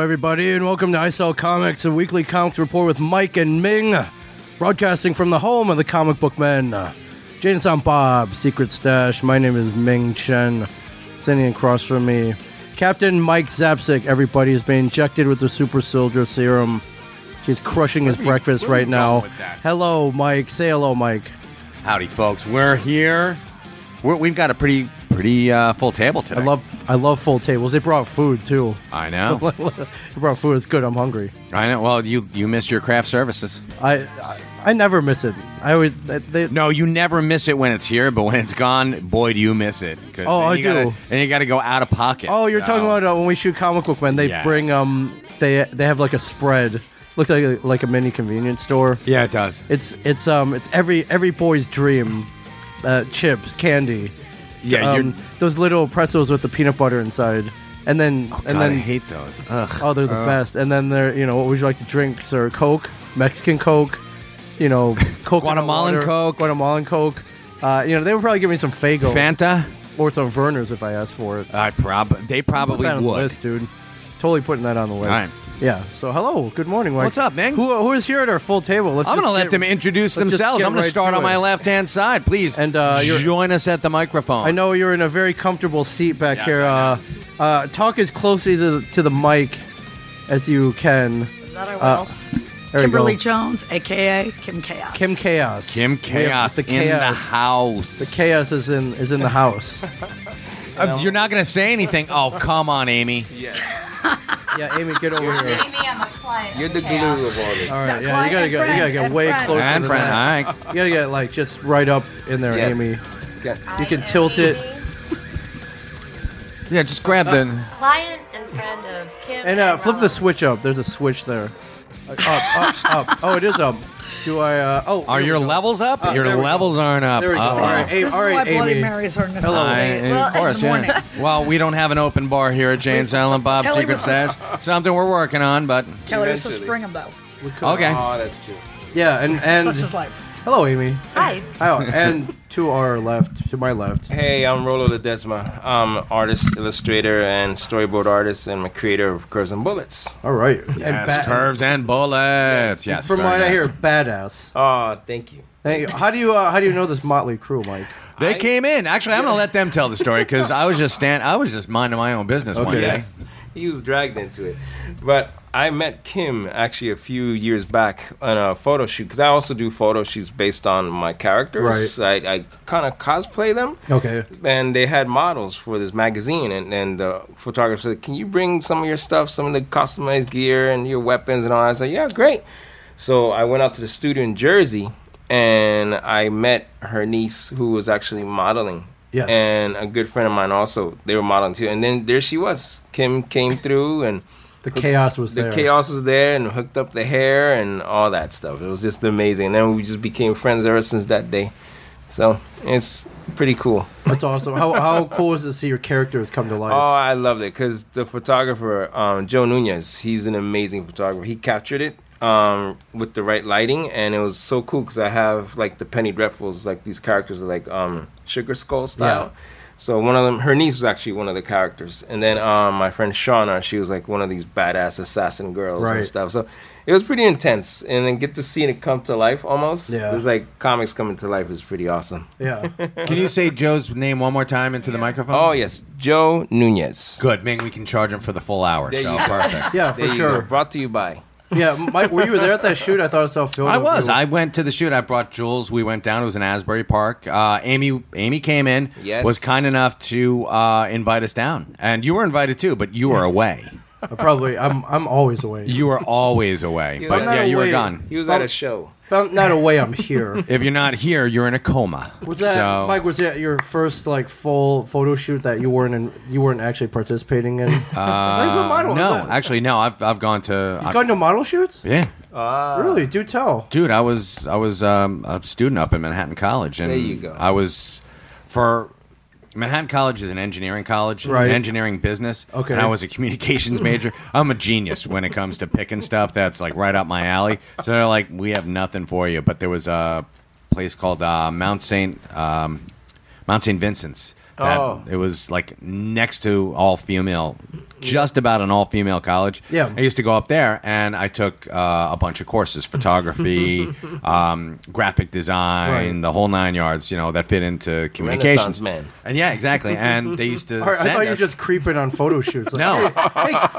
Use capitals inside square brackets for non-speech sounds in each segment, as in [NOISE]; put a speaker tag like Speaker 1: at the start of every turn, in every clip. Speaker 1: everybody, and welcome to ISL Comics, a weekly comics report with Mike and Ming, broadcasting from the home of the comic book men, uh, Jane and Silent Bob, Secret Stash. My name is Ming Chen, sitting across from me, Captain Mike Zapsik. Everybody has been injected with the Super Soldier Serum. He's crushing his
Speaker 2: are you-
Speaker 1: breakfast
Speaker 2: where are
Speaker 1: right
Speaker 2: you
Speaker 1: now.
Speaker 2: going with that?
Speaker 1: Hello, Mike. Say hello, Mike.
Speaker 2: Howdy, folks. We're here. We're, we've got a pretty, pretty uh, full table today.
Speaker 1: I love I love full tables. They brought food too. [LAUGHS]
Speaker 2: I know.
Speaker 1: they brought food. It's good. I'm hungry.
Speaker 2: I know. Well, you you miss your craft services.
Speaker 1: I I, I never miss it. I always they, they,
Speaker 2: No, you never miss it when it's here, but when it's gone, boy, do you miss it. 'Cause
Speaker 1: Oh,
Speaker 2: then
Speaker 1: I
Speaker 2: you gotta-
Speaker 1: do.
Speaker 2: And you got to go out of pocket.
Speaker 1: Oh, you're
Speaker 2: so-
Speaker 1: talking about uh, when we shoot comic book men. They
Speaker 2: Yes.
Speaker 1: bring um they they have like a spread. Looks like a, like a mini convenience store.
Speaker 2: Yeah, it does.
Speaker 1: It's it's um it's every every boy's dream. Uh, chips, candy,
Speaker 2: Yeah,
Speaker 1: um, those little pretzels with the peanut butter inside, and then and
Speaker 2: God,
Speaker 1: then
Speaker 2: I hate those. Ugh.
Speaker 1: oh they're the best. And then they're you know what would you like to drink, sir? Coke, Mexican Coke, you know, [LAUGHS] Coke,
Speaker 2: Guatemalan Coke.
Speaker 1: Guatemalan Coke. Uh, you know they would probably give me some Fago
Speaker 2: Fanta.
Speaker 1: or some Verner's if I asked for it.
Speaker 2: I prob. They
Speaker 1: Put
Speaker 2: probably
Speaker 1: that on the
Speaker 2: would.
Speaker 1: list, dude. Totally putting that on the list.
Speaker 2: All right.
Speaker 1: Yeah. So hello, good morning. Mike.
Speaker 2: What's up, man?
Speaker 1: Who who is here at our full table? Let's
Speaker 2: I'm
Speaker 1: just
Speaker 2: going to let
Speaker 1: get-
Speaker 2: them introduce
Speaker 1: let's just
Speaker 2: themselves.
Speaker 1: get
Speaker 2: I'm going
Speaker 1: right
Speaker 2: to start
Speaker 1: to
Speaker 2: on
Speaker 1: it.
Speaker 2: my left hand side, please.
Speaker 1: And, uh, you're-
Speaker 2: join us at the microphone.
Speaker 1: I know you're in a very comfortable seat back
Speaker 2: Yes,
Speaker 1: here.
Speaker 2: I
Speaker 1: Uh, uh, talk as closely to, to the mic as you can.
Speaker 3: That I will.
Speaker 1: Uh, There you
Speaker 3: Kimberly
Speaker 1: go.
Speaker 3: Jones, aka Kim Chaos.
Speaker 1: Kim Chaos.
Speaker 2: Kim
Speaker 1: We have
Speaker 2: Chaos
Speaker 1: The
Speaker 2: in the
Speaker 1: chaos.
Speaker 2: house.
Speaker 1: The chaos is in is in the
Speaker 2: [LAUGHS]
Speaker 1: house.
Speaker 2: Uh, You're not going to say anything. Oh, come on, Amy.
Speaker 1: yeah, Amy, get over here.
Speaker 4: Maybe I'm a client.
Speaker 5: You're
Speaker 4: of
Speaker 5: the glue
Speaker 4: chaos.
Speaker 5: of all this.
Speaker 1: All right,
Speaker 3: No,
Speaker 1: yeah, you gotta get
Speaker 3: client
Speaker 1: you gotta
Speaker 3: friend,
Speaker 1: get
Speaker 3: and
Speaker 1: way
Speaker 3: friend.
Speaker 1: closer.
Speaker 2: And
Speaker 1: to
Speaker 2: friend,
Speaker 1: that.
Speaker 2: all right.
Speaker 1: You gotta get like just right up in there,
Speaker 5: Yes.
Speaker 1: Amy.
Speaker 5: Got-
Speaker 1: You can
Speaker 4: I
Speaker 1: tilt
Speaker 4: am
Speaker 1: it.
Speaker 4: a
Speaker 2: Yeah, just grab the.
Speaker 4: Client and friend of Kim.
Speaker 1: And uh, flip the
Speaker 4: Rob.
Speaker 1: switch up. There's a switch there. Uh, Up,
Speaker 2: [LAUGHS]
Speaker 1: up, up. Oh, it is up. Do I? Uh, oh,
Speaker 2: [LAUGHS] Are
Speaker 1: here
Speaker 2: your
Speaker 1: we go.
Speaker 2: levels up?
Speaker 1: Uh,
Speaker 2: your
Speaker 1: there we go.
Speaker 2: levels aren't up.
Speaker 1: There we go.
Speaker 2: Uh-oh.
Speaker 1: All right,
Speaker 3: This
Speaker 1: Amy-
Speaker 3: is
Speaker 1: all right,
Speaker 3: why Bloody
Speaker 1: Amy.
Speaker 3: Marys are necessary.
Speaker 2: All right, and
Speaker 4: Well,
Speaker 2: of course,
Speaker 3: in the morning.
Speaker 2: yeah. Well, we don't have an open bar here at Jane's Island Bob
Speaker 3: Kelly
Speaker 2: Secret
Speaker 3: was-
Speaker 2: Stash. Something we're working on, but
Speaker 3: Kelly was supposed to
Speaker 5: Eventually.
Speaker 3: bring them though.
Speaker 1: We could-
Speaker 2: okay.
Speaker 5: Oh, that's true.
Speaker 1: Yeah,
Speaker 2: [LAUGHS]
Speaker 1: and
Speaker 3: Such is
Speaker 1: and
Speaker 3: life.
Speaker 1: hello, Amy.
Speaker 4: Hi.
Speaker 1: Oh, and to our left, to my left.
Speaker 5: Hey, I'm Rolo Ledesma. I'm artist, illustrator, and storyboard artist, and I'm a creator of Curves and Bullets.
Speaker 1: All right.
Speaker 2: Yes, curves and bullets. Yes,
Speaker 1: From
Speaker 2: very
Speaker 1: what I
Speaker 2: nice.
Speaker 1: hear, badass.
Speaker 5: Oh, thank you.
Speaker 1: Thank you. How do you uh, how do you know this motley crew, Mike?
Speaker 2: They
Speaker 5: I-
Speaker 2: came in. Actually, I'm gonna let them tell the story because I was just stand. I was just minding my own business one
Speaker 1: Okay.
Speaker 2: day.
Speaker 5: Yes, he was dragged into it. But I met Kim actually a few years back on a photo shoot because I also do photo shoots based on my characters. I, I kind of cosplay them.
Speaker 1: Okay.
Speaker 5: and they had models for this magazine and, and the photographer said can you bring some of your stuff some of the customized gear and your weapons and all that i said yeah great so i went out to the studio in jersey and i met her niece who was actually modeling
Speaker 1: Yes.
Speaker 5: and a good friend of mine also they were modeling too and then there she was kim came through and
Speaker 1: The chaos was
Speaker 5: the
Speaker 1: there.
Speaker 5: chaos was there and hooked up the hair and all that stuff it was just amazing and then we just became friends ever since that day so it's pretty cool
Speaker 1: That's awesome. How how cool is it to see your characters come to life?
Speaker 2: Uh,
Speaker 5: Oh, I loved it because the photographer, um, Joe Nunez, he's an amazing photographer. He captured it um, with the right lighting, and it was so cool because I have like the Penny Dreadfuls, like these characters are like um, Sugar Skull style. So one of them, her niece was actually one of the characters, and then um, my friend Shauna, she was like one of these badass assassin girls
Speaker 1: Right.
Speaker 5: and stuff. So it was pretty intense, and then get to see it come to life almost.
Speaker 1: Yeah.
Speaker 5: It's like comics coming to life is pretty awesome.
Speaker 1: yeah.
Speaker 2: Can you say Joe's name one more time into the microphone?
Speaker 5: Oh yes, Joe Nunez.
Speaker 2: Good, Ming. We can charge him for the full hour.
Speaker 5: There
Speaker 2: so
Speaker 5: you go.
Speaker 2: perfect. [LAUGHS]
Speaker 1: Yeah,
Speaker 5: There
Speaker 1: for
Speaker 5: you
Speaker 1: sure.
Speaker 5: go. Brought to you by.
Speaker 1: Yeah, Mike, were you there at that shoot? I thought I saw Phil.
Speaker 2: I was. I went to the shoot. I brought Jules. We went down. It was in Asbury Park. Uh, Amy, Amy came in.
Speaker 5: Yes.
Speaker 2: Was kind enough to uh, invite us down, and you were invited too, but you
Speaker 1: [LAUGHS]
Speaker 2: were away.
Speaker 1: I Uh, probably. I'm. I'm always away.
Speaker 2: You were always away,
Speaker 5: You
Speaker 2: but
Speaker 5: were
Speaker 2: yeah,
Speaker 5: not
Speaker 2: you were
Speaker 1: away.
Speaker 2: gone.
Speaker 5: He was
Speaker 1: Well-
Speaker 5: at a show.
Speaker 1: If I'm not away, I'm here.
Speaker 2: If you're not here, you're in a coma.
Speaker 1: Was that
Speaker 2: so,
Speaker 1: Mike? Was that your first like full photo shoot that you weren't in, you weren't actually participating
Speaker 2: [LAUGHS]
Speaker 1: in? Where's the model?
Speaker 2: Uh, No,
Speaker 1: Is that-
Speaker 2: actually, no. I've I've gone to.
Speaker 1: You've gone to model shoots?
Speaker 2: yeah, Uh,
Speaker 1: really? Do tell.
Speaker 2: dude. I was I was um, a student up in Manhattan College, and
Speaker 5: There you go.
Speaker 2: I was for Manhattan College is an engineering college,
Speaker 1: Right.
Speaker 2: an engineering business.
Speaker 1: Okay.
Speaker 2: and I was a communications major. I'm a genius when it comes to picking stuff that's like right up my alley. So they're like, we have nothing for you. uh, But there was a place called uh, Mount Saint um, Mount Saint Vincent's. That-
Speaker 5: Oh.
Speaker 2: It was like next to all female, just about an all female college.
Speaker 1: Yeah.
Speaker 2: I used to go up there and I took uh, a bunch of
Speaker 1: [LAUGHS]
Speaker 2: courses photography, um, graphic design,
Speaker 1: Right.
Speaker 2: the whole nine yards, you know, that fit into communications.
Speaker 5: man.
Speaker 2: And yeah, exactly. And they used
Speaker 1: [LAUGHS]
Speaker 2: to.
Speaker 1: All right, I
Speaker 2: send
Speaker 1: thought you were
Speaker 2: us-
Speaker 1: just creeping on photo shoots. Like,
Speaker 2: No.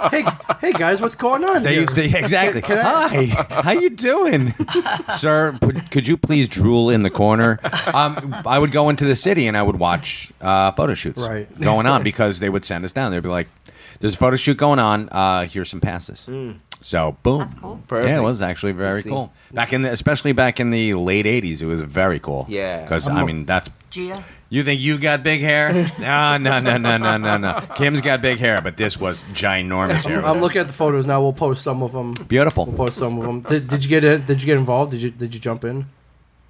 Speaker 1: Hey, hey, hey, guys, what's going on?
Speaker 2: They
Speaker 1: here?
Speaker 2: used to exactly.
Speaker 1: Can I-
Speaker 2: Hi, how you doing, [LAUGHS] sir? p- Could you please drool in the corner? Um, I would go into the city and I would watch uh, photo shoots
Speaker 1: Right.
Speaker 2: going on because they would send us down. They'd be like, "There's a photo shoot going on. Uh, here's some passes." So boom.
Speaker 4: That's cool.
Speaker 2: Yeah, it
Speaker 5: Perfect.
Speaker 2: was actually very
Speaker 5: see.
Speaker 2: cool. Back in, the, especially back in the late '80s, it was very cool.
Speaker 5: Yeah.
Speaker 2: because I mean that's
Speaker 4: Gia.
Speaker 2: you think you got big hair? No, no, no, no, no, no, no. Kim's got big hair, but this was ginormous hair.
Speaker 1: I'm looking at the photos now. We'll post some of them.
Speaker 2: Beautiful.
Speaker 1: We'll post some of them. Did, did you get it? Did you get involved? Did you Did you jump in?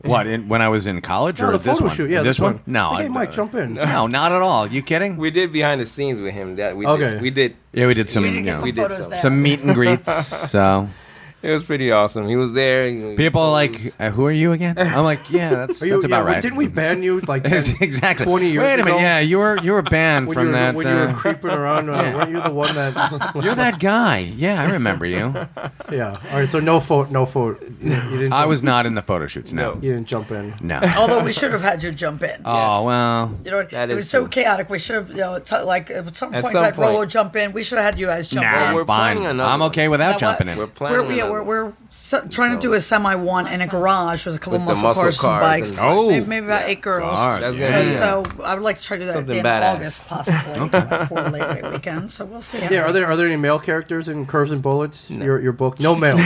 Speaker 2: What? In, when I was in college
Speaker 1: No,
Speaker 2: or
Speaker 1: the
Speaker 2: this
Speaker 1: photo
Speaker 2: one?
Speaker 1: shoot, yeah,
Speaker 2: this,
Speaker 1: this
Speaker 2: one.
Speaker 1: one.
Speaker 2: No.
Speaker 1: Hey, Mike, jump
Speaker 2: [LAUGHS]
Speaker 1: in.
Speaker 2: No, not at all. You kidding?
Speaker 5: We did behind the scenes with him. That we
Speaker 1: Okay.
Speaker 5: did. We did.
Speaker 2: yeah, we did some.
Speaker 5: We
Speaker 2: you
Speaker 5: did
Speaker 2: know,
Speaker 5: get
Speaker 2: some,
Speaker 5: some- did some-
Speaker 2: meet and greets. So
Speaker 5: It was pretty awesome. He was there. he-
Speaker 2: people are like, uh, "Who are you again?" I'm like, "Yeah,
Speaker 1: [LAUGHS]
Speaker 2: that's,
Speaker 1: Are you-
Speaker 2: that's about
Speaker 1: yeah,
Speaker 2: right."
Speaker 1: Didn't we
Speaker 2: [LAUGHS]
Speaker 1: ban you like 10,
Speaker 2: exactly.
Speaker 1: 20 years
Speaker 2: Wait a minute.
Speaker 1: ago?
Speaker 2: Yeah, you were you were banned
Speaker 1: when
Speaker 2: from
Speaker 1: you were,
Speaker 2: that.
Speaker 1: when you were
Speaker 2: uh,
Speaker 1: creeping around?
Speaker 2: [LAUGHS]
Speaker 1: Uh, Weren't you the one that?
Speaker 2: you're that guy. Yeah, I remember you.
Speaker 1: [LAUGHS] yeah. All right. So no photo. No photo. You didn't.
Speaker 2: [LAUGHS] I
Speaker 1: jump-
Speaker 2: was not in the photo shoots. No.
Speaker 1: You didn't jump in.
Speaker 2: No.
Speaker 1: [LAUGHS]
Speaker 3: Although we should have had you jump in.
Speaker 2: Oh well.
Speaker 3: You know, it
Speaker 5: That is
Speaker 3: was so
Speaker 5: true.
Speaker 3: chaotic. We should have, you know, t- like at some
Speaker 5: At
Speaker 3: points,
Speaker 5: some
Speaker 3: like
Speaker 5: point.
Speaker 3: Rolo jump in. We should have had you guys jump
Speaker 2: Nah,
Speaker 3: in.
Speaker 5: we're
Speaker 2: I'm fine.
Speaker 5: planning another
Speaker 2: I'm
Speaker 5: one.
Speaker 2: okay without
Speaker 3: Now what?
Speaker 2: jumping in.
Speaker 5: We're planning
Speaker 3: We're, yeah,
Speaker 5: another
Speaker 3: we're, we're
Speaker 5: one.
Speaker 3: so, trying to
Speaker 5: So-
Speaker 3: do a semi one in a garage with a couple
Speaker 5: With the
Speaker 3: muscle,
Speaker 5: muscle
Speaker 3: cars, and
Speaker 5: cars
Speaker 3: bikes.
Speaker 5: and-
Speaker 2: Oh.
Speaker 3: Maybe, maybe about eight girls.
Speaker 2: Cars,
Speaker 5: That's
Speaker 3: So,
Speaker 5: yeah.
Speaker 3: so I would like to try to do that
Speaker 5: Something
Speaker 3: in
Speaker 5: badass.
Speaker 3: August, possibly before late Week weekend. So we'll see. how
Speaker 1: Yeah. Are
Speaker 3: it
Speaker 1: there Are there any male characters in Curves and Bullets? Your Your book? No
Speaker 2: [LAUGHS]
Speaker 1: male.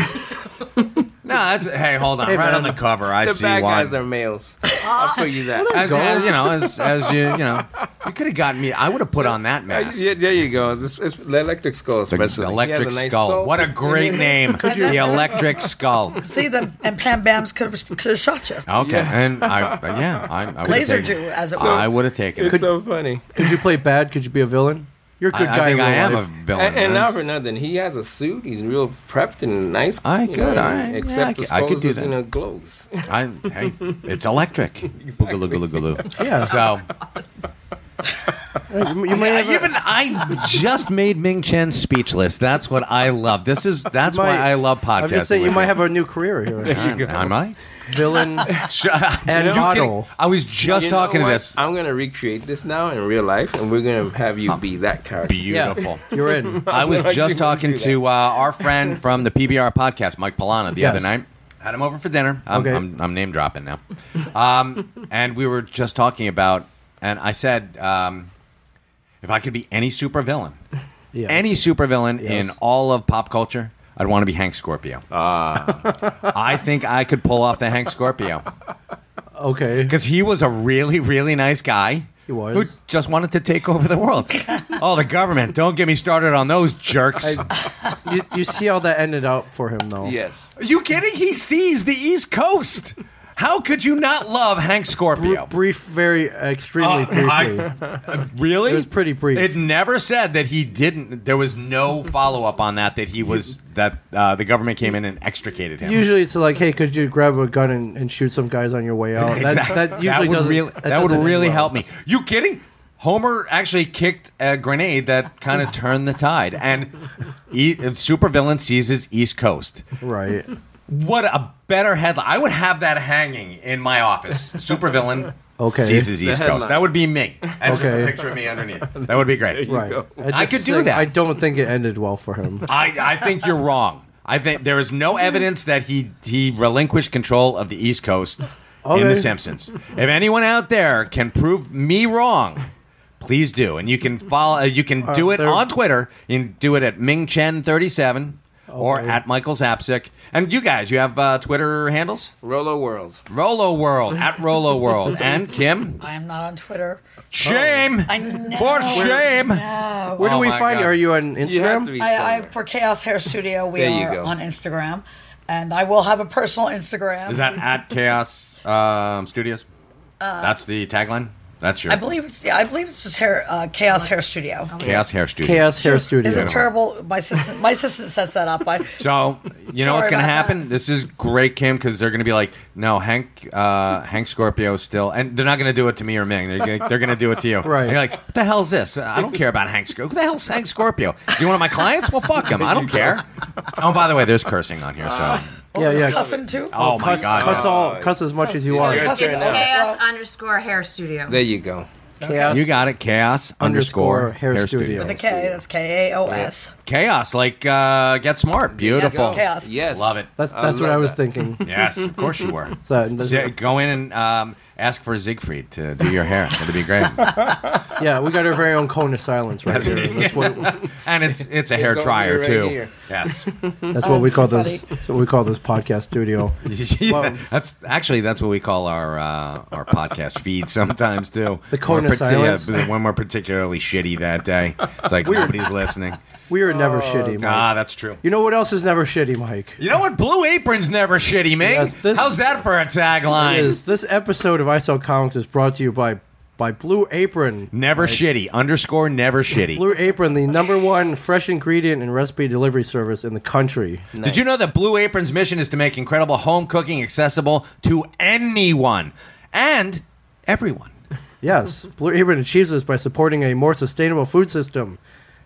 Speaker 2: No, that's hey, hold on.
Speaker 1: Hey,
Speaker 2: right
Speaker 1: man.
Speaker 2: on the cover, I
Speaker 5: The
Speaker 2: see
Speaker 5: bad
Speaker 2: why.
Speaker 5: guys are males. I'll put you that.
Speaker 2: as, as, you [LAUGHS] know, as, as you you know, you could have gotten me. I would have put on that
Speaker 5: Uh,
Speaker 2: mask.
Speaker 5: yeah, there you go. This is the electric skull,
Speaker 2: The,
Speaker 5: especially.
Speaker 2: the
Speaker 5: He
Speaker 2: electric
Speaker 5: has a nice
Speaker 2: skull.
Speaker 5: soul.
Speaker 2: What a
Speaker 1: [LAUGHS]
Speaker 2: great name! The electric skull.
Speaker 3: See them, and Pam Bams could have, could have shot you.
Speaker 2: Okay, and I yeah, I, I would have
Speaker 3: Laser
Speaker 2: taken,
Speaker 3: Jew, as it were.
Speaker 2: I would have taken.
Speaker 5: [LAUGHS] It's
Speaker 2: it.
Speaker 5: so funny.
Speaker 1: Could you play bad? Could you be a villain? You're a
Speaker 2: I,
Speaker 1: good
Speaker 2: I
Speaker 1: guy. in
Speaker 2: think I
Speaker 1: real
Speaker 2: am
Speaker 1: life.
Speaker 2: a villain.
Speaker 5: And, and not for
Speaker 2: That's-
Speaker 5: nothing, he has a suit. He's real prepped and nice.
Speaker 2: All right,
Speaker 5: you
Speaker 2: good,
Speaker 5: know,
Speaker 2: all right. Yeah,
Speaker 5: Except
Speaker 2: I
Speaker 5: the
Speaker 2: c- I could
Speaker 5: skulls,
Speaker 2: do
Speaker 5: you
Speaker 2: that. [LAUGHS]
Speaker 5: know, glows.
Speaker 2: I, hey, it's electric. Boogaloo, galoo, galoo.
Speaker 1: Yeah.
Speaker 3: [LAUGHS]
Speaker 2: So
Speaker 1: You, you might have a-
Speaker 2: even I just made Ming Chen speechless. That's what I love. This is that's
Speaker 1: might-
Speaker 2: why I love podcasting.
Speaker 1: I'm just saying you
Speaker 2: with
Speaker 1: might have a new career
Speaker 2: [LAUGHS]
Speaker 1: here.
Speaker 2: I, I might.
Speaker 1: Villain and
Speaker 2: You kidding?
Speaker 1: model.
Speaker 2: I was just
Speaker 5: You know
Speaker 2: talking to
Speaker 5: what?
Speaker 2: this.
Speaker 5: I'm gonna recreate this now in real life, and we're gonna have you be that character.
Speaker 2: Beautiful.
Speaker 1: You're
Speaker 2: [LAUGHS]
Speaker 1: in.
Speaker 2: I
Speaker 5: [LAUGHS]
Speaker 2: was
Speaker 5: Like,
Speaker 2: just
Speaker 5: you wouldn't
Speaker 2: talking
Speaker 5: do
Speaker 2: to uh, our
Speaker 5: [LAUGHS]
Speaker 2: friend from the PBR podcast, Mike Polana, the other
Speaker 1: Yes.
Speaker 2: night. Had him over for dinner. I'm,
Speaker 1: Okay.
Speaker 2: I'm, I'm name dropping now.
Speaker 1: [LAUGHS]
Speaker 2: Um, and we were just talking about, and I said, um, if I could be any supervillain,
Speaker 1: Yes.
Speaker 2: any supervillain in
Speaker 1: Yes.
Speaker 2: all of pop culture, I'd want to be Hank Scorpio.
Speaker 5: Ah.
Speaker 2: [LAUGHS] I think I could pull off the Hank Scorpio
Speaker 1: [LAUGHS] Okay.
Speaker 2: because he was a really, really nice guy.
Speaker 1: He was.
Speaker 2: Who just wanted to take over
Speaker 1: [LAUGHS]
Speaker 2: the world. oh, the government. Don't get me started on those jerks.
Speaker 1: I- you, you see how that ended up for him, though.
Speaker 5: Yes.
Speaker 2: Are you kidding? He sees the East Coast. How could you not love Hank Scorpio?
Speaker 1: Br- brief, very extremely
Speaker 2: Uh,
Speaker 1: briefly.
Speaker 2: Uh, really?
Speaker 1: It was pretty brief.
Speaker 2: It never said that he didn't. There was no follow up on that. That he was that uh, the government came in and extricated him.
Speaker 1: Usually it's like, hey, could you grab a gun and, and shoot some guys on your way out?
Speaker 2: Exactly.
Speaker 1: That, that usually
Speaker 2: would
Speaker 1: doesn't.
Speaker 2: really that, would
Speaker 1: doesn't end
Speaker 2: really
Speaker 1: well.
Speaker 2: help me. You kidding? Homer actually kicked a grenade that
Speaker 1: [LAUGHS]
Speaker 2: kind of turned the tide, and e- supervillain seizes East Coast.
Speaker 1: Right.
Speaker 2: What a better headline! I would have that hanging in my office. Supervillain.
Speaker 1: Okay.
Speaker 2: Seizes East Coast.
Speaker 5: headline.
Speaker 2: That would be me, and just a
Speaker 1: Okay.
Speaker 2: picture of me underneath. That would be great.
Speaker 1: Right.
Speaker 5: go.
Speaker 1: just
Speaker 2: I could do
Speaker 1: think-
Speaker 2: that.
Speaker 1: I don't think it ended well for him.
Speaker 2: I, I think you're wrong. I think there is no evidence that he he relinquished control of the East Coast in
Speaker 1: Okay.
Speaker 2: The Simpsons. If anyone out there can prove me wrong, please do, and you can follow. uh, You can do it
Speaker 1: Uh, there-
Speaker 2: on Twitter. You can do it at Ming Chen thirty seven. Or
Speaker 1: Okay.
Speaker 2: at Michael Zapsik. And you guys, you have uh, Twitter handles?
Speaker 5: Rolo World.
Speaker 2: Rolo World, at Rolo World. And Kim?
Speaker 3: I am not on Twitter.
Speaker 2: Shame!
Speaker 3: Oh. I know.
Speaker 2: For shame!
Speaker 3: No.
Speaker 1: Where do
Speaker 2: Oh
Speaker 1: we
Speaker 2: my
Speaker 1: find
Speaker 2: God.
Speaker 1: you? Are you on
Speaker 5: You have
Speaker 1: Instagram?
Speaker 5: to be
Speaker 3: I, I,
Speaker 5: somewhere.
Speaker 3: for Chaos Hair Studio, we
Speaker 5: There you
Speaker 3: are
Speaker 5: go.
Speaker 3: on Instagram, and I will have a personal Instagram.
Speaker 2: Is that at Chaos um, Studios? That's the tagline? That's your
Speaker 3: Uh, I believe it's yeah, I believe it's just hair uh, chaos hair studio.
Speaker 2: chaos hair studio.
Speaker 1: Chaos Hair Studio.
Speaker 3: Is it terrible? My assistant my assistant sets that up. I
Speaker 2: So you know what's going
Speaker 3: Sorry
Speaker 2: to
Speaker 3: about
Speaker 2: happen?
Speaker 3: that.
Speaker 2: This is great, Kim, because they're going to be like, "No, Hank, uh, Hank Scorpio still," and they're not going to do it to me or Ming. They're gonna, they're going to do it to you.
Speaker 1: Right.
Speaker 2: And you're like, "What the hell is this? I don't care about Hank Scorpio. Who the hell's Hank Scorpio? Is he one of my clients? Well, fuck him. I don't care." Oh, by the way, there's cursing on here, so
Speaker 1: Yeah, yeah.
Speaker 3: cussing too.
Speaker 2: oh my
Speaker 1: cuss,
Speaker 2: god,
Speaker 1: cuss all, cuss as much as you want.
Speaker 4: It's,
Speaker 3: Cussing
Speaker 4: it's
Speaker 3: out.
Speaker 4: chaos underscore hair studio.
Speaker 5: There you go.
Speaker 1: Chaos
Speaker 2: you got it. Chaos underscore hair, studio.
Speaker 3: With a K, that's K A O S.
Speaker 2: Chaos, like uh, get smart, beautiful.
Speaker 3: Chaos.
Speaker 5: Yes.
Speaker 2: Love it.
Speaker 1: That's that's what
Speaker 5: love
Speaker 1: I was
Speaker 5: that.
Speaker 1: thinking.
Speaker 2: Yes, of course you were.
Speaker 1: So, that's-
Speaker 2: Z- go in and um, ask for Siegfried to do your hair. That'd
Speaker 1: [LAUGHS]
Speaker 2: be great.
Speaker 1: [LAUGHS] yeah, we got our very own cone of silence right
Speaker 2: [LAUGHS]
Speaker 1: here. That's what
Speaker 2: and it's it's a hair
Speaker 5: over
Speaker 2: dryer
Speaker 5: right
Speaker 2: too.
Speaker 5: here.
Speaker 1: [LAUGHS]
Speaker 2: Yes, [LAUGHS]
Speaker 1: that's what we
Speaker 3: That's
Speaker 1: call this.
Speaker 3: funny.
Speaker 1: That's what we call this podcast studio.
Speaker 2: Yeah, that's actually that's what we call our uh, our podcast feed sometimes too.
Speaker 1: The cone
Speaker 2: We're
Speaker 1: of silence.
Speaker 2: but when we're particularly shitty that day, it's like
Speaker 1: [LAUGHS]
Speaker 2: nobody's listening.
Speaker 1: We are never shitty, Mike.
Speaker 2: Ah, that's true.
Speaker 1: You know what else is never shitty, Mike?
Speaker 2: You know what? Blue Apron's never shitty, Ming.
Speaker 1: Yes, this-
Speaker 2: How's that for a tagline?
Speaker 1: Is this episode of I Sell Comics is brought to you by by Blue Apron.
Speaker 2: Never shitty. Underscore never shitty.
Speaker 1: Blue Apron, the number one fresh ingredient and recipe delivery service in the country.
Speaker 2: Did you know that Blue Apron's mission is to make incredible home cooking accessible to anyone and everyone?
Speaker 1: Yes, Blue Apron achieves this by supporting a more sustainable food system,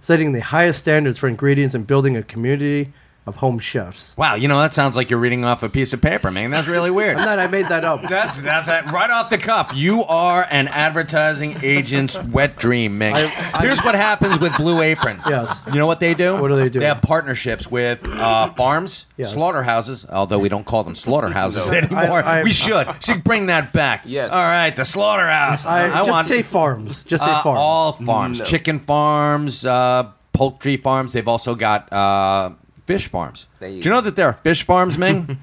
Speaker 1: setting the highest standards for ingredients and building a community of home chefs.
Speaker 2: Wow, you know that sounds like you're reading off a piece of paper, man.
Speaker 1: [LAUGHS]
Speaker 2: That's really weird.
Speaker 1: Not I made that up.
Speaker 2: That's that's it. right off the cuff. You are an advertising agent's wet dream, Mick.
Speaker 1: I- I-
Speaker 2: Here's what happens with Blue Apron.
Speaker 1: Yes.
Speaker 2: You know what they do?
Speaker 1: What do they do?
Speaker 2: They have partnerships with uh, farms,
Speaker 1: Yes.
Speaker 2: slaughterhouses. Although we don't call them slaughterhouses anymore,
Speaker 1: I- I-
Speaker 2: we should. Should bring that back.
Speaker 5: Yes.
Speaker 2: All right, the slaughterhouse.
Speaker 1: I,
Speaker 2: [LAUGHS] I
Speaker 1: just
Speaker 2: want
Speaker 1: say farms. Just say
Speaker 2: uh,
Speaker 1: farms.
Speaker 2: all farms, chicken farms, uh, poultry farms. They've also got uh, fish farms.
Speaker 5: There you
Speaker 2: do you know that there are fish
Speaker 1: [LAUGHS]
Speaker 2: farms, Ming?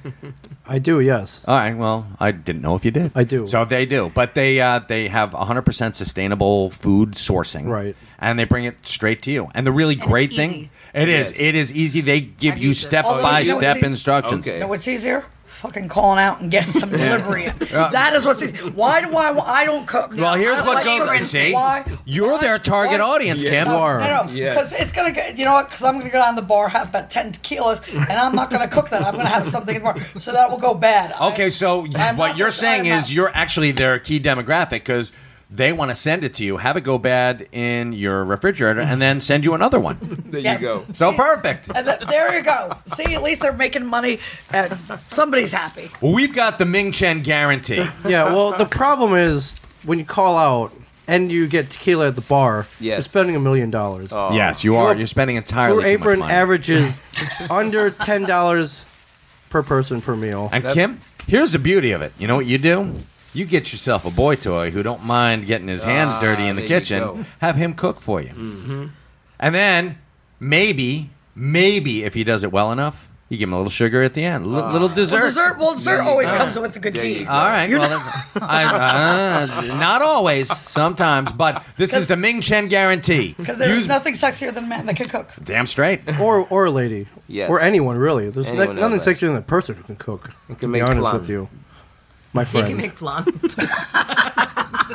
Speaker 1: I do. Yes.
Speaker 2: All right. Well, I didn't know if you did.
Speaker 1: I do.
Speaker 2: So they do, but they uh, they have 100% sustainable food sourcing,
Speaker 1: Right.
Speaker 2: And they bring it straight to you. And the really great
Speaker 4: it's
Speaker 2: thing
Speaker 4: easy.
Speaker 2: it is,
Speaker 5: Yes.
Speaker 2: it is easy. They give
Speaker 4: I've
Speaker 2: you
Speaker 4: used it.
Speaker 2: step
Speaker 3: Although,
Speaker 2: by
Speaker 3: you know,
Speaker 2: step
Speaker 3: it's-
Speaker 2: instructions.
Speaker 5: Okay.
Speaker 3: You know what's easier? Fucking calling out and getting
Speaker 2: [LAUGHS]
Speaker 3: some delivery in. That is what's easy. Why do I? I don't cook.
Speaker 2: Well, here's
Speaker 3: I
Speaker 2: what
Speaker 3: like
Speaker 2: goes.
Speaker 3: cooking.
Speaker 2: See,
Speaker 3: Why?
Speaker 2: you're
Speaker 3: why-
Speaker 2: their target
Speaker 3: why-
Speaker 2: audience,
Speaker 5: Yeah.
Speaker 2: Kim.
Speaker 1: You are.
Speaker 3: No, no,
Speaker 5: Yes.
Speaker 3: because it's gonna get. You know what? Because I'm gonna go down the bar, have about ten tequilas, and I'm not gonna cook that. I'm gonna have something in the bar, so that will go bad. I-
Speaker 2: Okay, so
Speaker 3: I'm
Speaker 2: what
Speaker 3: not
Speaker 2: you're
Speaker 3: this-
Speaker 2: saying
Speaker 3: I'm
Speaker 2: is
Speaker 3: not-
Speaker 2: you're actually their key demographic because they want to send it to you, have it go bad in your refrigerator, and then send you another one.
Speaker 5: There
Speaker 3: Yes.
Speaker 5: you go.
Speaker 2: So perfect.
Speaker 3: And th- there you go. See, at least they're making money, and somebody's happy.
Speaker 2: Well, we've got the Ming Chen guarantee.
Speaker 1: yeah. Well, the problem is when you call out and you get tequila at the bar. You're
Speaker 5: Yes.
Speaker 1: spending a million dollars.
Speaker 5: Oh.
Speaker 2: Yes, you are. You're spending entirely
Speaker 1: Blue
Speaker 2: Oh, too much
Speaker 1: Apron
Speaker 2: money. [LAUGHS]
Speaker 1: averages under ten dollars per person per meal.
Speaker 2: And Kim, here's the beauty of it. You know what you do? You get yourself a boy toy who don't mind getting his hands dirty in the
Speaker 5: Ah, there you
Speaker 2: kitchen.
Speaker 5: go. Mm-hmm.
Speaker 2: Have him cook for you, and then maybe, maybe if he does it well enough, you give him a little sugar at the end, Li- little
Speaker 5: Ah.
Speaker 2: dessert.
Speaker 3: Well, dessert. Well, dessert
Speaker 5: you
Speaker 3: always
Speaker 5: go.
Speaker 3: comes with a good
Speaker 5: There you
Speaker 3: deed.
Speaker 5: go.
Speaker 2: All right. well, that's, [LAUGHS] I, uh, not always, sometimes, but this is the Ming Chen guarantee.
Speaker 3: Because there's
Speaker 2: You-
Speaker 3: nothing sexier than men that can cook.
Speaker 2: damn straight.
Speaker 1: or or a lady,
Speaker 5: Yes.
Speaker 1: or anyone really. There's
Speaker 5: Anyone
Speaker 1: no-
Speaker 5: out
Speaker 1: nothing
Speaker 5: there.
Speaker 1: sexier than a person who can cook. I
Speaker 5: can
Speaker 1: be
Speaker 5: make
Speaker 1: honest
Speaker 5: flan.
Speaker 1: with you, my
Speaker 4: You
Speaker 1: friend.
Speaker 4: can make flan.
Speaker 1: [LAUGHS]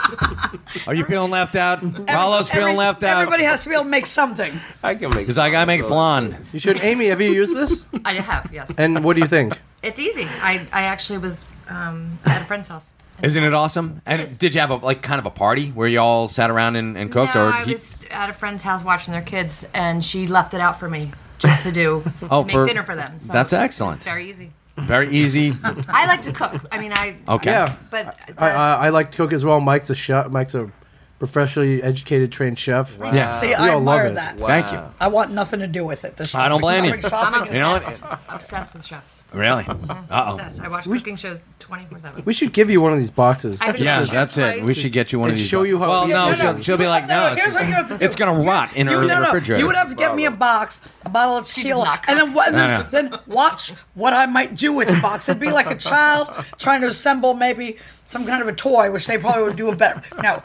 Speaker 2: Are you feeling left out? Rollo's feeling
Speaker 3: Every-
Speaker 2: left out.
Speaker 3: Everybody has to be able to make something.
Speaker 5: I
Speaker 2: [LAUGHS]
Speaker 5: can make.
Speaker 2: Because I gotta make flan.
Speaker 1: you should. Amy, have you used this?
Speaker 4: I have, yes.
Speaker 1: And what do you think?
Speaker 4: It's easy. I, I actually was um, at a friend's house.
Speaker 2: Isn't it awesome? And
Speaker 4: Yes.
Speaker 2: did you have a like kind of a party where you all sat around and, and cooked?
Speaker 4: no,
Speaker 2: or
Speaker 4: I
Speaker 2: you-
Speaker 4: was at a friend's house watching their kids, and she left it out for me just
Speaker 1: [LAUGHS]
Speaker 4: to do
Speaker 2: Oh,
Speaker 4: to make
Speaker 2: for-
Speaker 4: dinner for them. So
Speaker 2: that's
Speaker 4: it was
Speaker 2: excellent.
Speaker 4: very easy.
Speaker 2: very easy.
Speaker 4: I like to cook. I mean, I
Speaker 2: Okay.
Speaker 1: Yeah,
Speaker 4: but
Speaker 1: I,
Speaker 4: the-
Speaker 1: I, I like to cook as well. Mike's a chef. Mike's a professionally educated, trained chef.
Speaker 2: Yeah.
Speaker 3: See,
Speaker 1: all
Speaker 3: I
Speaker 1: love
Speaker 3: admire
Speaker 1: it.
Speaker 3: that.
Speaker 2: Thank you.
Speaker 3: I want nothing to do with it. The
Speaker 2: I don't
Speaker 3: shopping-
Speaker 2: blame you.
Speaker 3: shopping- shopping
Speaker 4: I'm
Speaker 3: is
Speaker 4: obsessed.
Speaker 2: You know what?
Speaker 4: Obsessed with chefs.
Speaker 2: Really? Uh oh.
Speaker 4: Obsessed. I watch cooking shows 24 seven.
Speaker 1: We should give you one of these boxes.
Speaker 4: I've been-
Speaker 2: Yeah,
Speaker 4: Chef
Speaker 2: that's it. We
Speaker 4: price.
Speaker 2: should get you one
Speaker 1: And
Speaker 2: of these.
Speaker 1: show you how-
Speaker 2: Well,
Speaker 1: Yeah,
Speaker 2: no,
Speaker 1: no, no.
Speaker 2: she'll, she'll be like,
Speaker 3: No, no,
Speaker 2: no,
Speaker 3: here's what you have to
Speaker 2: it's,
Speaker 3: do.
Speaker 2: it's gonna rot in her
Speaker 3: You, no, no.
Speaker 2: refrigerator.
Speaker 3: You would have to get me a box, a bottle of
Speaker 4: She
Speaker 3: tequila,
Speaker 4: does not
Speaker 3: and then what? And
Speaker 2: I know.
Speaker 3: then, then watch what I might do with the box. It'd be like a child trying to assemble maybe some kind of a toy, which they probably would do a better. No,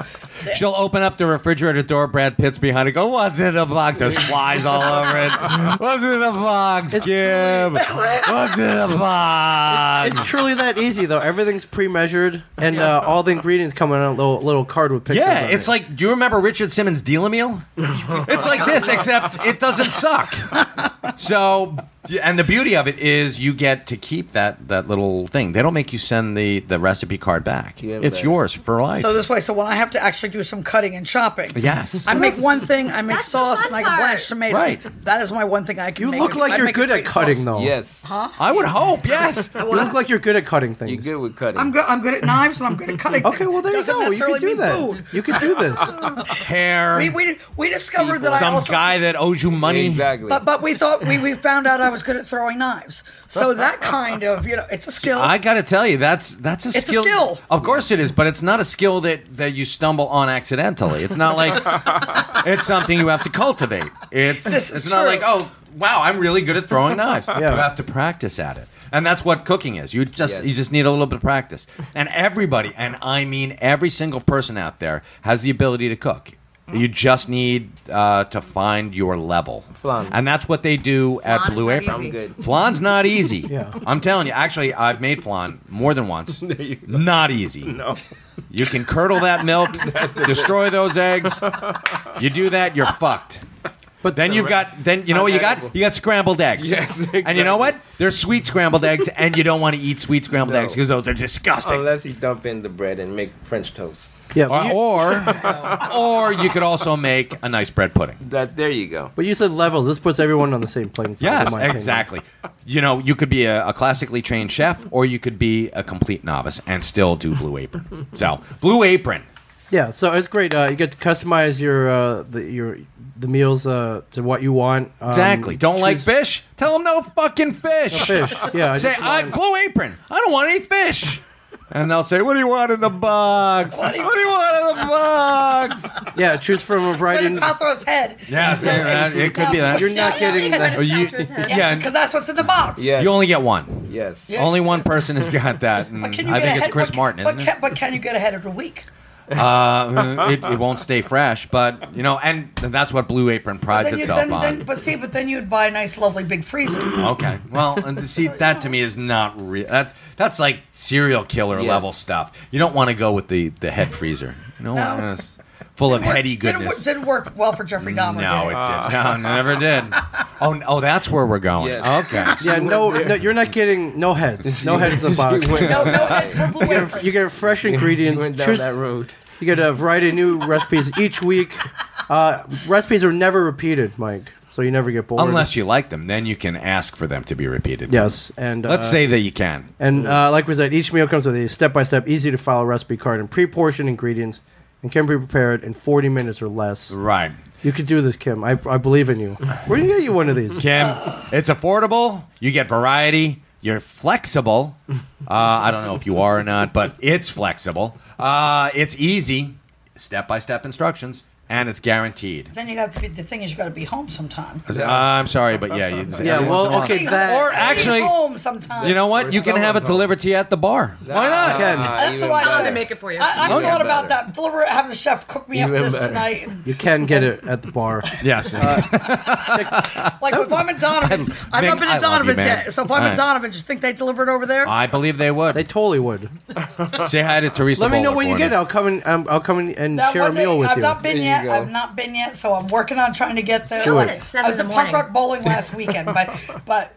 Speaker 2: She'll She'll open up the refrigerator door. Brad Pitt's behind it. Go, what's in the box?
Speaker 3: [LAUGHS]
Speaker 2: There's flies all over it. What's in the box, Kim? What's in the box?
Speaker 1: It's truly that easy, though. Everything's pre-measured, and uh, all the ingredients come in a little, little card with pictures.
Speaker 2: Yeah,
Speaker 1: on
Speaker 2: it's
Speaker 1: it.
Speaker 2: like, do you remember Richard Simmons' deal a
Speaker 3: [LAUGHS]
Speaker 2: meal? it's like this, except it doesn't suck. So, and the beauty of it is you get to keep that that little thing. They don't make you send the the recipe card back.
Speaker 5: You have
Speaker 2: It's
Speaker 5: that.
Speaker 2: yours for life.
Speaker 3: So this way, so when I have to actually do some cutting and chopping,
Speaker 2: yes.
Speaker 3: I make one thing. I make
Speaker 4: That's the
Speaker 3: sauce
Speaker 4: fun
Speaker 3: and I can
Speaker 4: part.
Speaker 3: blanch tomatoes.
Speaker 2: Right.
Speaker 3: That is my one thing I can.
Speaker 1: you
Speaker 3: make.
Speaker 1: look
Speaker 3: I
Speaker 1: like you're
Speaker 3: make a
Speaker 1: good at
Speaker 3: great
Speaker 1: cutting,
Speaker 3: sauce.
Speaker 1: though.
Speaker 5: Yes.
Speaker 2: I would hope,
Speaker 3: [LAUGHS]
Speaker 2: yes.
Speaker 1: You look like you're good at cutting things.
Speaker 5: You're good with cutting.
Speaker 3: I'm good. I'm good at knives and I'm good at cutting.
Speaker 1: Okay,
Speaker 3: things.
Speaker 1: well there you
Speaker 3: Doesn't
Speaker 1: go. You
Speaker 3: necessarily
Speaker 1: can do
Speaker 3: mean
Speaker 1: that.
Speaker 3: food.
Speaker 1: You can do
Speaker 3: [LAUGHS]
Speaker 1: this.
Speaker 2: Hair.
Speaker 3: We, we, we discovered that I
Speaker 2: some
Speaker 3: also
Speaker 2: guy that owes you money.
Speaker 5: Exactly.
Speaker 3: But but we thought we, we found out I was good at throwing knives.
Speaker 2: [LAUGHS]
Speaker 3: So that kind of you know it's a skill.
Speaker 2: I got to tell you, that's that's a
Speaker 3: It's a
Speaker 2: skill.
Speaker 3: skill.
Speaker 2: Of course it is, but it's not a skill that that you stumble on accidentally. It's not like it's something you have to cultivate. It's
Speaker 3: This is
Speaker 2: it's not
Speaker 3: true.
Speaker 2: like oh wow, I'm really good at throwing knives.
Speaker 1: Yeah.
Speaker 2: You have to practice at it. And that's what cooking is. You just
Speaker 5: Yes.
Speaker 2: you just need a little bit of practice. And everybody, and I mean every single person out there has the ability to cook.
Speaker 3: Mm-hmm.
Speaker 2: You just need uh, to find your level,
Speaker 5: Flan.
Speaker 2: and that's what they do at
Speaker 4: Flan is
Speaker 2: Blue
Speaker 4: not
Speaker 2: Apron.
Speaker 4: easy. I'm
Speaker 5: good.
Speaker 2: Flan's not easy.
Speaker 1: Yeah.
Speaker 2: I'm telling you. Actually, I've made flan more than
Speaker 5: [LAUGHS]
Speaker 2: once. Not easy.
Speaker 5: no.
Speaker 2: You can curdle that
Speaker 5: [LAUGHS]
Speaker 2: milk, destroy those eggs. You do that, you're fucked.
Speaker 1: But
Speaker 2: Then you've got then you know what you got? You got scrambled eggs.
Speaker 5: Yes,
Speaker 2: And you know what? They're sweet scrambled eggs, and you don't want to eat sweet scrambled
Speaker 5: No. Oh,
Speaker 2: eggs because those are disgusting.
Speaker 5: Unless you dump in the bread and make French toast.
Speaker 1: yeah.
Speaker 2: or,
Speaker 1: But you,
Speaker 2: or or you could also make a nice bread pudding.
Speaker 5: That there you go.
Speaker 1: but you said levels. This puts everyone on the same playing field. in
Speaker 2: Yes,
Speaker 1: my opinion.
Speaker 2: exactly. You know, you could be a, a classically trained chef, or you could be a complete novice and still do Blue Apron. So, Blue Apron.
Speaker 1: Yeah, so it's great. Uh, you get to customize your uh, the your the meals uh, to what you want. Um,
Speaker 2: Exactly. Don't like fish? Tell them no fucking fish.
Speaker 1: fish. Yeah. I
Speaker 2: [LAUGHS] Say,
Speaker 1: just
Speaker 2: I,
Speaker 1: want-
Speaker 2: Blue Apron. I don't want any fish. And they'll say, "What do you want in the box? What do you want in the box?"
Speaker 1: yeah. Choose from a
Speaker 3: Good
Speaker 1: variety.
Speaker 3: at Pathros head.
Speaker 2: Yes, yeah, it could be
Speaker 1: [LAUGHS]
Speaker 2: that.
Speaker 1: You're not getting
Speaker 2: Or [LAUGHS]
Speaker 1: that.
Speaker 2: you, yeah,
Speaker 3: because that's what's in the box.
Speaker 5: Yes.
Speaker 2: you only Oh, get one.
Speaker 5: yes. [LAUGHS]
Speaker 2: Only one person has got that, and I
Speaker 3: But
Speaker 2: think
Speaker 3: can you get ahead?
Speaker 2: it's Chris
Speaker 3: but,
Speaker 2: Martin.
Speaker 3: But
Speaker 2: isn't it?
Speaker 3: can, but can you get ahead of the week?
Speaker 2: Uh, it, it won't stay fresh, but you know, and that's what Blue Apron prides
Speaker 3: you,
Speaker 2: itself
Speaker 3: then,
Speaker 2: on.
Speaker 3: then, but see, but then you'd buy a nice, lovely big freezer.
Speaker 2: okay, well, and to see, that to me is not real. That's that's like serial killer
Speaker 5: Yes.
Speaker 2: level stuff. You don't want to go with the the head freezer. You know,
Speaker 3: No.
Speaker 2: it's full of heady
Speaker 3: Didn't wor-
Speaker 2: goodness.
Speaker 3: Didn't, Ah. work well for Jeffrey Dahmer.
Speaker 2: no,
Speaker 3: did
Speaker 2: it
Speaker 3: it?
Speaker 2: did. No, never
Speaker 3: [LAUGHS]
Speaker 2: did. Oh, oh, that's where we're going.
Speaker 5: Yes. [LAUGHS]
Speaker 2: Okay.
Speaker 1: Yeah. No, no. You're not getting no heads. No heads in the box.
Speaker 3: no, no heads
Speaker 2: [LAUGHS]
Speaker 3: for blue apron.
Speaker 1: You get fresh ingredients.
Speaker 5: You went down
Speaker 1: Choose-
Speaker 5: that road.
Speaker 1: You get a variety of new recipes each week. Uh, recipes are never repeated, Mike, so you never get bored.
Speaker 2: Unless you like them, then you can ask for them to be repeated.
Speaker 1: yes, and uh,
Speaker 2: Let's say that you can.
Speaker 1: and uh, like we said, each meal comes with a step-by-step, easy-to-follow recipe card and pre-portioned ingredients, and can be prepared in 40 minutes or less.
Speaker 2: Right.
Speaker 1: You could do this, Kim. I, I believe in you. We're gonna get you one of
Speaker 2: [LAUGHS]
Speaker 1: these.
Speaker 2: Kim, it's affordable. You get variety. You're flexible. Uh, I don't know if you are or not, but it's flexible. Uh, it's easy, step by step instructions, and it's guaranteed.
Speaker 3: Then you have to be. The thing is, you got to be home sometime.
Speaker 2: Uh, I'm sorry, but yeah, you
Speaker 1: Yeah. Well, okay.
Speaker 3: Be-
Speaker 1: That
Speaker 2: Or
Speaker 3: be
Speaker 2: actually-
Speaker 3: home sometime.
Speaker 2: You know what? You can have it
Speaker 5: someone's
Speaker 2: delivered to you at the bar.
Speaker 1: [LAUGHS]
Speaker 2: Why not?
Speaker 1: Ken?
Speaker 3: That's what I
Speaker 5: Ah, even
Speaker 3: said.
Speaker 5: better.
Speaker 4: They make it for you.
Speaker 3: I, I
Speaker 5: Okay.
Speaker 3: thought about that. Deliver, have the chef cook me up
Speaker 5: Even
Speaker 3: this
Speaker 5: better.
Speaker 3: tonight. And,
Speaker 1: You can get it at the bar.
Speaker 2: Yes.
Speaker 3: like if I'm at Donovan's, I've
Speaker 2: Ming,
Speaker 3: not been
Speaker 2: I love
Speaker 3: at
Speaker 2: you,
Speaker 3: Donovan's
Speaker 2: man.
Speaker 3: yet. So if I'm
Speaker 2: All right.
Speaker 3: at Donovan's, you think they deliver it over there?
Speaker 2: I believe they
Speaker 1: They
Speaker 2: would.
Speaker 1: totally would.
Speaker 2: Say hi to Teresa.
Speaker 1: Let me know
Speaker 2: Bowler
Speaker 1: when you
Speaker 2: for
Speaker 1: get it.
Speaker 2: me.
Speaker 1: I'll come and um, I'll come in and
Speaker 3: That
Speaker 1: share a
Speaker 3: one day,
Speaker 1: meal with
Speaker 3: I've
Speaker 1: you.
Speaker 3: not been
Speaker 5: There you
Speaker 3: yet.
Speaker 5: go.
Speaker 3: I've not been yet, so I'm working on trying to get there.
Speaker 4: She went at
Speaker 3: I
Speaker 4: seven
Speaker 3: was
Speaker 4: in
Speaker 3: at
Speaker 4: the
Speaker 3: Punk
Speaker 4: morning.
Speaker 3: Rock Bowling last weekend,
Speaker 4: [LAUGHS]
Speaker 3: but but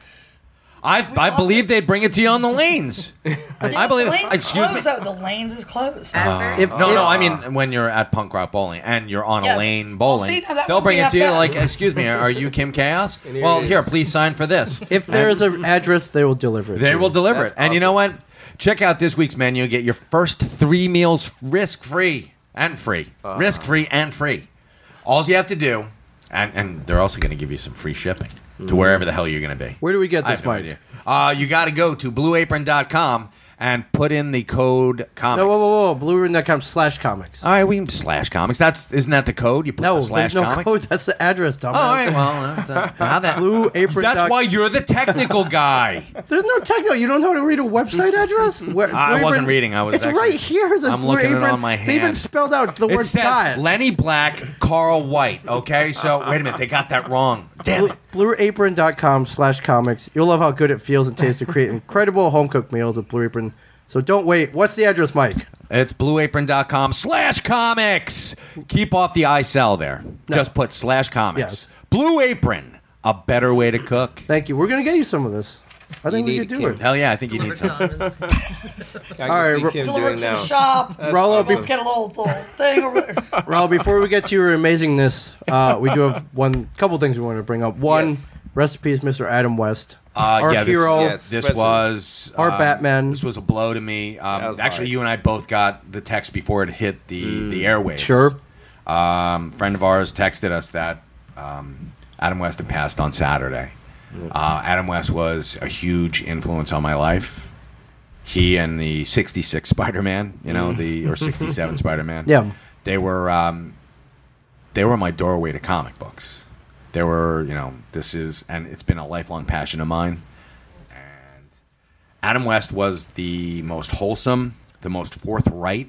Speaker 2: I, I believe they'd bring it to you on
Speaker 1: [LAUGHS]
Speaker 2: the lanes. I believe.
Speaker 3: the lanes is
Speaker 2: Excuse me.
Speaker 3: closed. Though. The lanes is closed.
Speaker 2: Ah.
Speaker 4: Asbury?
Speaker 1: If-
Speaker 2: No,
Speaker 1: if-
Speaker 2: no, I mean when you're at punk rock bowling and you're on
Speaker 3: Yes.
Speaker 2: a lane
Speaker 3: Well,
Speaker 2: bowling,
Speaker 3: see, now that
Speaker 2: they'll
Speaker 3: would
Speaker 2: bring
Speaker 3: be
Speaker 2: it to you
Speaker 3: up-
Speaker 1: [LAUGHS]
Speaker 2: like, "Excuse me, are you Kim Chaos?"
Speaker 5: here
Speaker 2: well,
Speaker 5: it
Speaker 2: here,
Speaker 5: is.
Speaker 2: please sign for
Speaker 1: [LAUGHS]
Speaker 2: this.
Speaker 1: If there
Speaker 2: [LAUGHS]
Speaker 1: is an address, they will deliver it.
Speaker 2: they
Speaker 1: to
Speaker 2: will
Speaker 1: you.
Speaker 2: deliver it.
Speaker 5: That's
Speaker 2: And you know what? Check out this week's menu. Get your first three meals risk free and free,
Speaker 1: Uh-huh.
Speaker 2: risk free and free. All you have to do, and and they're also going to give you some free shipping to wherever the hell you're going to be.
Speaker 1: Mm-hmm. Where do we get
Speaker 2: I
Speaker 1: this,
Speaker 2: have no
Speaker 1: Mike?
Speaker 2: idea. Uh, you got to go to blueapron.com and put in the code comics.
Speaker 1: No, whoa, whoa, whoa! Blueroom.com slash comics.
Speaker 2: All right, we slash comics. That's isn't that the code? You put
Speaker 1: no,
Speaker 2: the slash
Speaker 1: there's no [LAUGHS]
Speaker 2: comics. Oh,
Speaker 1: code. That's the address, dumbass. [LAUGHS]
Speaker 2: All right, well, uh, th- how that?
Speaker 1: Blue apron.
Speaker 2: That's
Speaker 1: doc- [LAUGHS]
Speaker 2: why you're the technical guy.
Speaker 1: There's no techno. You don't know how to read a
Speaker 5: [LAUGHS]
Speaker 1: website address? Where,
Speaker 2: I
Speaker 1: Blue
Speaker 2: wasn't
Speaker 1: Apron-
Speaker 2: reading. I was
Speaker 1: It's
Speaker 2: actually-
Speaker 1: right here. It's a
Speaker 2: I'm
Speaker 1: Blue
Speaker 2: looking at it
Speaker 1: Apron.
Speaker 2: on my
Speaker 1: They even
Speaker 2: hand.
Speaker 1: spelled out the
Speaker 2: It
Speaker 1: word
Speaker 2: says
Speaker 1: "dot."
Speaker 2: Lenny Black, Carl White. Okay, so wait a minute, they got that wrong. Damn
Speaker 1: Blue,
Speaker 2: it.
Speaker 1: blueapron.com slash comics. You'll love how good it feels and tastes to
Speaker 2: [LAUGHS]
Speaker 1: create incredible home cooked meals with Blue Apron. So don't wait. What's the address, Mike?
Speaker 2: It's blueapron.com slash comics. Keep off the I sell there. Just put slash comics.
Speaker 1: Yes.
Speaker 2: Blue Apron, a better way to cook.
Speaker 1: Thank you. We're going to get you some of this. I think we
Speaker 5: need
Speaker 1: could
Speaker 5: to
Speaker 1: do it.
Speaker 2: Hell yeah, I think you need some.
Speaker 5: All
Speaker 1: right, we're-
Speaker 3: Deliver it to the shop.
Speaker 1: Rollo, be-
Speaker 3: Let's get a little, little thing over there.
Speaker 1: Raul, before we get to your amazingness, uh, we do have one couple things we want to bring up. One,
Speaker 5: Yes.
Speaker 1: recipes, Mr. Adam West.
Speaker 2: Uh,
Speaker 1: our
Speaker 2: yeah, this-
Speaker 1: hero.
Speaker 5: yes.
Speaker 2: This
Speaker 5: Especially-
Speaker 2: was
Speaker 1: Or
Speaker 2: um,
Speaker 1: Batman.
Speaker 2: This was a blow to me.
Speaker 5: That
Speaker 2: Um,
Speaker 5: was
Speaker 2: actually,
Speaker 5: hard.
Speaker 2: you and I both got the text before it hit the the airwaves.
Speaker 1: Mm. Sure.
Speaker 2: Um, friend of ours texted us that um, Adam West had passed on Saturday. Uh, Adam West was a huge influence on my life. He and the '66 Spider-Man, you know, the
Speaker 1: [LAUGHS]
Speaker 2: or '67 Spider-Man.
Speaker 1: Yeah.
Speaker 2: they were um, they were my doorway to comic books. They were, you know, this is, and it's been a lifelong passion of mine. And Adam West was the most wholesome, the most forthright,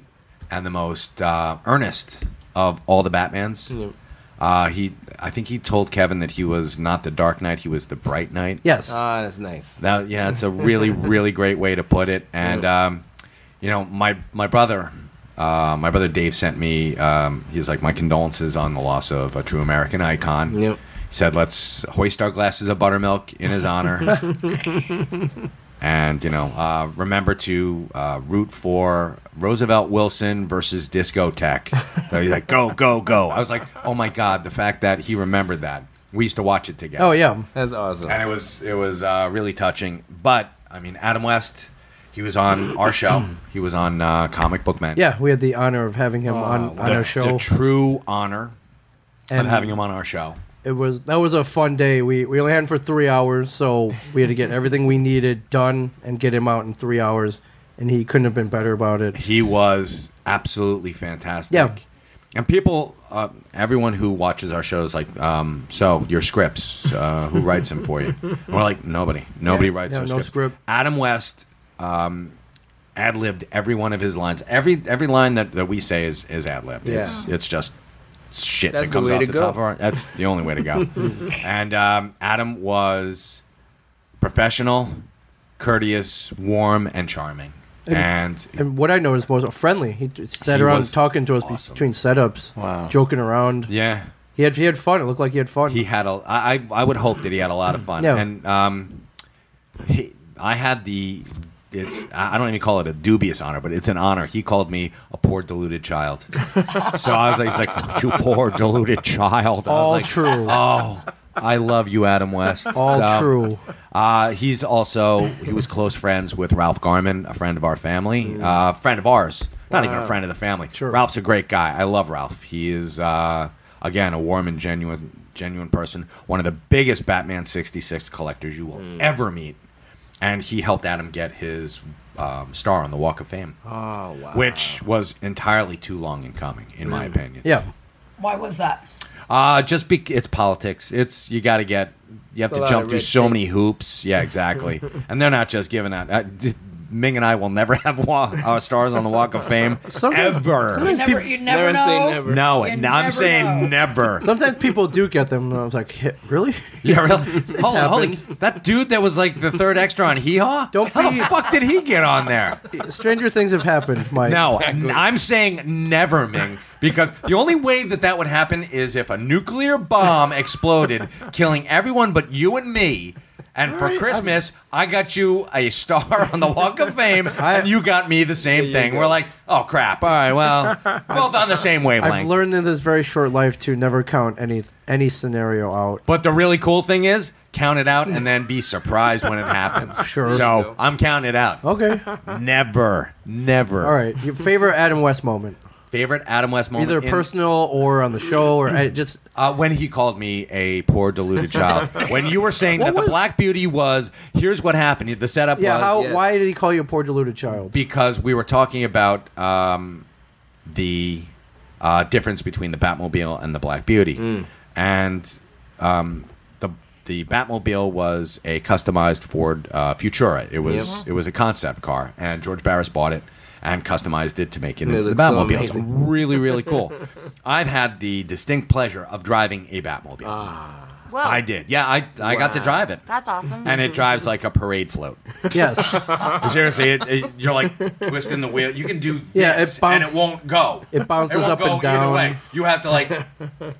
Speaker 2: and the most uh, earnest of all the Batmans. Uh, he, I think he told Kevin that he was not the Dark Knight, he was the Bright Knight.
Speaker 1: Yes.
Speaker 5: Ah, that's nice.
Speaker 2: That, yeah, it's a really, really great way to put it. And um, you know, my my brother, uh, my brother Dave sent me. Um, he's like, my condolences on the loss of a true American icon.
Speaker 5: Yep.
Speaker 2: He said, let's hoist our glasses of buttermilk in
Speaker 1: [LAUGHS]
Speaker 2: his honor. and you know, uh, remember to uh, root for Roosevelt Wilson versus Discotech. So he's like, go, go, go. I was like, oh my god, the fact that he remembered that. We used to watch it together
Speaker 1: oh, yeah.
Speaker 5: That's awesome.
Speaker 2: and it was it was uh, really touching. But I mean, Adam West, he was on our show. He was on uh, Comic Book Man.
Speaker 1: Yeah, we had the honor of having him on, on
Speaker 2: uh, the,
Speaker 1: our show.
Speaker 2: the true honor
Speaker 1: and
Speaker 2: of having him on our show.
Speaker 1: it was that was a fun day. We we only had him for three hours, so we had to get everything we needed done and get him out in three hours. And he couldn't have been better about it.
Speaker 2: He was absolutely fantastic.
Speaker 1: Yeah.
Speaker 2: And people, uh, everyone who watches our show is like, um, so your scripts, uh, who writes them for you? And we're like, nobody. Nobody writes
Speaker 1: Yeah,
Speaker 2: our
Speaker 1: no
Speaker 2: scripts.
Speaker 1: script.
Speaker 2: Adam West um, ad libbed every one of his lines. Every every line that, that we say is, is ad libbed. It's, it's just shit
Speaker 5: That's
Speaker 2: that
Speaker 5: the
Speaker 2: comes
Speaker 5: way
Speaker 2: off
Speaker 5: to
Speaker 2: the
Speaker 5: go.
Speaker 2: top of our. That's the only way
Speaker 1: [LAUGHS]
Speaker 2: to go. and um, Adam was professional, courteous, warm, and charming. And,
Speaker 1: And what I noticed most friendly. He just sat
Speaker 2: He
Speaker 1: around
Speaker 2: was
Speaker 1: talking to us
Speaker 2: awesome.
Speaker 1: between setups, joking around.
Speaker 2: yeah,
Speaker 1: He had he had fun. It looked like he had fun.
Speaker 2: he had a. I I- I would hope that he had a lot of fun.
Speaker 1: Yeah.
Speaker 2: And um, he, I had the. It's I I don't even call it a dubious honor, but it's an honor. He called me a poor deluded child. so I was like, he's like, you poor deluded child. I was
Speaker 1: All
Speaker 2: like,
Speaker 1: true.
Speaker 2: Oh, I love you, Adam West.
Speaker 1: All
Speaker 2: So,
Speaker 1: true.
Speaker 2: Uh, he's also he was close friends with Ralph Garman, a friend of our family,
Speaker 5: Mm.
Speaker 2: uh, friend of ours, not even a friend of the family.
Speaker 1: Sure.
Speaker 2: Ralph's a great guy. I love Ralph. He is uh, again a warm and genuine genuine person. One of the biggest Batman '66 collectors you will
Speaker 5: Mm.
Speaker 2: ever meet, and he helped Adam get his um, star on the Walk of Fame,
Speaker 5: Oh wow.
Speaker 2: which was entirely too long in coming, in my opinion.
Speaker 1: Yeah.
Speaker 3: Why was that?
Speaker 2: Uh, just be it's politics. It's you got to get you have
Speaker 5: It's a
Speaker 2: to
Speaker 5: lot
Speaker 2: jump
Speaker 5: of
Speaker 2: through
Speaker 5: red
Speaker 2: so
Speaker 5: tape.
Speaker 2: many hoops. Yeah,
Speaker 5: [LAUGHS]
Speaker 2: exactly. and they're not just giving out. Uh, d- Ming and I will never [LAUGHS] have wa- our stars on the Walk of Fame
Speaker 1: Sometimes-
Speaker 2: ever.
Speaker 3: You never, you never,
Speaker 5: never
Speaker 3: know.
Speaker 5: say never.
Speaker 2: no,
Speaker 3: You
Speaker 2: and I'm
Speaker 3: never
Speaker 2: saying
Speaker 3: know.
Speaker 2: never.
Speaker 1: Sometimes people do get them. And I was like, "Hit- really?
Speaker 2: [LAUGHS]
Speaker 1: [LAUGHS]
Speaker 2: yeah, really. Holy, holy,
Speaker 1: happened.
Speaker 2: that dude that was like the third extra on Hee Haw.
Speaker 1: Don't
Speaker 2: How
Speaker 1: be-
Speaker 2: the fuck did he get on there?
Speaker 1: Stranger things have happened, Mike.
Speaker 2: No, I'm saying never, Ming, because the only way that that would happen is if a nuclear bomb exploded, killing everyone but you and me. And for Christmas, i got you a star on the Walk of Fame,
Speaker 1: I-
Speaker 2: and you got me the same thing. We're like, oh crap! All right, well, both on the same wavelength.
Speaker 1: I've learned in this very short life to never count any any scenario out.
Speaker 2: But the really cool thing is, count it out and then be surprised when it happens.
Speaker 1: Sure.
Speaker 2: So I'm counting it out.
Speaker 1: Okay.
Speaker 2: Never, never.
Speaker 1: All right. Your favorite Adam West moment,
Speaker 2: Favorite Adam West moment?
Speaker 1: either
Speaker 2: in-
Speaker 1: personal or on the show, or I just
Speaker 2: Uh, when he called me a poor
Speaker 1: [LAUGHS]
Speaker 2: deluded child. when you were saying that
Speaker 1: What
Speaker 2: the
Speaker 1: was-
Speaker 2: Black Beauty was, here's what happened. The setup
Speaker 1: yeah.
Speaker 2: was
Speaker 1: How?
Speaker 5: yes.
Speaker 1: Why did he call you a poor deluded
Speaker 2: [LAUGHS]
Speaker 1: child?
Speaker 2: because we were talking about um, the
Speaker 5: Mm.
Speaker 2: uh, difference between the Batmobile and the Black Beauty, and um, the the Batmobile was a customized Ford uh, Futura. It was it was a concept car, and George Barris bought it and customized it to make it into the
Speaker 5: looks so
Speaker 2: Batmobile. It's
Speaker 5: amazing.
Speaker 2: really really
Speaker 5: [LAUGHS]
Speaker 2: cool. I've had the distinct pleasure of driving a Batmobile.
Speaker 5: Ah.
Speaker 4: Well,
Speaker 2: I did. Yeah, I I got to
Speaker 6: Wow.
Speaker 2: drive it.
Speaker 4: That's awesome.
Speaker 2: and
Speaker 5: [LAUGHS]
Speaker 2: it drives like a parade float.
Speaker 1: Yes.
Speaker 2: Seriously, it, it, you're like twisting the wheel. You can do this,
Speaker 1: Yeah, it bounce-
Speaker 2: and it won't go.
Speaker 1: it bounces
Speaker 2: won't
Speaker 1: up and
Speaker 2: go either
Speaker 1: down.
Speaker 2: way. You have to like,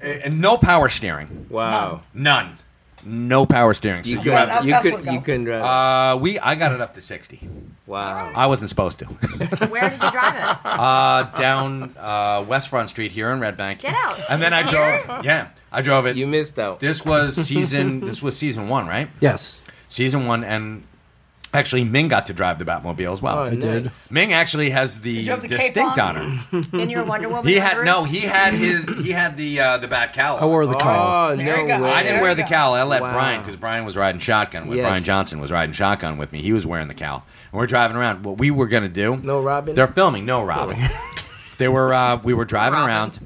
Speaker 2: and no power steering.
Speaker 5: Wow.
Speaker 2: None. No power steering. So
Speaker 5: You,
Speaker 2: you,
Speaker 5: could,
Speaker 2: have.
Speaker 3: How
Speaker 5: you,
Speaker 3: fast
Speaker 5: could,
Speaker 3: would it go?
Speaker 5: you couldn't drive.
Speaker 2: Uh, we I got it up to sixty.
Speaker 5: wow.
Speaker 2: I wasn't supposed to. [LAUGHS]
Speaker 4: Where did you drive it?
Speaker 2: Uh, down uh, West Front Street here in Red Bank.
Speaker 4: Get out.
Speaker 2: And then I drove. Yeah, I drove it.
Speaker 5: You missed out.
Speaker 2: this was season. this was season one, right?
Speaker 1: yes.
Speaker 2: Season one, and actually Ming got to drive the Batmobile as well.
Speaker 5: I
Speaker 1: did.
Speaker 2: Ming actually has the
Speaker 3: you have the cape
Speaker 2: distinct
Speaker 3: on?
Speaker 2: honor.
Speaker 4: In your Wonder Woman.
Speaker 2: He had
Speaker 4: numbers?
Speaker 2: no. He had his. He had the uh, the bat cowl.
Speaker 1: I wore the collar.
Speaker 5: Oh,
Speaker 3: There
Speaker 5: no
Speaker 3: you go.
Speaker 5: way.
Speaker 2: I didn't wear the
Speaker 3: There you go.
Speaker 2: cowl. I let
Speaker 5: Wow.
Speaker 2: Brian because Brian was riding shotgun with
Speaker 5: Yes.
Speaker 2: Brian Johnson was riding shotgun with me. He was wearing the cowl, and we're driving around. What we were gonna do?
Speaker 5: No Robin? Oh.
Speaker 2: They're filming. No Robin. they were. Uh, we were driving
Speaker 4: Robin.
Speaker 2: around,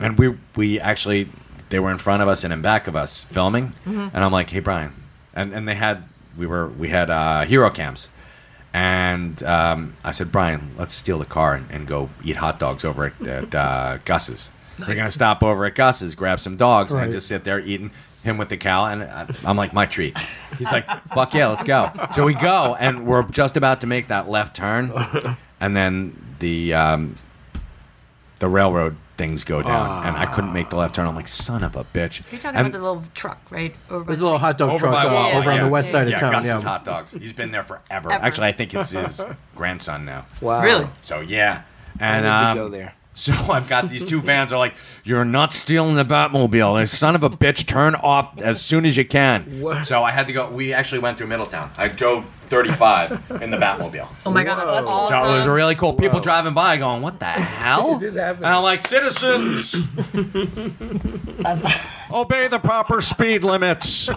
Speaker 2: and we we actually they were in front of us and in back of us filming, and I'm like, hey Brian, and and they had we were we had uh, hero cams. And um, I said, Brian, let's steal the car and, and go eat hot dogs over at, at uh, Gus's. We're gonna stop over at Gus's, grab some dogs, and
Speaker 1: Right.
Speaker 2: I just sit there eating him with the cow, and I, I'm like, my treat. He's like, fuck yeah, let's go. So we go, and we're just about to make that left turn, and then the um, the railroad things go down, and I couldn't make the left turn. I'm like, son of a bitch.
Speaker 4: You're talking
Speaker 2: And-
Speaker 4: about the little truck, right? Over
Speaker 1: There's a little hot dog
Speaker 2: over
Speaker 1: truck
Speaker 2: by
Speaker 1: uh,
Speaker 2: Wawa,
Speaker 1: over on
Speaker 2: yeah.
Speaker 1: the west side
Speaker 2: yeah,
Speaker 1: of town.
Speaker 2: Gus's
Speaker 1: yeah.
Speaker 2: hot dogs. He's been there forever.
Speaker 4: Ever.
Speaker 2: Actually, I think it's
Speaker 1: [LAUGHS]
Speaker 2: his grandson now.
Speaker 5: Wow.
Speaker 4: Really?
Speaker 2: So yeah,
Speaker 5: I
Speaker 2: and
Speaker 5: need to
Speaker 2: um,
Speaker 5: go there.
Speaker 2: [LAUGHS] so I've got these two fans are like, "You're not stealing the Batmobile, This son of a bitch! Turn off as soon as you can."
Speaker 5: What?
Speaker 2: So I had to go. We actually went through Middletown. I drove 35 in the Batmobile.
Speaker 4: Oh my god, that's
Speaker 5: Whoa.
Speaker 2: So
Speaker 4: awesome.
Speaker 2: it was really cool. People driving by going, "What the hell?"
Speaker 5: This
Speaker 2: and
Speaker 5: happened.
Speaker 2: I'm like, "Citizens,
Speaker 3: That's-
Speaker 2: obey the proper speed limits."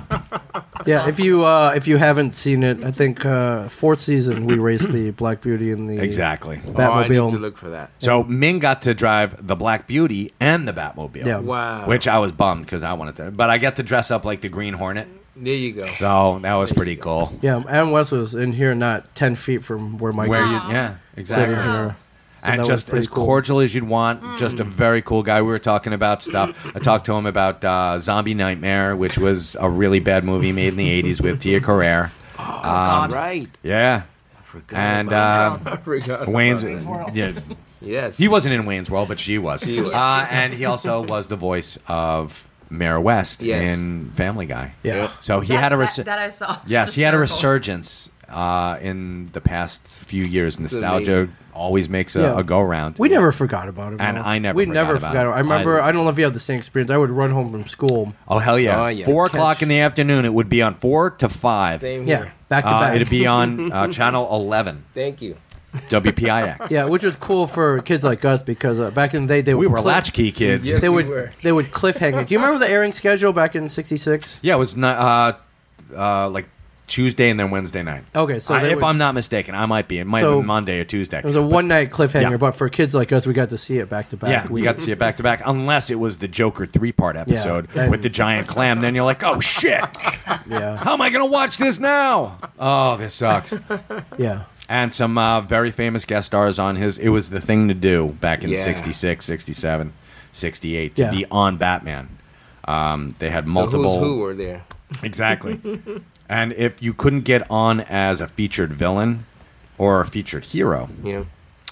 Speaker 1: Yeah, if you uh, if you haven't seen it, I think uh, fourth season we raced the Black Beauty and the
Speaker 2: Exactly.
Speaker 5: Oh, I need to
Speaker 1: Batmobile.
Speaker 5: look for that.
Speaker 2: So Ming got to drive the Black Beauty and the Batmobile.
Speaker 1: Yeah.
Speaker 5: Wow.
Speaker 2: Which I was bummed because I wanted to, but I got to dress up like the Green Hornet,
Speaker 5: There you go.
Speaker 2: so that was pretty cool.
Speaker 1: yeah, Adam West was in here, not ten feet from where Mike
Speaker 2: Where
Speaker 1: was
Speaker 2: you?
Speaker 1: sitting
Speaker 2: Yeah, exactly.
Speaker 1: here. So that
Speaker 2: and
Speaker 1: was
Speaker 2: just
Speaker 1: pretty
Speaker 2: as
Speaker 1: cool.
Speaker 2: cordial as you'd want. Just a very cool guy. We were talking about stuff. I talked to him about uh, Zombie Nightmare, which was a really bad movie made in the '80s with Tia Carrere.
Speaker 5: That's right.
Speaker 2: Yeah,
Speaker 5: Forgot
Speaker 2: and
Speaker 5: about
Speaker 2: uh,
Speaker 5: that. [LAUGHS] I forgot
Speaker 2: Wayne's.
Speaker 5: about
Speaker 3: World.
Speaker 2: Yeah,
Speaker 5: that. Yes.
Speaker 2: he wasn't in Wayne's World, but she was.
Speaker 5: She was.
Speaker 2: Uh, and he also was the voice of Mayor West
Speaker 5: Yes.
Speaker 2: in Family Guy.
Speaker 1: Yeah.
Speaker 2: So he had a
Speaker 4: That-
Speaker 2: res-
Speaker 4: that, that I saw.
Speaker 2: yes,
Speaker 4: It's
Speaker 2: he had a
Speaker 4: hysterical.
Speaker 2: resurgence uh, in the past few years. Nostalgia
Speaker 5: amazing.
Speaker 2: always makes a,
Speaker 1: Yeah.
Speaker 2: a go round.
Speaker 1: We never forgot about it.
Speaker 2: And
Speaker 1: no.
Speaker 2: I never
Speaker 1: we
Speaker 2: forgot
Speaker 1: never
Speaker 2: about
Speaker 1: forgot
Speaker 2: it.
Speaker 1: I remember.
Speaker 2: I-
Speaker 1: I, don't know if you had the same experience. I would run home from school.
Speaker 2: Oh hell yeah!
Speaker 5: Oh, yeah.
Speaker 2: Four
Speaker 5: Catch.
Speaker 2: o'clock in the afternoon. It would be on four to five.
Speaker 5: Same
Speaker 1: Yeah,
Speaker 5: here.
Speaker 1: back to
Speaker 2: Uh,
Speaker 1: back.
Speaker 2: it'd be on
Speaker 1: [LAUGHS]
Speaker 2: uh, channel eleven
Speaker 5: Thank you.
Speaker 2: WPIX.
Speaker 1: yeah, which was cool for kids like us because uh, back in the day they
Speaker 2: we
Speaker 1: would
Speaker 2: were
Speaker 1: cliff-
Speaker 2: latchkey kids.
Speaker 5: Yes,
Speaker 1: They
Speaker 5: we
Speaker 1: would
Speaker 5: were.
Speaker 1: they would cliffhanger. Do you remember the airing schedule back in '66?
Speaker 2: Yeah, it was not uh, uh, like Tuesday and then Wednesday night.
Speaker 1: Okay, Oh, so
Speaker 2: I,
Speaker 1: they
Speaker 2: if
Speaker 1: would-
Speaker 2: I'm not mistaken, I might be. It might
Speaker 1: So-
Speaker 2: have been Monday or Tuesday.
Speaker 1: It was a one night cliffhanger,
Speaker 2: Yeah.
Speaker 1: but for kids like us, we got to see it back to back.
Speaker 2: yeah, we got to see it back to back. Unless it was the Joker three part episode
Speaker 1: and-
Speaker 2: with the giant clam, then you're like, oh shit,
Speaker 1: Yeah,
Speaker 2: how am I gonna watch this now? Oh, this sucks.
Speaker 1: yeah.
Speaker 2: And some uh, very famous guest stars on his. It was the thing to do back in
Speaker 5: Yeah.
Speaker 2: '66, '67, '68 to
Speaker 1: Yeah.
Speaker 2: be on Batman. Um, they had
Speaker 5: The
Speaker 2: multiple.
Speaker 5: Who's who were there?
Speaker 2: [LAUGHS] Exactly. and if you couldn't get on as a featured villain or a featured hero,
Speaker 5: You know.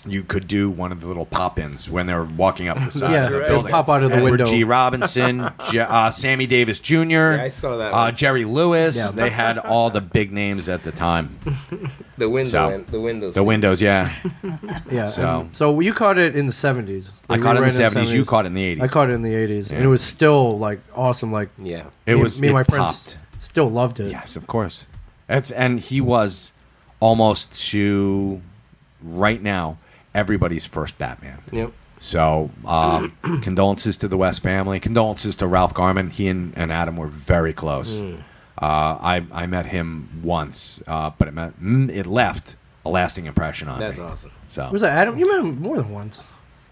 Speaker 2: you could do one of the little pop-ins when they were walking up the
Speaker 1: [LAUGHS]
Speaker 2: side
Speaker 1: Yeah,
Speaker 2: of the
Speaker 5: right.
Speaker 2: building.
Speaker 1: pop out of the
Speaker 2: Edward
Speaker 1: window.
Speaker 2: G.
Speaker 5: [LAUGHS]
Speaker 2: Robinson, J- uh, Sammy Davis Jr.,
Speaker 5: I saw that
Speaker 2: uh,
Speaker 5: one.
Speaker 2: Jerry Lewis.
Speaker 1: Yeah.
Speaker 2: They had all the big names at the time.
Speaker 5: The window.
Speaker 2: So-
Speaker 5: and the windows. [LAUGHS]
Speaker 2: The windows, yeah.
Speaker 1: Yeah.
Speaker 2: So-
Speaker 1: and- so you caught it in the seventies.
Speaker 2: I caught it in the 70s. You caught it in the 80s.
Speaker 1: I caught it in the eighties, and
Speaker 2: Yeah.
Speaker 1: it was still like awesome. Like
Speaker 5: Yeah.
Speaker 2: It
Speaker 1: me-
Speaker 2: was
Speaker 1: me and
Speaker 2: it
Speaker 1: my
Speaker 2: popped.
Speaker 1: friends still loved it.
Speaker 2: Yes, of course. It's and he was almost to right now everybody's first Batman.
Speaker 5: Yep.
Speaker 2: So,
Speaker 1: [CLEARS THROAT]
Speaker 2: um, condolences to the West family. Condolences to Ralph Garman. He and, and Adam were very close.
Speaker 1: Mm.
Speaker 2: Uh, I I met him once, uh, but it met, mm, it left a lasting impression on
Speaker 5: That's
Speaker 2: me.
Speaker 5: awesome.
Speaker 2: So
Speaker 1: Was that Adam? You met him more than once.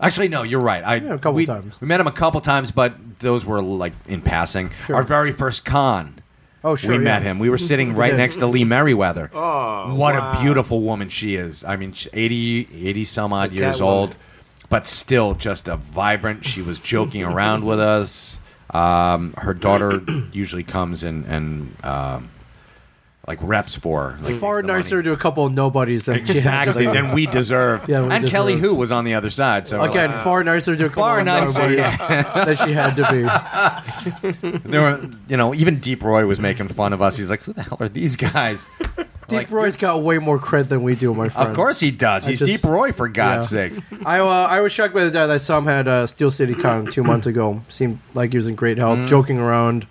Speaker 2: actually, no, you're right. I
Speaker 1: Yeah, a couple
Speaker 2: we,
Speaker 1: times.
Speaker 2: we met him a couple times, but those were like in passing. Our very first con
Speaker 1: Oh, sure,
Speaker 2: We
Speaker 1: yeah.
Speaker 2: met him. We
Speaker 1: [LAUGHS]
Speaker 2: were sitting right
Speaker 1: did.
Speaker 2: next to Lee Merriweather.
Speaker 5: Oh,
Speaker 2: what
Speaker 5: wow.
Speaker 2: a beautiful woman she is. I mean, she's 80, 80 some odd
Speaker 5: The
Speaker 2: years
Speaker 5: Catwoman.
Speaker 2: old, but still just a vibrant. She was
Speaker 1: [LAUGHS]
Speaker 2: joking around with us. Um, her
Speaker 1: [COUGHS]
Speaker 2: daughter usually comes and, and um, like reps for her. Like, takes
Speaker 1: Far
Speaker 2: the money.
Speaker 1: nicer to a couple of nobodies than [LAUGHS]
Speaker 2: Exactly. Than we deserve.
Speaker 1: Yeah, we
Speaker 2: and Kelly
Speaker 1: deserve.
Speaker 2: Who was on the other side. So uh,
Speaker 1: Again, far nicer to a couple
Speaker 2: Far
Speaker 1: of
Speaker 2: nicer,
Speaker 1: nobodies [LAUGHS] than she had to
Speaker 2: [LAUGHS]
Speaker 1: be.
Speaker 2: there were, you know, even Deep Roy was making fun of us. He's like, "Who the hell are these guys?"
Speaker 1: Deep
Speaker 2: Like,
Speaker 1: Roy's got way more cred than we do, my friend.
Speaker 2: Of course he does. He's
Speaker 1: just-
Speaker 2: Deep Roy for God's
Speaker 1: Yeah.
Speaker 2: sakes.
Speaker 1: I uh, I was shocked by the guy that Sam had uh, Steel City Con two months ago. Seemed like he was in great health,
Speaker 2: Mm.
Speaker 1: joking around.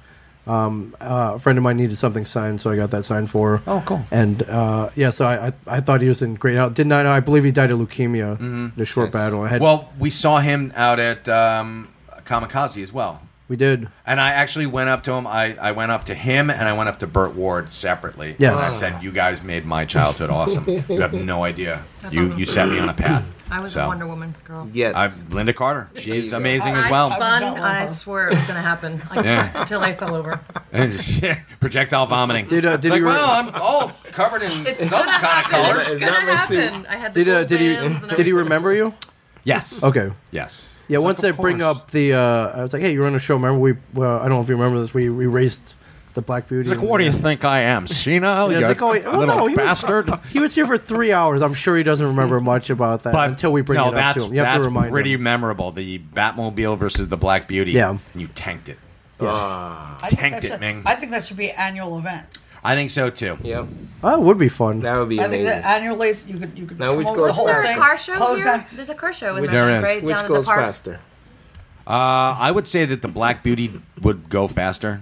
Speaker 1: Um, uh, a friend of mine needed something signed, so I got that signed for. her.
Speaker 2: Oh, cool.
Speaker 1: And uh, yeah, so I, I I thought he was in great health. Didn't I? know- I believe he died of leukemia in a short battle. I had,
Speaker 2: Mm-hmm. Well, we saw him out at um, Kamikaze as well.
Speaker 1: we did.
Speaker 2: And I actually went up to him. I, I went up to him and I went up to Burt Ward separately.
Speaker 1: Yes.
Speaker 2: And I said, You guys made my childhood awesome. You have no idea. You
Speaker 4: awesome.
Speaker 2: you set me on a path.
Speaker 4: I was
Speaker 2: So,
Speaker 4: a Wonder Woman girl.
Speaker 5: Yes.
Speaker 2: I've, Linda Carter. She's amazing as [LAUGHS]
Speaker 4: I
Speaker 2: well.
Speaker 4: spun.
Speaker 3: I was out
Speaker 4: I
Speaker 3: one.
Speaker 4: swear it was gonna
Speaker 2: [LAUGHS]
Speaker 4: happen. Like,
Speaker 2: Yeah.
Speaker 4: Until I
Speaker 5: [LAUGHS]
Speaker 4: fell over.
Speaker 2: Projectile vomiting.
Speaker 1: Did, uh, did
Speaker 2: like,
Speaker 1: you re-
Speaker 2: well, I'm all covered in
Speaker 4: It's
Speaker 2: some
Speaker 4: gonna
Speaker 2: kind of
Speaker 4: happen.
Speaker 2: colors.
Speaker 4: It's
Speaker 5: It's
Speaker 4: gonna
Speaker 5: not my suit.
Speaker 4: happen. I had the
Speaker 1: Did uh,
Speaker 4: full
Speaker 1: did
Speaker 4: bands
Speaker 1: he
Speaker 4: and
Speaker 1: did he
Speaker 4: everything.
Speaker 1: remember you?
Speaker 2: Yes.
Speaker 1: Okay.
Speaker 2: Yes.
Speaker 1: Yeah,
Speaker 2: It's
Speaker 1: once I
Speaker 2: like, of
Speaker 1: bring
Speaker 2: course.
Speaker 1: up the, uh, I was like, hey, you're on a show. Remember we? Well, I don't know if you remember this. We we raced the Black Beauty.
Speaker 2: He's like,
Speaker 1: and-
Speaker 2: what do you think I am, senile?
Speaker 1: Yeah,
Speaker 2: you
Speaker 1: it's like, oh, wait, well,
Speaker 2: little
Speaker 1: no, he was-
Speaker 2: bastard.
Speaker 1: [LAUGHS] He was here for three hours. I'm sure he doesn't
Speaker 2: [LAUGHS]
Speaker 1: remember much about that
Speaker 2: But
Speaker 1: until we bring
Speaker 2: no,
Speaker 1: it up
Speaker 2: that's,
Speaker 1: to him. You have
Speaker 2: that's
Speaker 1: to remind
Speaker 2: pretty
Speaker 1: him.
Speaker 2: memorable. The Batmobile versus the Black Beauty.
Speaker 1: Yeah.
Speaker 2: And you tanked it.
Speaker 3: I think,
Speaker 2: Tanked
Speaker 3: that's
Speaker 2: it, Ming.
Speaker 3: I think that should be an annual event.
Speaker 2: I think so too.
Speaker 5: Yep.
Speaker 1: Oh, it would be fun.
Speaker 5: That would be
Speaker 3: I think
Speaker 5: amazing.
Speaker 3: that annually you could you could
Speaker 5: Now, which
Speaker 3: promote
Speaker 5: goes
Speaker 3: the whole
Speaker 5: faster?
Speaker 3: thing.
Speaker 4: There's a car show
Speaker 3: close
Speaker 4: here.
Speaker 3: down.
Speaker 4: There's a car show in
Speaker 2: There
Speaker 4: Redmond,
Speaker 2: is.
Speaker 4: right
Speaker 5: Which
Speaker 4: down at the
Speaker 5: goes
Speaker 4: park.
Speaker 5: faster?
Speaker 2: Uh, I would say that the Black Beauty would go faster,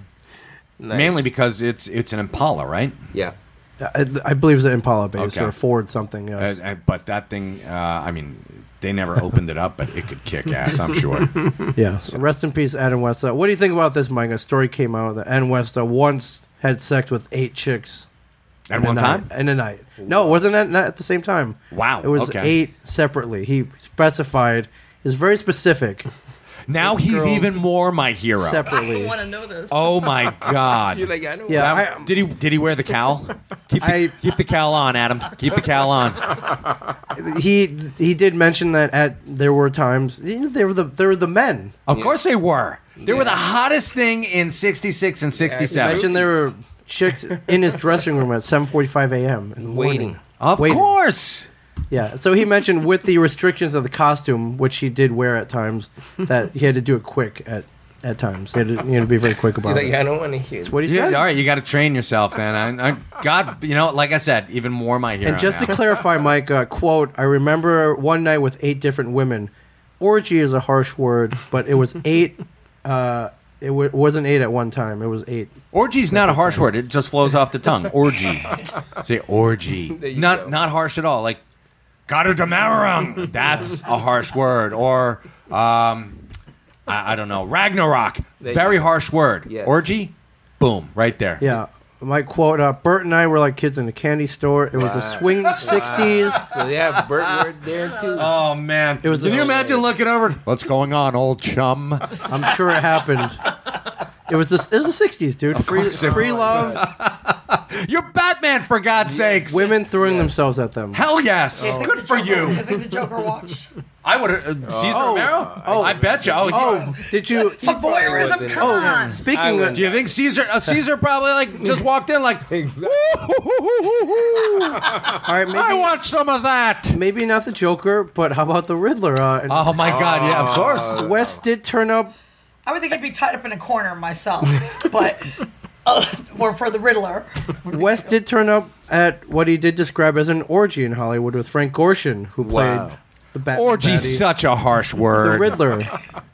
Speaker 5: Nice.
Speaker 2: mainly because it's it's an Impala, right?
Speaker 5: yeah.
Speaker 1: I, I believe it's an Impala base
Speaker 2: Okay.
Speaker 1: or a Ford something. Yes.
Speaker 2: Uh, uh, but that thing, uh, I mean, they never opened it up, but it
Speaker 1: [LAUGHS]
Speaker 2: could kick ass, I'm sure.
Speaker 1: yeah. So rest in peace, Adam West. Uh, what do you think about this, Mike? A story came out that Adam West uh, once had sex with eight chicks
Speaker 2: At
Speaker 1: in a
Speaker 2: one time,
Speaker 1: night- in a night. No, it wasn't at, not at the same time.
Speaker 2: Wow,
Speaker 1: It was
Speaker 2: okay.
Speaker 1: eight separately. He specified. Is very specific
Speaker 2: now he's
Speaker 1: Girl.
Speaker 2: even more my hero.
Speaker 1: separately.
Speaker 4: I want to know this.
Speaker 2: Oh my
Speaker 1: [LAUGHS]
Speaker 2: god!
Speaker 5: You're like, I know.
Speaker 1: Yeah,
Speaker 2: That-
Speaker 1: I-
Speaker 2: did he did he wear the [LAUGHS] cowl? Keep the,
Speaker 1: I-
Speaker 2: keep the cowl on, Adam. Keep the cowl on.
Speaker 1: he he did mention that at there were times you know, they were the they were the men.
Speaker 2: Of course they were. They were the hottest thing in '66 and '67.
Speaker 1: Imagine there were chicks in
Speaker 2: [LAUGHS]
Speaker 1: his dressing room at 7:45 a.m. in the
Speaker 5: Waiting.
Speaker 1: morning.
Speaker 2: of
Speaker 1: waiting.
Speaker 2: course.
Speaker 1: Yeah. So he mentioned with the restrictions of the costume, which he did wear at times, that he had to do it quick at at times. He had to, he had to be very quick
Speaker 5: You're
Speaker 1: about
Speaker 5: like,
Speaker 1: it.
Speaker 5: I don't want to hear.
Speaker 1: What he
Speaker 2: Yeah,
Speaker 1: said.
Speaker 2: all right, you got to train yourself, man. I, I, God, you know, like I said, even more my hero.
Speaker 1: And just to
Speaker 2: now. [LAUGHS]
Speaker 1: clarify, Mike, uh, quote: I remember one night with eight different women. Orgy is a harsh word, but it was
Speaker 2: [LAUGHS]
Speaker 1: eight. Uh, it w- wasn't eight at one time. It was eight.
Speaker 2: orgy's not a harsh word; it just flows off the tongue.
Speaker 5: [LAUGHS]
Speaker 2: Orgy, say orgy.
Speaker 5: you
Speaker 2: Not
Speaker 5: go.
Speaker 2: not harsh at all. Like got a demarang. That's a harsh word. Or um, I, I don't know, Ragnarok.
Speaker 5: There you
Speaker 2: Very
Speaker 5: go.
Speaker 2: harsh word.
Speaker 5: Yes.
Speaker 2: Orgy, boom, right there.
Speaker 1: Yeah. My quote, uh, Bert and I were like kids in a candy store. It was a swing 60s.
Speaker 5: So they have Burt Ward there
Speaker 2: [LAUGHS]
Speaker 5: too.
Speaker 2: Oh man!
Speaker 1: was
Speaker 2: Can
Speaker 1: a-
Speaker 2: you imagine looking over? What's going on, old
Speaker 5: [LAUGHS]
Speaker 2: chum?
Speaker 1: I'm sure it happened. It was the, it was the 60s, dude. Free,
Speaker 2: course it
Speaker 1: free love,
Speaker 2: You're Batman, for God's sakes!
Speaker 1: women throwing themselves at them.
Speaker 2: Hell yes! Good for
Speaker 3: I
Speaker 2: you.
Speaker 3: think the Joker [LAUGHS] watched.
Speaker 2: I would. Uh, Caesar Romero. Oh, I bet you. Oh, he-
Speaker 1: Oh, did
Speaker 2: [LAUGHS]
Speaker 1: you? oh,
Speaker 3: The voyeurism,
Speaker 5: wasn't.
Speaker 3: come on.
Speaker 5: I
Speaker 1: Speaking
Speaker 5: would-
Speaker 1: of,
Speaker 2: do you think Caesar? Uh, Caesar probably like just walked in
Speaker 1: [LAUGHS]
Speaker 2: like.
Speaker 5: Exactly.
Speaker 1: all right,
Speaker 2: I
Speaker 1: maybe,
Speaker 2: want some of that.
Speaker 1: maybe not the Joker, but how about the Riddler? Uh, and
Speaker 2: Oh my God! Yeah, of course.
Speaker 1: West did turn up.
Speaker 3: I would think I'd be tied up in a corner myself, [LAUGHS] but uh, or for the
Speaker 4: [LAUGHS]
Speaker 3: Riddler.
Speaker 1: West did turn up at what he did describe as an orgy in Hollywood with Frank Gorshin, who played
Speaker 5: Wow.
Speaker 1: the Batman.
Speaker 2: Orgy's
Speaker 1: baddie.
Speaker 2: such a harsh
Speaker 1: the
Speaker 2: word.
Speaker 1: Riddler.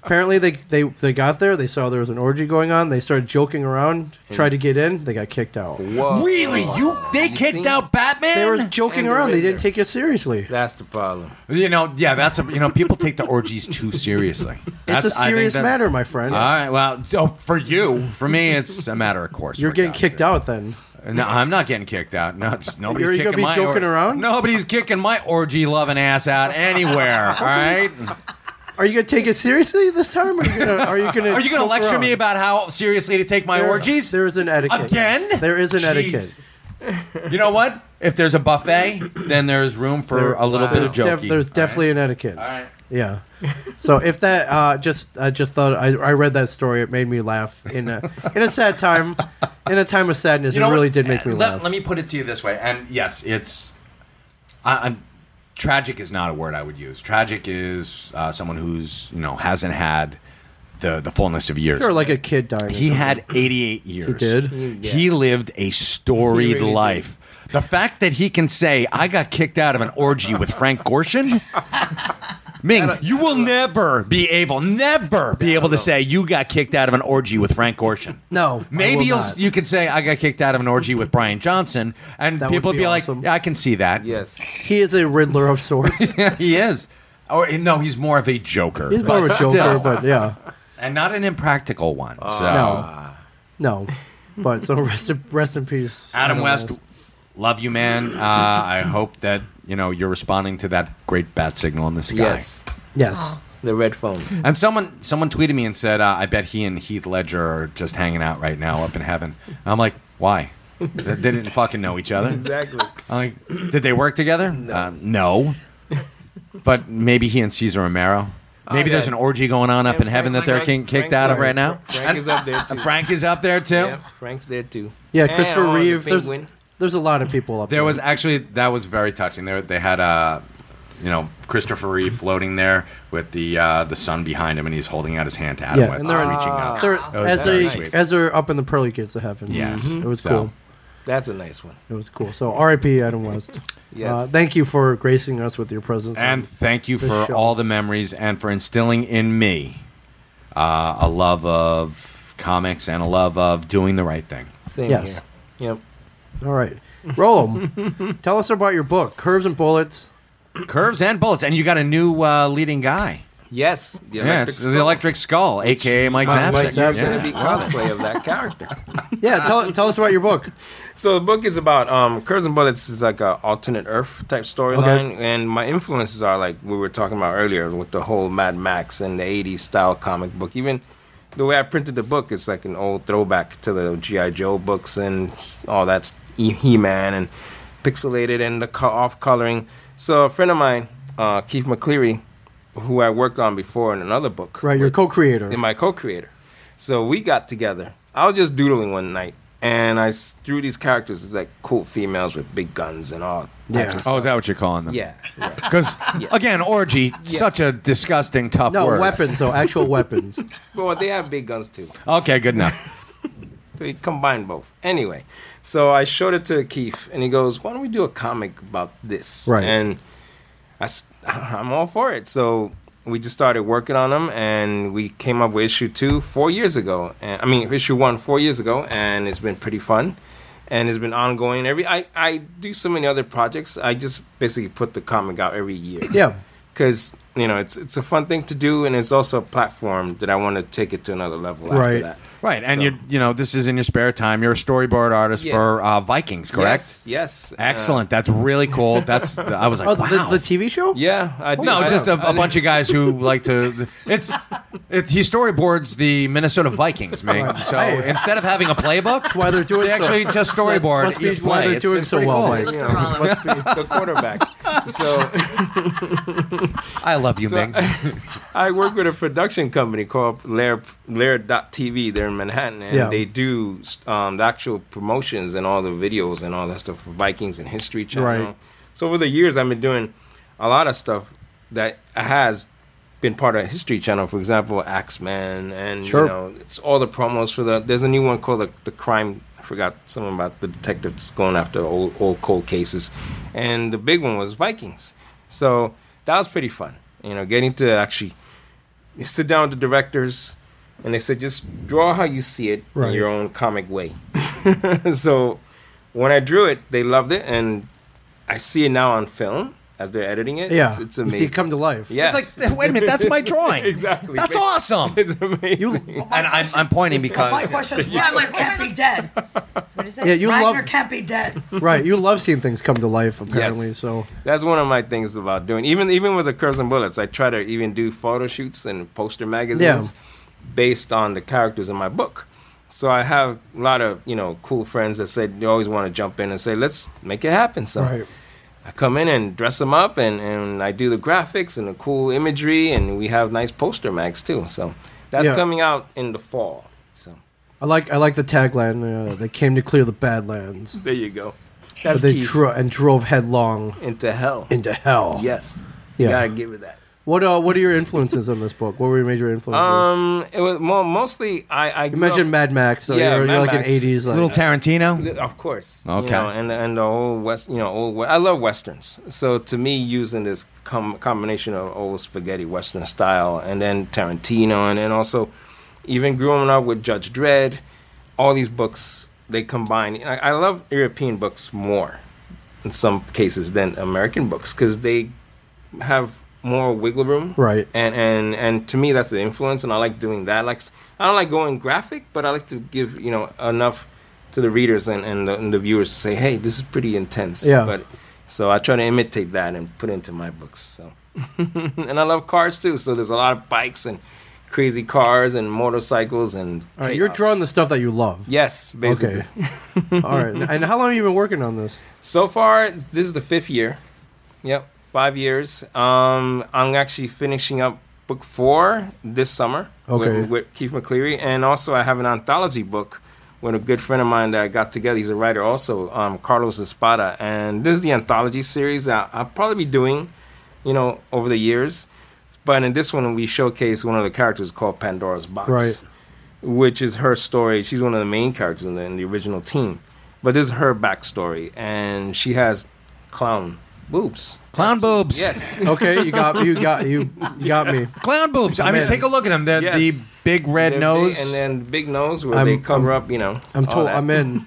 Speaker 1: Apparently, they, they they got there. They saw there was an orgy going on. They started joking around, tried to get in. They got kicked out.
Speaker 5: Whoa.
Speaker 2: Really? You? They kicked
Speaker 5: seen-
Speaker 2: out Batman?
Speaker 1: They were joking
Speaker 5: And the
Speaker 1: around. They didn't
Speaker 5: Riddler.
Speaker 1: take it seriously.
Speaker 5: That's the problem.
Speaker 2: You know, yeah, that's a, you know, people take the orgies too seriously. That's,
Speaker 1: It's a
Speaker 2: I think
Speaker 1: serious
Speaker 2: that-
Speaker 1: matter, my friend.
Speaker 2: All right, well, oh, for you, for me, it's a matter of course.
Speaker 1: You're
Speaker 2: for
Speaker 1: getting
Speaker 2: God's
Speaker 1: kicked
Speaker 2: sake.
Speaker 1: out then.
Speaker 2: No, I'm not getting kicked out. No, it's- nobody's
Speaker 1: You're gonna
Speaker 2: kicking
Speaker 1: be
Speaker 2: my
Speaker 1: joking around?
Speaker 2: Nobody's kicking my orgy loving ass out anywhere. all right,
Speaker 1: Are you gonna take it seriously this time? Or are you gonna? Are you gonna,
Speaker 2: [LAUGHS] Are you going to
Speaker 1: poke
Speaker 2: lecture me
Speaker 1: around?
Speaker 2: about how seriously to take my
Speaker 1: There-
Speaker 2: orgies?
Speaker 1: There is an etiquette.
Speaker 2: Again?
Speaker 1: There is an
Speaker 2: Jeez.
Speaker 1: etiquette.
Speaker 2: You know what? If there's a buffet, then there's room for
Speaker 1: There-
Speaker 2: a little bit of
Speaker 1: There's, def-
Speaker 2: jokey.
Speaker 1: there's definitely an etiquette.
Speaker 2: All right.
Speaker 1: Yeah. So if that uh, just I just thought I, I read that story, it made me laugh in a in a sad time, in a time of sadness. it
Speaker 2: what? Eh,
Speaker 1: really did make me
Speaker 2: let,
Speaker 1: laugh.
Speaker 2: Let me put it to you this way, and yes, it's. I, I'm tragic is not a word I would use. Tragic is uh, someone who's you know hasn't had the the fullness of years.
Speaker 1: Sure, like a kid dying. or
Speaker 2: He
Speaker 1: something.
Speaker 2: had 88 years. He
Speaker 1: did?
Speaker 2: He lived a storied
Speaker 5: He really did.
Speaker 2: life. The fact that he can say, I got kicked out of an orgy with Frank
Speaker 5: [LAUGHS]
Speaker 2: Gorshin. Ming, you will never be able, never be able to say you got kicked out of an orgy with Frank Gorshin.
Speaker 1: no. I will
Speaker 2: Maybe you'll
Speaker 1: not.
Speaker 2: you can say I got kicked out of an orgy with Brian Johnson, and
Speaker 1: That
Speaker 2: people
Speaker 1: would
Speaker 2: will
Speaker 1: be
Speaker 2: be
Speaker 1: awesome.
Speaker 2: like, yeah, I can see that.
Speaker 5: Yes.
Speaker 1: He is a Riddler of sorts. He's
Speaker 2: [LAUGHS] he is. Or no, he's more of a joker.
Speaker 1: more of a
Speaker 2: but
Speaker 1: Joker,
Speaker 2: still.
Speaker 1: but yeah,
Speaker 2: and not an impractical one.
Speaker 5: Ah.
Speaker 2: so.
Speaker 1: no, no. But so rest in, rest in peace,
Speaker 2: Adam West,
Speaker 1: West.
Speaker 2: love you, man. Uh, I hope that you know you're responding to that great bat signal in the sky.
Speaker 5: Yes.
Speaker 1: Yes.
Speaker 5: The red phone.
Speaker 2: And someone someone tweeted me and said, uh, "I bet he and Heath Ledger are just hanging out right now up in heaven." I'm like, why? they didn't fucking know each
Speaker 5: [LAUGHS]
Speaker 2: other.
Speaker 5: [LAUGHS] Exactly.
Speaker 2: I'm like, did they work together? No. no. but maybe he and Cesar Romero. Maybe
Speaker 5: Oh, yeah.
Speaker 2: there's an orgy going on up in heaven that they're getting kicked out of right now.
Speaker 5: Frank is
Speaker 2: [LAUGHS]
Speaker 5: up there too.
Speaker 2: Frank is up there too.
Speaker 5: Yeah, Frank's there too.
Speaker 1: Yeah,
Speaker 5: And,
Speaker 1: Christopher
Speaker 5: oh, the
Speaker 1: Reeve. There's,
Speaker 5: penguin.
Speaker 1: there's a lot of people up there.
Speaker 2: There was actually that was very touching. There they had uh, you know Christopher
Speaker 1: Mm-hmm.
Speaker 2: Reeve floating there with the uh, the sun behind him, and he's holding out his hand to Adam
Speaker 1: Yeah,
Speaker 2: West,
Speaker 1: and they're-
Speaker 2: reaching out.
Speaker 1: They're-
Speaker 4: That
Speaker 2: was
Speaker 1: as
Speaker 2: very
Speaker 1: they
Speaker 2: sweet.
Speaker 1: as they're up in the pearly gates of heaven.
Speaker 2: Yes.
Speaker 1: Mhm. it was
Speaker 2: So-
Speaker 1: cool.
Speaker 5: That's a nice one.
Speaker 1: It was cool. So R.I.P. Adam West.
Speaker 5: Yes.
Speaker 1: Uh, thank you for gracing us with your presence.
Speaker 2: and thank you
Speaker 1: The
Speaker 2: for
Speaker 1: show.
Speaker 2: all the memories and for instilling in me uh, a love of comics and a love of doing the right thing.
Speaker 5: Same
Speaker 1: Yes.
Speaker 5: here. Yep.
Speaker 1: all right, Roll
Speaker 5: [LAUGHS]
Speaker 1: 'em. Tell us about your book, Curves and Bullets.
Speaker 2: Curves and bullets, and you got a new uh, leading guy.
Speaker 5: Yes. The
Speaker 2: yeah,
Speaker 5: electric
Speaker 2: it's
Speaker 5: skull.
Speaker 2: the Electric Skull, aka Mike
Speaker 5: I'm like,
Speaker 2: Zapsik.
Speaker 5: you're
Speaker 1: Zapsik.
Speaker 5: gonna be cosplay of that character.
Speaker 1: Yeah, tell tell us about your book.
Speaker 5: So the book is about um, Curves and Bullets is like a alternate Earth type storyline, and my influences are like we were talking about earlier with the whole Mad Max and the '80s style comic book. Even the way I printed the book is like an old throwback to the GI Joe books and all that He- He-Man and pixelated and the co- off coloring. So a friend of mine, uh, Keith McCleary, who I worked on before in another book,
Speaker 1: Right, your co-creator.
Speaker 5: and my co-creator. So we got together. I was just doodling one night, and I s- drew these characters as like cool females with big guns and all. Types
Speaker 1: Yeah.
Speaker 2: Oh, is that what you're calling them?
Speaker 5: Of, yeah. right.
Speaker 2: Because again, orgy, such a disgusting, tough
Speaker 1: No
Speaker 2: word.
Speaker 1: weapons, though actual
Speaker 5: [LAUGHS]
Speaker 1: weapons.
Speaker 5: Well, they have big guns too.
Speaker 2: Okay, good enough.
Speaker 5: So he combined both. Anyway, so I showed it to Keith, and he goes, "Why don't we do a comic about this?"
Speaker 1: Right.
Speaker 5: And I, [LAUGHS] am all for it. So we just started working on them, and we came up with issue two four years ago. And I mean, issue one four years ago, and it's been pretty fun, and it's been ongoing. Every I I do so many other projects. I just basically put the comic out every year
Speaker 1: Yeah,
Speaker 5: because you know it's it's a fun thing to do, and it's also a platform that I want to take it to another level after
Speaker 1: Right.
Speaker 5: that.
Speaker 2: Right, and
Speaker 5: So-
Speaker 2: you you know this is in your spare time. You're a storyboard artist
Speaker 5: Yeah.
Speaker 2: for uh, Vikings, correct?
Speaker 5: Yes. yes. Uh,
Speaker 2: Excellent. That's really cool. That's I was like,
Speaker 1: oh,
Speaker 2: wow.
Speaker 1: the, the TV show.
Speaker 5: Yeah, I do.
Speaker 2: no,
Speaker 5: I
Speaker 2: just
Speaker 5: know.
Speaker 2: a, a bunch of guys who like to. It's, it's he storyboards the Minnesota Vikings, man. So
Speaker 1: Hey.
Speaker 2: instead of having a playbook,
Speaker 1: why they're doing
Speaker 2: they
Speaker 1: so-
Speaker 2: actually just storyboard
Speaker 1: Must be
Speaker 2: each
Speaker 1: why
Speaker 2: play.
Speaker 1: they're
Speaker 2: It's-
Speaker 1: doing
Speaker 2: it's
Speaker 1: so
Speaker 2: pretty
Speaker 1: well,
Speaker 2: cool.
Speaker 1: Mike.
Speaker 4: Look to Rollo.
Speaker 5: the
Speaker 2: [LAUGHS]
Speaker 5: quarterback. So
Speaker 2: I love you,
Speaker 5: So-
Speaker 2: Ming.
Speaker 5: I work with a production company called Lair Lair.tv. They're in Manhattan, and
Speaker 1: Yeah.
Speaker 5: they do um, the actual promotions and all the videos and all that stuff for Vikings and History Channel.
Speaker 1: Right.
Speaker 5: So over the years, I've been doing a lot of stuff that has been part of History Channel. For example, Axeman, and
Speaker 1: Sure.
Speaker 5: you know, it's all the promos for the. There's a new one called the, the Crime. I forgot something about the detective that's going after old old cold cases, and the big one was Vikings. So that was pretty fun. You know, getting to actually you sit down with the directors and they said just draw how you see it
Speaker 1: Right.
Speaker 5: in your own comic way [LAUGHS] so when i drew it they loved it and i see it now on film as they're editing it.
Speaker 1: Yeah,
Speaker 5: it's, it's
Speaker 1: You see it
Speaker 5: amazing.
Speaker 1: come to life.
Speaker 2: It's
Speaker 5: yes, [LAUGHS]
Speaker 2: like, wait a minute, that's my drawing.
Speaker 5: Exactly. [LAUGHS]
Speaker 2: That's awesome.
Speaker 5: it's amazing.
Speaker 2: And I'm, I'm pointing
Speaker 3: My
Speaker 2: because
Speaker 3: question is,
Speaker 4: [LAUGHS] Yeah, I'm
Speaker 3: Wagner
Speaker 4: like,
Speaker 3: can't be dead.
Speaker 4: What is that?
Speaker 1: Yeah, you
Speaker 3: Wagner
Speaker 1: love
Speaker 3: can't be dead.
Speaker 1: right. You love seeing things come to life. Apparently,
Speaker 5: Yes.
Speaker 1: so
Speaker 5: That's one of my things about doing. Even even with the curves and bullets, I try to even do photo shoots and poster magazines based on the characters in my book. So I have a lot of you know cool friends that said they always want to jump in and say, "Let's make it happen." So
Speaker 1: Right.
Speaker 5: I come in and dress them up, and and I do the graphics and the cool imagery, and we have nice poster mags too. So that's
Speaker 1: Yeah.
Speaker 5: coming out in the fall. So
Speaker 1: I like I like the tagline. Uh, they came to clear the badlands,
Speaker 5: there you go.
Speaker 1: but
Speaker 5: That's
Speaker 1: they
Speaker 5: Keith.
Speaker 1: dro- and drove headlong
Speaker 5: into hell.
Speaker 1: into hell.
Speaker 5: yes,
Speaker 1: Yeah.
Speaker 5: you gotta give it that.
Speaker 1: What uh, What are your influences on this book? What were your major influences?
Speaker 5: Um, it was mo- mostly I. I
Speaker 1: you mentioned Mad Max, so
Speaker 5: yeah,
Speaker 1: you're,
Speaker 5: Mad
Speaker 1: you're like
Speaker 5: Max.
Speaker 1: an '80s like uh,
Speaker 2: little Tarantino.
Speaker 5: of course. you
Speaker 2: Okay.
Speaker 5: know, and and the old west, you know, old. we- I love westerns. So to me, using this com- combination of old spaghetti western style and then Tarantino, and then also even growing up with Judge Dredd, all these books they combine. I, I love European books more in some cases than American books because they have more wiggle room
Speaker 1: Right.
Speaker 5: and and and to me that's the influence and i like doing that like s- i don't like going graphic but i like to give you know enough to the readers and and the, and the viewers to say hey this is pretty intense
Speaker 1: Yeah.
Speaker 5: but so i try to imitate that and put into my books so [LAUGHS] and i love cars too so there's a lot of bikes and crazy cars and motorcycles and
Speaker 1: All right, you're
Speaker 5: chaos.
Speaker 1: drawing the stuff that you love.
Speaker 5: yes basically
Speaker 1: Okay. [LAUGHS] All right. And how long have you been working on this?
Speaker 5: So far, this is the fifth year. Yep, five years. Um, I'm actually finishing up book four this summer
Speaker 1: Okay.
Speaker 5: with, with Keith McCleary, and also I have an anthology book with a good friend of mine that I got together. He's a writer also, um, Carlos Espada, and this is the anthology series that I'll probably be doing, you know, over the years. But in this one, we showcase one of the characters called Pandora's Box
Speaker 1: Right.
Speaker 5: which is her story. She's one of the main characters in the, in the original team, but this is her backstory, and she has clown boobs.
Speaker 2: Clown boobs.
Speaker 5: [LAUGHS] Yes,
Speaker 1: Okay, you got you got you you got me.
Speaker 2: Clown boobs. I mean,
Speaker 1: Man.
Speaker 2: take a look at them. They're
Speaker 5: Yes.
Speaker 2: the big red
Speaker 5: They're big-
Speaker 2: nose.
Speaker 5: and then big nose where
Speaker 1: I'm-
Speaker 5: they cover
Speaker 1: I'm-
Speaker 5: up. You know,
Speaker 1: I'm
Speaker 5: all
Speaker 1: told
Speaker 5: that.
Speaker 1: I'm in.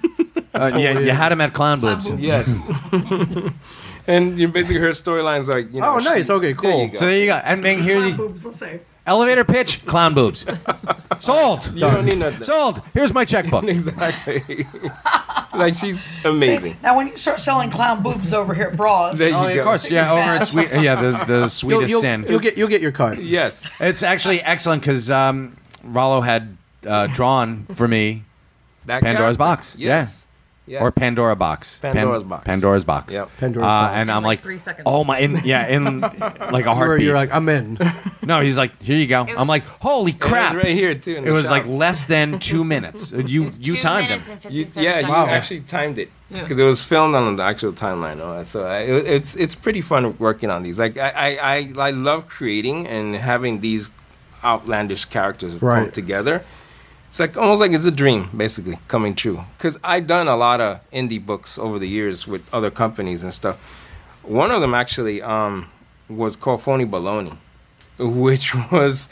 Speaker 2: Uh, yeah, you had them at clown boobs.
Speaker 1: [LAUGHS]
Speaker 4: boobs.
Speaker 5: Yes, and you basically her storylines like you know.
Speaker 1: Oh, nice.
Speaker 5: she-
Speaker 1: Okay,
Speaker 5: there
Speaker 1: cool.
Speaker 5: you go.
Speaker 2: So there you go. And Ming, here
Speaker 3: My
Speaker 2: you
Speaker 3: boobs will save.
Speaker 2: elevator pitch, clown
Speaker 5: [LAUGHS]
Speaker 2: boobs. Sold.
Speaker 5: you don't need nothing.
Speaker 2: Sold. Here's my checkbook.
Speaker 5: [LAUGHS] exactly. [LAUGHS] like she's amazing.
Speaker 3: See, now when you start selling clown boobs over here at bras,
Speaker 5: There you
Speaker 2: Oh,
Speaker 5: go.
Speaker 2: of course. Yeah, over at sweet. Yeah, the, the
Speaker 1: You'll,
Speaker 2: sweetest
Speaker 1: you'll-
Speaker 2: sin.
Speaker 1: you'll get you'll get your cut.
Speaker 5: Yes.
Speaker 2: It's actually excellent because um, Rollo had uh, drawn for me
Speaker 5: That
Speaker 2: Pandora's
Speaker 5: character.
Speaker 2: box.
Speaker 5: Yes. Yes.
Speaker 2: or Pandora box. Pan-
Speaker 5: Pandora's box.
Speaker 2: Pandora's box.
Speaker 5: Yep.
Speaker 1: Pandora's
Speaker 2: uh,
Speaker 1: box.
Speaker 2: And I'm like,
Speaker 4: three seconds.
Speaker 2: Oh my! In, yeah, in like a
Speaker 1: Where
Speaker 2: heartbeat.
Speaker 1: you're like I'm in.
Speaker 2: no, he's like, here you go. I'm like, holy
Speaker 5: It was
Speaker 2: crap!
Speaker 5: Right here too. in
Speaker 2: It
Speaker 5: the
Speaker 2: was
Speaker 5: shop.
Speaker 2: like less than
Speaker 4: [LAUGHS]
Speaker 2: two minutes. Uh, You
Speaker 4: It's
Speaker 2: you
Speaker 4: two
Speaker 2: timed
Speaker 4: minutes
Speaker 2: him.
Speaker 4: and
Speaker 5: You,
Speaker 4: 57
Speaker 5: yeah, you
Speaker 4: seconds.
Speaker 5: actually timed it
Speaker 4: Yeah.
Speaker 5: because it was filmed on the actual timeline. uh, So I, it, it's it's pretty fun working on these. Like I, I, I, I love creating and having these outlandish characters come
Speaker 1: Right.
Speaker 5: together. It's like almost like it's a dream, basically coming true. Because I've done a lot of indie books over the years with other companies and stuff. One of them actually um, was called Phony Baloney, [LAUGHS] which was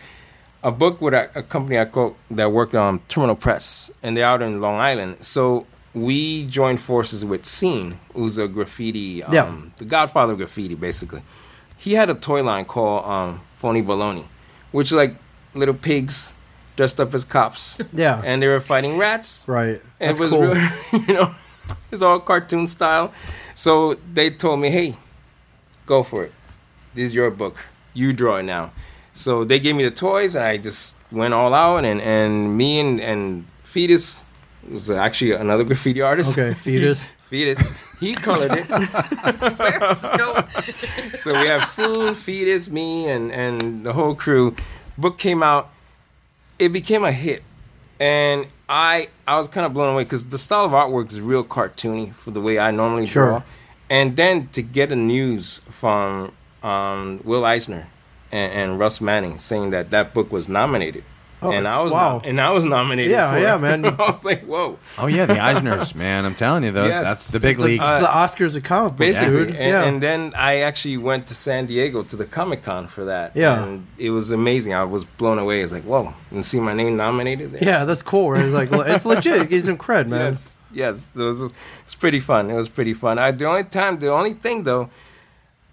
Speaker 5: a book with a, a company I co- that worked on Terminal Press, and they're out in Long Island. So we joined forces with Scene, who's a graffiti, um,
Speaker 1: Yeah.
Speaker 5: the Godfather of graffiti, basically. He had a toy line called um, Phony Baloney, which is like little pigs dressed up as cops.
Speaker 1: Yeah.
Speaker 5: and they were fighting rats.
Speaker 1: Right.
Speaker 5: And
Speaker 1: That's
Speaker 5: [LAUGHS] it was
Speaker 1: cool.
Speaker 5: real, [LAUGHS] you know, it's all cartoon style. So they told me, hey, go for it. This is your book. You draw it now. So they gave me the toys, and I just went all out. And, and me and, and Fetus was actually another [LAUGHS] graffiti artist.
Speaker 1: [LAUGHS] Okay,
Speaker 2: [LAUGHS]
Speaker 1: fetus.
Speaker 5: Fetus, he colored
Speaker 1: [LAUGHS]
Speaker 5: it.
Speaker 4: Where's this going?
Speaker 5: so we have seen Fetus, me, and, and the whole crew. Book came out. It became a hit. And I I was kind of blown away because the style of artwork is real cartoony for the way I normally
Speaker 1: Sure.
Speaker 5: draw. And then to get a news from um, Will Eisner and, and Russ Manning saying that that book was nominated. and I was
Speaker 1: Oh, wow.
Speaker 5: and I was nominated.
Speaker 1: Yeah,
Speaker 5: for it.
Speaker 1: yeah, man.
Speaker 5: [LAUGHS] I was like, whoa.
Speaker 2: Oh yeah, the Eisners, man. I'm telling you, those,
Speaker 5: Yes.
Speaker 2: that's the big league.
Speaker 1: the Oscars of comic books,
Speaker 5: basically.
Speaker 1: dude.
Speaker 5: And,
Speaker 1: yeah.
Speaker 5: and then I actually went to San Diego to the Comic Con for that.
Speaker 1: Yeah.
Speaker 5: and it was amazing. I was blown away. It's like whoa, and see my name nominated there.
Speaker 1: yeah, that's cool. Right? It's like it's legit. It gives him cred, man.
Speaker 5: [LAUGHS] Yes, yes, it was, it was pretty fun. It was pretty fun. I, the only time, the only thing though,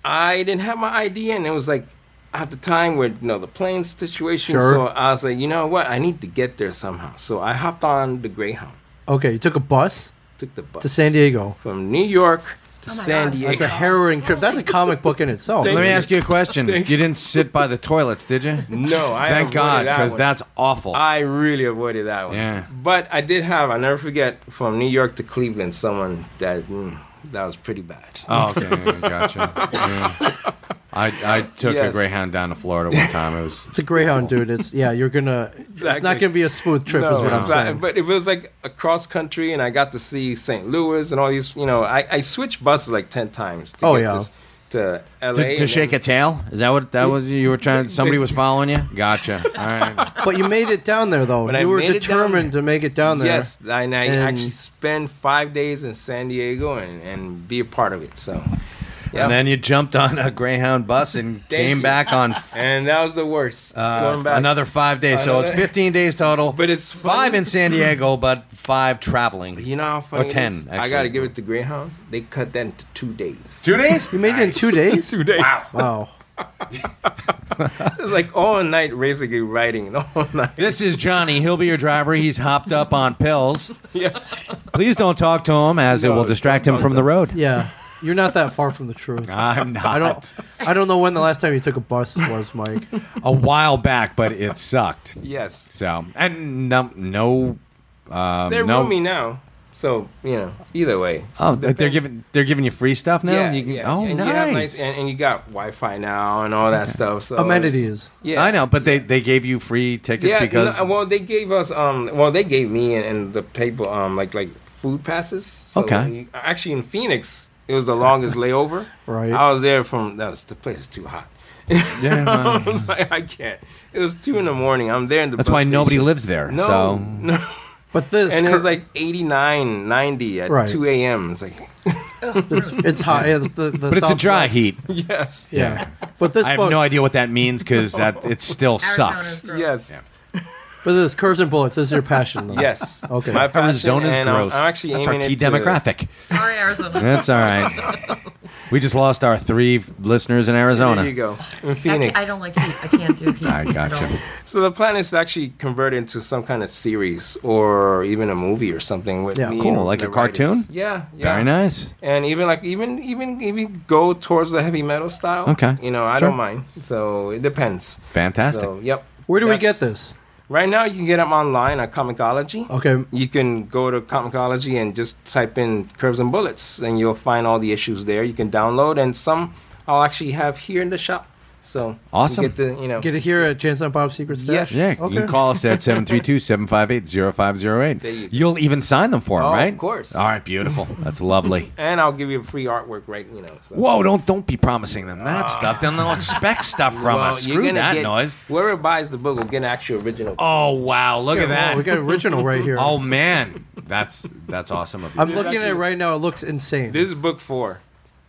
Speaker 5: I didn't have my ID, and it was like at the time where you know the plane situation.
Speaker 1: Sure.
Speaker 5: So I was like, you know what? I need to get there somehow. So I hopped on the Greyhound,
Speaker 1: Okay, you took a bus
Speaker 5: took the bus
Speaker 1: to San Diego.
Speaker 5: from New York to
Speaker 4: Oh my
Speaker 5: San
Speaker 4: God.
Speaker 5: Diego.
Speaker 1: That's a harrowing trip. That's a comic book in itself.
Speaker 5: Thank
Speaker 2: Let me
Speaker 5: you.
Speaker 2: ask you a question. you didn't sit by the toilets, did you?
Speaker 5: No, I
Speaker 2: Thank
Speaker 5: avoided
Speaker 2: God,
Speaker 5: that
Speaker 2: because
Speaker 5: one.
Speaker 2: that's awful.
Speaker 5: I really avoided that one.
Speaker 2: Yeah.
Speaker 5: But I did have. I will never forget from New York to Cleveland. Someone that mm, that was pretty bad.
Speaker 2: Oh, okay, yeah, gotcha. Yeah. I, I took a
Speaker 5: Yes.
Speaker 2: Greyhound down to Florida one time. It
Speaker 5: [LAUGHS]
Speaker 2: was
Speaker 1: It's a Greyhound, dude. It's yeah, you're gonna. It's not
Speaker 5: Exactly.
Speaker 1: gonna be a smooth trip, is
Speaker 5: No,
Speaker 1: what I'm
Speaker 5: it's not-
Speaker 1: saying.
Speaker 5: but it was like across country, and I got to see St. Louis and all these. You know, I, I switched buses like ten times. To
Speaker 1: Oh,
Speaker 5: get
Speaker 1: yeah.
Speaker 5: this- to LA
Speaker 2: to, to
Speaker 5: and
Speaker 2: shake a
Speaker 5: then-
Speaker 2: tail. Is that what that was? You were trying. Somebody
Speaker 5: [LAUGHS]
Speaker 2: was following you. Gotcha. All right.
Speaker 1: But you made it down there though.
Speaker 5: But I
Speaker 1: you were
Speaker 5: made it down
Speaker 1: determined to make it down there.
Speaker 5: Yes, and I
Speaker 1: And-
Speaker 5: actually spend five days in San Diego and, and be a part of it. So, yeah.
Speaker 2: And then you jumped on a Greyhound bus and came
Speaker 5: you.
Speaker 2: back on
Speaker 5: [LAUGHS] and that was the worst.
Speaker 2: uh, another five days. So it's
Speaker 5: Another-
Speaker 2: 15 days total.
Speaker 5: But it's
Speaker 2: five
Speaker 5: funny.
Speaker 2: in San Diego, but five traveling.
Speaker 5: You know how funny it
Speaker 2: 10,
Speaker 5: is? I
Speaker 2: actually.
Speaker 5: got to give it to Greyhound. They cut that into two days.
Speaker 2: Two days?
Speaker 1: you made it in two days.
Speaker 5: [LAUGHS] Two days.
Speaker 1: Wow.
Speaker 5: It's like all night basically riding and all [LAUGHS] night.
Speaker 2: This is Johnny. He'll be your driver. He's hopped up on pills.
Speaker 5: Yes.
Speaker 2: Please don't talk to him, as it will distract him from the road.
Speaker 1: Yeah, you're not that far from the truth.
Speaker 2: [LAUGHS] I'm not.
Speaker 1: I don't. I don't know when the last time you took a bus was,
Speaker 5: [LAUGHS]
Speaker 1: Mike.
Speaker 2: A while back, but it sucked.
Speaker 5: Yes.
Speaker 2: So and no, no um,
Speaker 5: They're
Speaker 2: no.
Speaker 5: roomy now. So, you know, either way.
Speaker 2: Oh, they're giving they're giving you free stuff now. you can, Oh,
Speaker 5: and
Speaker 2: nice.
Speaker 5: You have nice and, and you got Wi Fi now and all that stuff. So
Speaker 1: Amenities.
Speaker 5: Yeah.
Speaker 2: I know, but they, they gave you free tickets
Speaker 5: Yeah,
Speaker 2: because
Speaker 5: no, well, they gave us um, well, they gave me and, and the people um, like like food passes. So
Speaker 2: Okay.
Speaker 5: when you- actually, in Phoenix, it was the longest [LAUGHS] layover.
Speaker 1: Right.
Speaker 5: I was there from that was the place is too hot.
Speaker 2: Yeah, well,
Speaker 5: [LAUGHS] I was like, I can't. It was two in the morning. I'm there in the.
Speaker 2: Uh. that's why
Speaker 5: bus
Speaker 2: nobody
Speaker 5: station.
Speaker 2: lives there.
Speaker 5: No,
Speaker 2: so
Speaker 5: no.
Speaker 1: But this
Speaker 5: And it
Speaker 1: cur-
Speaker 5: was like 89, 90 at
Speaker 1: Right.
Speaker 5: 2 a.m. It's like, [LAUGHS]
Speaker 1: it's, it's hot. It's the, the
Speaker 2: but it's a dry
Speaker 1: Southwest.
Speaker 5: [LAUGHS]
Speaker 2: heat.
Speaker 5: yes.
Speaker 1: Yeah. But this
Speaker 2: I have
Speaker 1: book,
Speaker 2: no idea what that means because that it still
Speaker 4: Arizona's
Speaker 2: sucks.
Speaker 4: gross.
Speaker 5: Yes.
Speaker 1: but this curves and bullets is your passion. Though.
Speaker 5: [LAUGHS] Yes.
Speaker 1: [LAUGHS] Okay.
Speaker 5: My passion,
Speaker 2: Arizona's
Speaker 5: and I'm-
Speaker 2: gross.
Speaker 5: I'm, actually
Speaker 2: that's our
Speaker 5: aiming
Speaker 2: key
Speaker 5: it to-
Speaker 2: demographic.
Speaker 4: Sorry, Arizona.
Speaker 2: That's all right.
Speaker 5: [LAUGHS]
Speaker 2: We just lost our three listeners in Arizona.
Speaker 5: There you go. In
Speaker 4: I,
Speaker 5: Phoenix.
Speaker 4: can't- I don't like heat. I
Speaker 5: [LAUGHS]
Speaker 4: can't do heat.
Speaker 2: I gotcha.
Speaker 4: at all.
Speaker 5: So the plan is to actually convert into some kind of series or even a movie or something with
Speaker 1: Yeah,
Speaker 5: me
Speaker 2: cool,
Speaker 5: and
Speaker 2: like
Speaker 5: the
Speaker 2: a cartoon?
Speaker 5: writers. Yeah, yeah.
Speaker 2: Very nice.
Speaker 5: And even like even even even go towards the heavy metal style.
Speaker 2: Okay,
Speaker 5: You know, I
Speaker 2: sure.
Speaker 5: don't mind. So it depends.
Speaker 2: Fantastic.
Speaker 5: So yep.
Speaker 1: Where do we get
Speaker 5: That's-
Speaker 1: this?
Speaker 5: Right now you can get them online at Comicology.
Speaker 1: Okay.
Speaker 5: You can go to Comicology and just type in Curves and Bullets and you'll find all the issues there. You can download and some I'll actually have here in the shop. So you
Speaker 2: Awesome.
Speaker 5: get to, you know
Speaker 1: Get it here at Chance on Bob's Secret Stash.
Speaker 5: Yes.
Speaker 2: Yeah,
Speaker 1: Okay.
Speaker 2: you can call us
Speaker 5: [LAUGHS]
Speaker 2: at 732-758-0508.
Speaker 5: There you go.
Speaker 2: You'll even sign them for them,
Speaker 5: Oh, of
Speaker 2: right?
Speaker 5: course.
Speaker 2: All right, beautiful. That's lovely.
Speaker 5: and I'll give you a free artwork right, you know. So.
Speaker 2: Whoa, don't don't be promising them that stuff. Then they'll expect stuff from
Speaker 5: Ah. Well,
Speaker 2: us.
Speaker 5: you're
Speaker 2: Screw
Speaker 5: gonna
Speaker 2: that
Speaker 5: get-
Speaker 2: noise.
Speaker 5: Whoever buys the book will get an actual original.
Speaker 2: Oh, wow. Look at
Speaker 1: Oh, we
Speaker 2: that.
Speaker 1: got original right
Speaker 5: [LAUGHS]
Speaker 1: here.
Speaker 2: Oh, man. That's that's awesome of you.
Speaker 1: I'm looking at it right now. It looks insane.
Speaker 5: This is book four.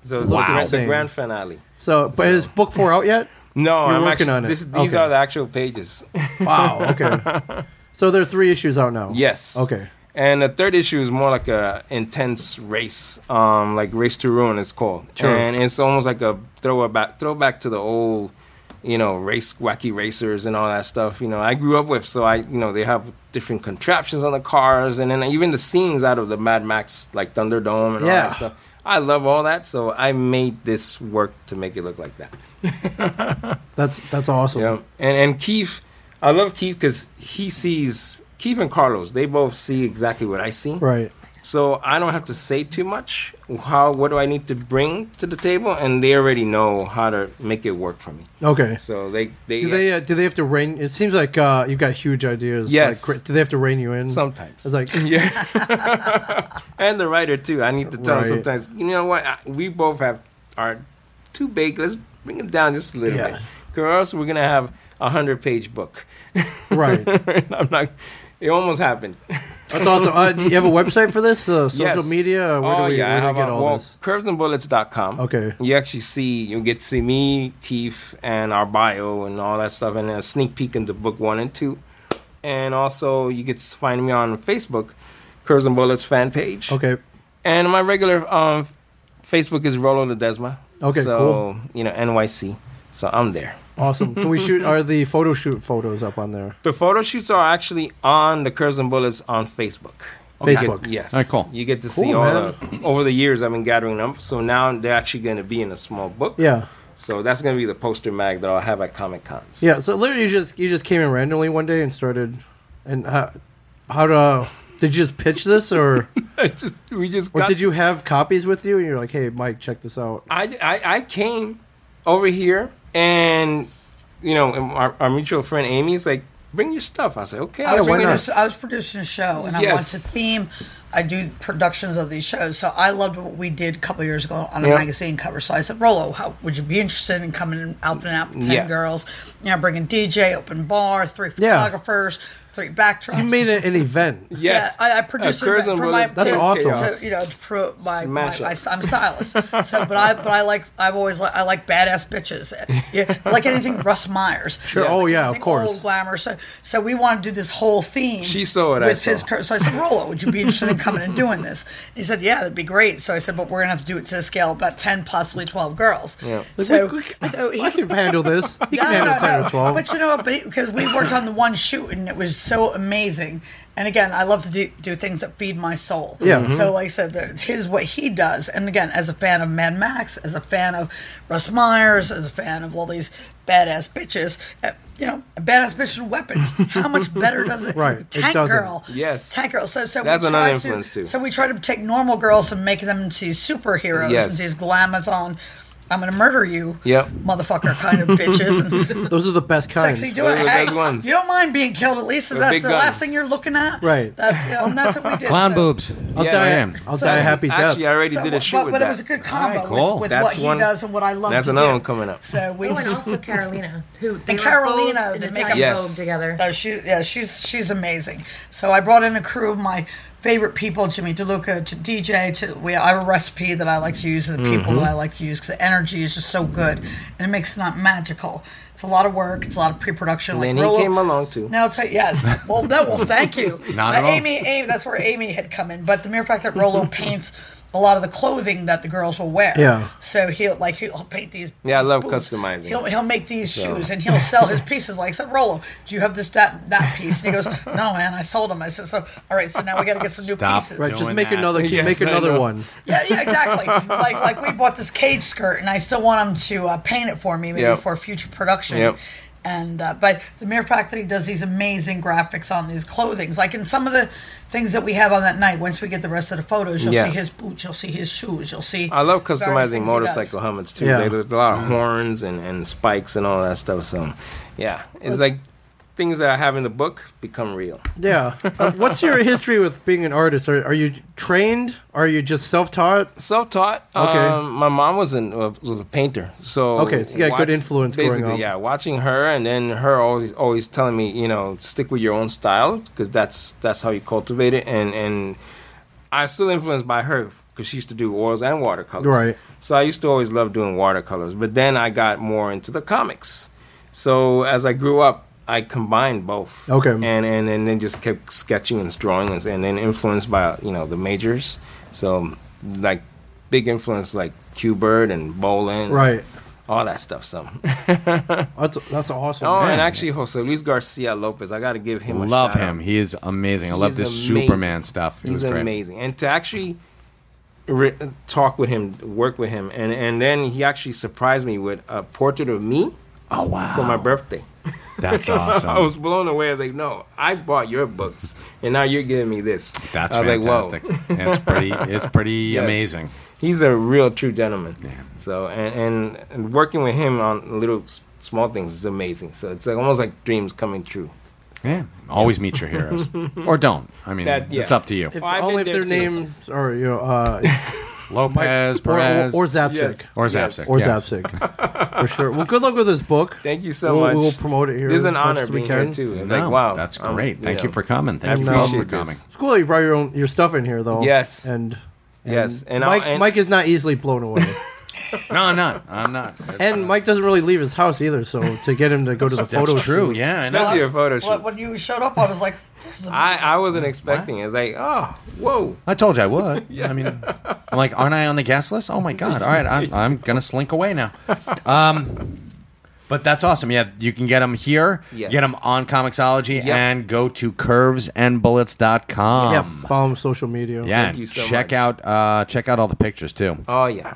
Speaker 5: So it's
Speaker 2: Wow.
Speaker 5: the grand- the
Speaker 1: Insane.
Speaker 5: grand finale.
Speaker 1: so, but is book four out
Speaker 5: [LAUGHS]
Speaker 1: yet?
Speaker 5: No,
Speaker 1: You're
Speaker 5: I'm
Speaker 1: working
Speaker 5: actually,
Speaker 1: on it.
Speaker 5: This, these
Speaker 1: Okay.
Speaker 5: are the actual pages.
Speaker 1: Wow. Okay.
Speaker 5: [LAUGHS]
Speaker 1: so there are three issues out now.
Speaker 5: yes.
Speaker 1: Okay.
Speaker 5: And the third issue is more like a intense race, um, like race to ruin. It's called,
Speaker 1: Sure.
Speaker 5: and it's almost like a throwback, throwback to the old, you know, race wacky racers and all that stuff. You know, I grew up with, so I, you know, they have different contraptions on the cars, and then even the scenes out of the Mad Max, like Thunderdome and all
Speaker 1: Yeah.
Speaker 5: that stuff. I love all that, so I made this work to make it look like that.
Speaker 1: That's that's awesome.
Speaker 5: Yeah, and and Keith, I love Keith because he sees Keith and Carlos. They both see exactly what I see,
Speaker 1: Right.
Speaker 5: so I don't have to say too much. How what do I need to bring to the table, and they already know how to make it work for me.
Speaker 1: Okay.
Speaker 5: So they they,
Speaker 1: Do they uh, do they have to rein? It seems like uh, you've got huge ideas. like,
Speaker 5: Yes.
Speaker 1: cra- do they have to rein you in?
Speaker 5: sometimes
Speaker 1: It's like mm,
Speaker 5: yeah, and the writer too. I need to tell
Speaker 1: Right.
Speaker 5: them sometimes. You know what? I, we both have are too big. Let's bring it down just a little
Speaker 1: Yeah.
Speaker 5: bit. Or else we're gonna have a hundred page book.
Speaker 1: right.
Speaker 5: [LAUGHS] I'm not. It almost happened.
Speaker 1: That's awesome. Uh, do you have a website for this? Uh, social
Speaker 5: Yes. Oh,
Speaker 1: media? Where do we,
Speaker 5: I
Speaker 1: where do we
Speaker 5: have
Speaker 1: get
Speaker 5: a-
Speaker 1: all
Speaker 5: well,
Speaker 1: this?
Speaker 5: Curvesandbullets.com.
Speaker 1: Okay.
Speaker 5: You actually see, you get to see me, Keith, and our bio and all that stuff, and a sneak peek into book one and two. And also, you get to find me on Facebook, Curves and Bullets fan page.
Speaker 1: Okay.
Speaker 5: And my regular um, Facebook is Rolo Ledesma.
Speaker 1: Okay,
Speaker 5: so,
Speaker 1: cool.
Speaker 5: you know, NYC. So I'm there.
Speaker 1: Awesome. Can we shoot? Are the photo shoot photos up on there?
Speaker 5: The photo shoots are actually on the Curves and Bullets on Facebook. You get-
Speaker 1: Facebook.
Speaker 5: yes.
Speaker 2: All right, cool.
Speaker 5: You get to
Speaker 1: Cool,
Speaker 5: see all
Speaker 1: man.
Speaker 5: the, over the years I've been gathering them. So now they're actually going to be in a small book.
Speaker 1: Yeah.
Speaker 5: So that's going to be the poster mag that I'll have at Comic Cons.
Speaker 1: Yeah. So literally, you just you just came in randomly one day and started, and how, how to did you just pitch this
Speaker 5: [LAUGHS]
Speaker 1: or
Speaker 5: [LAUGHS] I just we just
Speaker 1: or
Speaker 5: got
Speaker 1: did you have copies with you and you're like, hey, Mike, check this out.
Speaker 5: I, I, I came over here and you know and our, our mutual friend Amy is like bring your stuff. I said okay.
Speaker 3: I was,
Speaker 1: Oh, why
Speaker 3: bringing
Speaker 1: not?
Speaker 3: this- I was producing a show, and I want
Speaker 5: Yes.
Speaker 3: to theme. I do productions of these shows, so I loved what we did a couple years ago on a
Speaker 5: Yeah.
Speaker 3: magazine cover. So I said, "Rolo, how, would you be interested in coming and helping out ten
Speaker 5: Yeah.
Speaker 3: girls? You know, bringing DJ, open bar, three
Speaker 1: Yeah.
Speaker 3: photographers, three backdrops."
Speaker 1: You made it an
Speaker 5: [LAUGHS]
Speaker 1: event.
Speaker 5: yes,
Speaker 3: Yeah, I, I produced
Speaker 5: Uh,
Speaker 3: it
Speaker 5: Curves
Speaker 3: for
Speaker 5: and
Speaker 3: my
Speaker 5: Brothers
Speaker 1: That's
Speaker 5: did
Speaker 3: to,
Speaker 1: awesome.
Speaker 5: chaos.
Speaker 3: to, you know, to pro, my, my,
Speaker 5: Smash
Speaker 3: my
Speaker 5: it.
Speaker 3: I'm stylist. So, but I but I like I've always like I like badass bitches. Yeah, like anything Russ Myers.
Speaker 1: Sure. Oh, yeah, of
Speaker 3: Anything
Speaker 1: course.
Speaker 3: Old glamour. So so we want to do this whole theme.
Speaker 5: She saw it, I
Speaker 3: with his
Speaker 5: saw.
Speaker 3: cur- so I said, Rolo, would you be interested in coming and doing this? And he said, Yeah, that'd be great. So I said, But we're gonna have to do it to the scale of about ten, possibly twelve girls. Yeah. So, so he
Speaker 1: I can handle this. You
Speaker 3: no,
Speaker 1: can handle
Speaker 3: no,
Speaker 1: ten
Speaker 3: no.
Speaker 1: or twelve.
Speaker 3: But you know what? Because we worked on the one shoot and it was so amazing. And again, I love to do, do things that feed my soul.
Speaker 1: Yeah. Mhm.
Speaker 3: So, like I said, there- his what he does. And again, as a fan of Mad Max, as a fan of Russ Myers, as a fan of all these badass bitches, uh, you know, badass bitches with weapons. How much better does it?
Speaker 1: [LAUGHS] Right. It
Speaker 3: Tank
Speaker 1: doesn't.
Speaker 3: Girl.
Speaker 5: Yes.
Speaker 3: Tank Girl. So, so
Speaker 5: That's
Speaker 3: we
Speaker 5: another
Speaker 3: try
Speaker 5: influence,
Speaker 3: to,
Speaker 5: too.
Speaker 3: So we try to take normal girls and make them into superheroes,
Speaker 5: Yes.
Speaker 3: into these glamazon. I'm gonna murder you,
Speaker 5: Yep.
Speaker 3: motherfucker, kind of
Speaker 5: [LAUGHS]
Speaker 3: bitches. And
Speaker 1: Those are the best kinds.
Speaker 3: sexy doing
Speaker 5: Those are
Speaker 3: hey,
Speaker 5: those ones.
Speaker 3: You don't mind being killed at least. Is
Speaker 5: They're
Speaker 3: that the
Speaker 5: big guns.
Speaker 3: last thing you're looking at?
Speaker 1: Right.
Speaker 3: That's you know, and that's what we did.
Speaker 2: Clown
Speaker 3: so-
Speaker 2: boobs.
Speaker 1: I'll
Speaker 5: Yeah,
Speaker 1: die.
Speaker 5: I
Speaker 2: am.
Speaker 1: I'll die a happy death.
Speaker 5: Actually, I already
Speaker 3: So,
Speaker 5: did a
Speaker 3: but-
Speaker 5: shoot
Speaker 3: but,
Speaker 5: with
Speaker 3: it
Speaker 5: that.
Speaker 3: was a good combo
Speaker 2: All right, cool.
Speaker 3: with, with
Speaker 5: That's
Speaker 3: what he
Speaker 5: one-
Speaker 3: does and what I love.
Speaker 5: That's
Speaker 3: to
Speaker 5: another
Speaker 3: do.
Speaker 5: one coming up.
Speaker 3: So we
Speaker 4: Oh, and
Speaker 3: just,
Speaker 4: also Carolina, who they
Speaker 3: And
Speaker 4: were
Speaker 3: Carolina,
Speaker 4: both in
Speaker 3: they
Speaker 4: the
Speaker 3: make
Speaker 4: Italian
Speaker 5: up-
Speaker 4: Vogue
Speaker 5: Yes.
Speaker 4: together.
Speaker 3: No, she yeah, she's she's amazing. So I brought in a crew of my favorite people, Jimmy DeLuca to DJ to we I have a recipe that I like to use and the people that I like to use because the energy is just so good and it makes it not magical. It's a lot of work. It's a lot of pre-production. Like
Speaker 5: And he
Speaker 3: Rolo-
Speaker 5: came along too.
Speaker 3: No, t- yes. Well, no. Well, thank you.
Speaker 2: [LAUGHS] Not
Speaker 3: Uh,
Speaker 2: at all.
Speaker 3: Amy, Amy, that's where Amy had come in. But the mere fact
Speaker 2: [LAUGHS]
Speaker 3: that Rolo paints a lot of the clothing that the girls will wear.
Speaker 1: Yeah.
Speaker 3: So he'll like he'll paint these.
Speaker 5: Yeah, I
Speaker 3: these
Speaker 5: love
Speaker 3: boots.
Speaker 5: customizing.
Speaker 3: He'll, he'll make these shoes and
Speaker 5: [LAUGHS]
Speaker 3: he'll sell his pieces. Like I said, Rolo, do you have this that that piece? And he goes, No, man, I sold them. I said, So all right, so now we got to get some new
Speaker 2: Stop.
Speaker 3: pieces.
Speaker 1: Right, just
Speaker 2: Doing
Speaker 1: make
Speaker 2: that.
Speaker 1: another,
Speaker 5: Yes,
Speaker 1: make
Speaker 5: I
Speaker 1: another
Speaker 5: know.
Speaker 1: one.
Speaker 3: Yeah, yeah, exactly. like like we bought this cage skirt, and I still want him to uh, paint it for me, maybe
Speaker 5: Yep.
Speaker 3: for future production.
Speaker 5: Yep.
Speaker 3: And uh, but the mere fact that he does these amazing graphics on these clothings, like in some of the things that we have on that night. Once we get the rest of the photos, you'll
Speaker 5: Yeah.
Speaker 3: see his boots, you'll see his shoes, you'll see. [LAUGHS]
Speaker 5: I love
Speaker 3: various
Speaker 5: customizing
Speaker 3: things he
Speaker 5: motorcycle
Speaker 3: does.
Speaker 5: helmets too.
Speaker 1: Yeah.
Speaker 5: Like, there's a lot of horns and, and spikes and all that stuff. So, yeah, it's like things that I have in the book become real.
Speaker 1: Yeah. Uh, what's your history with being an artist? Are, are you trained? Are you just self-taught?
Speaker 5: Self-taught.
Speaker 1: Okay.
Speaker 5: Um, my mom was an uh, was a painter, so
Speaker 1: Okay, so you got good influence growing
Speaker 5: Basically,
Speaker 1: up.
Speaker 5: yeah, watching her and then her always always telling me, you know, stick with your own style because that's that's how you cultivate it. And and I'm still influenced by her because she used to do oils and watercolors.
Speaker 1: Right.
Speaker 5: So I used to always love doing watercolors, but then I got more into the comics. So as I grew up, I combined both.
Speaker 1: Okay.
Speaker 5: And and and then just kept sketching and drawing and, and then influenced by you know the majors. So like big influence like Q Bird and Bolin.
Speaker 1: Right.
Speaker 5: All that stuff.
Speaker 1: [LAUGHS]
Speaker 5: So
Speaker 1: That's that's awesome.
Speaker 5: oh,
Speaker 1: man.
Speaker 5: and actually Jose Luis Garcia Lopez, I got to give him. a
Speaker 2: Love
Speaker 5: shout out.
Speaker 2: him. He is amazing. I love
Speaker 5: He's
Speaker 2: this
Speaker 5: amazing.
Speaker 2: Superman stuff. It
Speaker 5: He's
Speaker 2: was great.
Speaker 5: amazing, and to actually re- talk with him, work with him, and and then he actually surprised me with a portrait of me
Speaker 2: Oh wow.
Speaker 5: for my birthday.
Speaker 2: That's awesome.
Speaker 5: [LAUGHS] I was blown away. I was like, no, I bought your books, and now you're giving me this.
Speaker 2: That's
Speaker 5: I was like, whoa.
Speaker 2: fantastic. And it's pretty. It's pretty
Speaker 5: [LAUGHS] Yes.
Speaker 2: amazing.
Speaker 5: He's a real true gentleman. So and, and and working with him on little s- small things is amazing. So it's like almost like dreams coming true.
Speaker 2: Yeah. Always meet your
Speaker 5: [LAUGHS]
Speaker 2: heroes, or don't. I mean,
Speaker 5: That- yeah.
Speaker 2: it's up to you.
Speaker 1: If,
Speaker 5: Well, I've
Speaker 1: only if
Speaker 5: been
Speaker 1: their
Speaker 5: there too.
Speaker 1: names are you know uh,
Speaker 2: Lopez,
Speaker 1: or, or,
Speaker 2: Perez,
Speaker 1: or Zapsik
Speaker 5: Yes.
Speaker 2: or
Speaker 5: Yes.
Speaker 2: Zapsik.
Speaker 1: or
Speaker 2: yes.
Speaker 1: Zapsik
Speaker 5: [LAUGHS]
Speaker 1: for sure. Well, good luck with this book.
Speaker 5: Thank you so
Speaker 1: we'll,
Speaker 5: much.
Speaker 1: We'll promote it here.
Speaker 5: This is an
Speaker 1: as much
Speaker 5: honor
Speaker 1: as we
Speaker 5: being
Speaker 1: can.
Speaker 5: here too. It's
Speaker 2: No,
Speaker 5: like wow, Um,
Speaker 2: that's
Speaker 5: I'm-
Speaker 2: great. Thank
Speaker 5: know.
Speaker 2: you for coming.
Speaker 5: I
Speaker 2: Thank you all for
Speaker 5: appreciate
Speaker 2: coming.
Speaker 5: this.
Speaker 1: It's cool. that You brought your own your stuff in here though.
Speaker 5: Yes.
Speaker 1: And, and
Speaker 5: Yes, and I'll-
Speaker 1: Mike
Speaker 5: and-
Speaker 1: Mike is not easily blown
Speaker 5: [LAUGHS]
Speaker 1: away.
Speaker 2: No, I'm not. I'm not.
Speaker 1: and Mike doesn't really leave his house either. So to get him to go to the
Speaker 2: that's
Speaker 1: photo
Speaker 2: true.
Speaker 1: shoot-
Speaker 2: Yeah, I
Speaker 5: That's
Speaker 2: know.
Speaker 5: your photo shoot.
Speaker 3: When- When you showed up, I was like,
Speaker 5: I, I wasn't expecting it. It's like, oh, whoa.
Speaker 2: I told you I
Speaker 5: [LAUGHS]
Speaker 2: would. I mean, I'm like, aren't I on the guest list? Oh my god! All right, I'm, I'm gonna slink away now. Um, but that's awesome. Yeah, you can get them here.
Speaker 5: Yes.
Speaker 2: Get them on Comixology and go to curvesandbullets.com.
Speaker 1: yeah, follow him on social media.
Speaker 2: Yeah,
Speaker 5: you
Speaker 2: and
Speaker 5: so
Speaker 2: check
Speaker 5: much.
Speaker 2: out uh, check out all the pictures too,
Speaker 5: Oh yeah,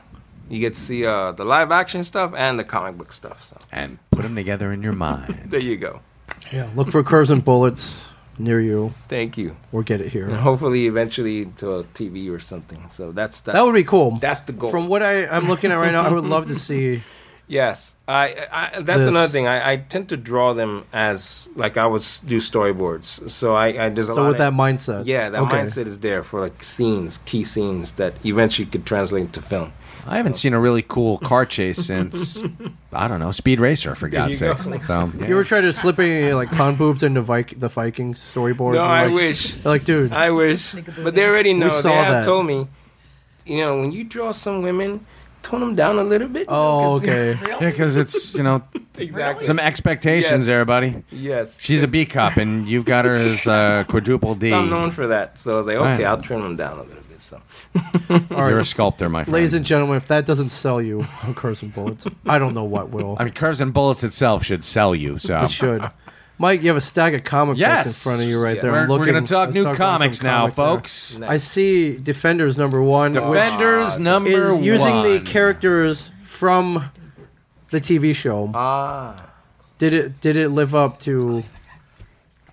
Speaker 5: you get to see uh, the live action stuff and the comic book stuff. So
Speaker 2: and put them together in your mind.
Speaker 5: there you go.
Speaker 1: yeah. Look for curves and bullets near you,
Speaker 5: Thank you.
Speaker 1: or get it here.
Speaker 5: And hopefully, eventually to a TV or something. So that's that's
Speaker 1: That would be cool.
Speaker 5: that's the goal.
Speaker 1: From what I, I'm looking at right now, I would love to see.
Speaker 5: Yes, I, I that's
Speaker 1: This.
Speaker 5: another thing. I, I tend to draw them as like I would s- do storyboards. So I, I there's [LAUGHS] a lot
Speaker 1: So with
Speaker 5: of-
Speaker 1: that mindset,
Speaker 5: Yeah, that
Speaker 1: Okay.
Speaker 5: mindset is there for like scenes, key scenes that eventually could translate into film.
Speaker 2: I haven't seen a really cool car chase since I don't know Speed Racer for God's
Speaker 5: you go.
Speaker 2: sakes. So yeah.
Speaker 1: You ever tried to slip any like clown boobs into Vik- the Vikings storyboard?
Speaker 5: No, I
Speaker 1: like,
Speaker 5: wish.
Speaker 1: Like, dude,
Speaker 5: I wish. But they already know. They
Speaker 1: saw
Speaker 5: have
Speaker 1: that.
Speaker 5: told me. You know, when you draw some women, tone them down a little bit. you
Speaker 1: oh
Speaker 5: know, 'cause-
Speaker 1: okay,
Speaker 2: because it's you know
Speaker 5: [LAUGHS] exactly.
Speaker 2: some expectations
Speaker 5: Yes.
Speaker 2: there, buddy.
Speaker 5: Yes.
Speaker 2: She's a B cup, and you've got her as uh, quadruple D.
Speaker 5: I'm known for that. So I was like,
Speaker 2: Right.
Speaker 5: okay, I'll trim them down a little bit. So
Speaker 1: all
Speaker 2: You're a
Speaker 1: right.
Speaker 2: sculptor, my friend.
Speaker 1: Ladies and gentlemen, if that doesn't sell you [LAUGHS] on curves and bullets, I don't know what will.
Speaker 2: I mean, curves and bullets itself should sell you.
Speaker 1: [LAUGHS]
Speaker 2: So
Speaker 1: It should. Mike, you have a stack of comic
Speaker 2: yes,
Speaker 1: books in front of you right there.
Speaker 2: We're,
Speaker 1: I'm looking,
Speaker 2: going to talk
Speaker 1: let's
Speaker 2: new
Speaker 1: about some
Speaker 2: comics now,
Speaker 1: there.
Speaker 2: folks.
Speaker 1: I see Defenders number one, which
Speaker 2: Defenders number
Speaker 1: is using
Speaker 2: one.
Speaker 1: the characters from the TV show.
Speaker 5: ah,
Speaker 1: Did it? Did it live up to?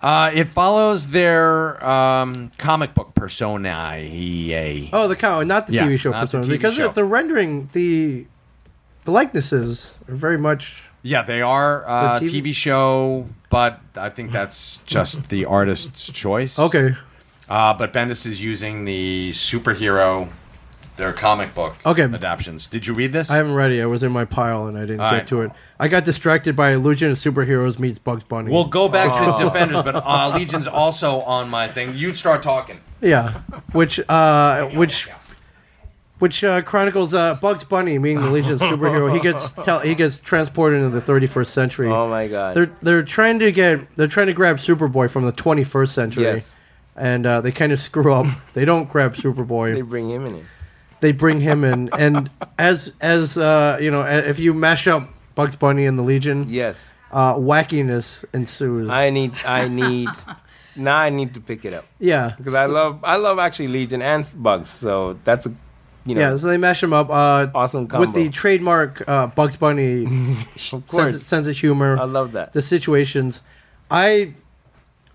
Speaker 2: Uh, it follows their um, comic book E personae.
Speaker 1: Oh, the cow, not the
Speaker 2: Yeah,
Speaker 1: TV show
Speaker 2: not the
Speaker 1: persona,
Speaker 2: TV
Speaker 1: because
Speaker 2: show.
Speaker 1: the rendering the the likenesses are very much.
Speaker 2: Yeah, they are uh,
Speaker 1: The TV
Speaker 2: TV show, but I think that's just the artist's choice.
Speaker 1: Okay,
Speaker 2: Uh, but Bendis is using the superhero, their comic book
Speaker 1: Okay.
Speaker 2: adaptions. Did you read this?
Speaker 1: I haven't read it. I was in my pile and I didn't
Speaker 2: All
Speaker 1: get
Speaker 2: right.
Speaker 1: to it. I got distracted by Legion of Superheroes meets Bugs Bunny.
Speaker 2: We'll go back
Speaker 1: Oh.
Speaker 2: to Defenders, but uh, Legion's also on my thing. You start talking.
Speaker 1: yeah, which uh, which which uh, chronicles uh, Bugs Bunny meeting the Legion of Superhero. He
Speaker 2: [LAUGHS]
Speaker 1: gets tell he gets transported into the 31st century.
Speaker 5: oh my God.
Speaker 1: They're they're trying to get they're trying to grab Superboy from the 21st century.
Speaker 5: Yes.
Speaker 1: And uh, they kind of screw up. They don't grab Superboy.
Speaker 5: they bring him in.
Speaker 1: they bring him in and as as uh you know a- if you mash up bugs bunny and the legion
Speaker 5: Yes,
Speaker 1: uh wackiness ensues
Speaker 5: I need. I need. now I need to pick it up.
Speaker 1: yeah
Speaker 5: because I love I love actually Legion and Bugs, so that's a you know
Speaker 1: yeah so they mash him up uh
Speaker 5: awesome combo.
Speaker 1: with the trademark uh bugs bunny
Speaker 5: [LAUGHS] of
Speaker 1: sense,
Speaker 5: course,
Speaker 1: sense of humor
Speaker 5: I love that.
Speaker 1: the situations i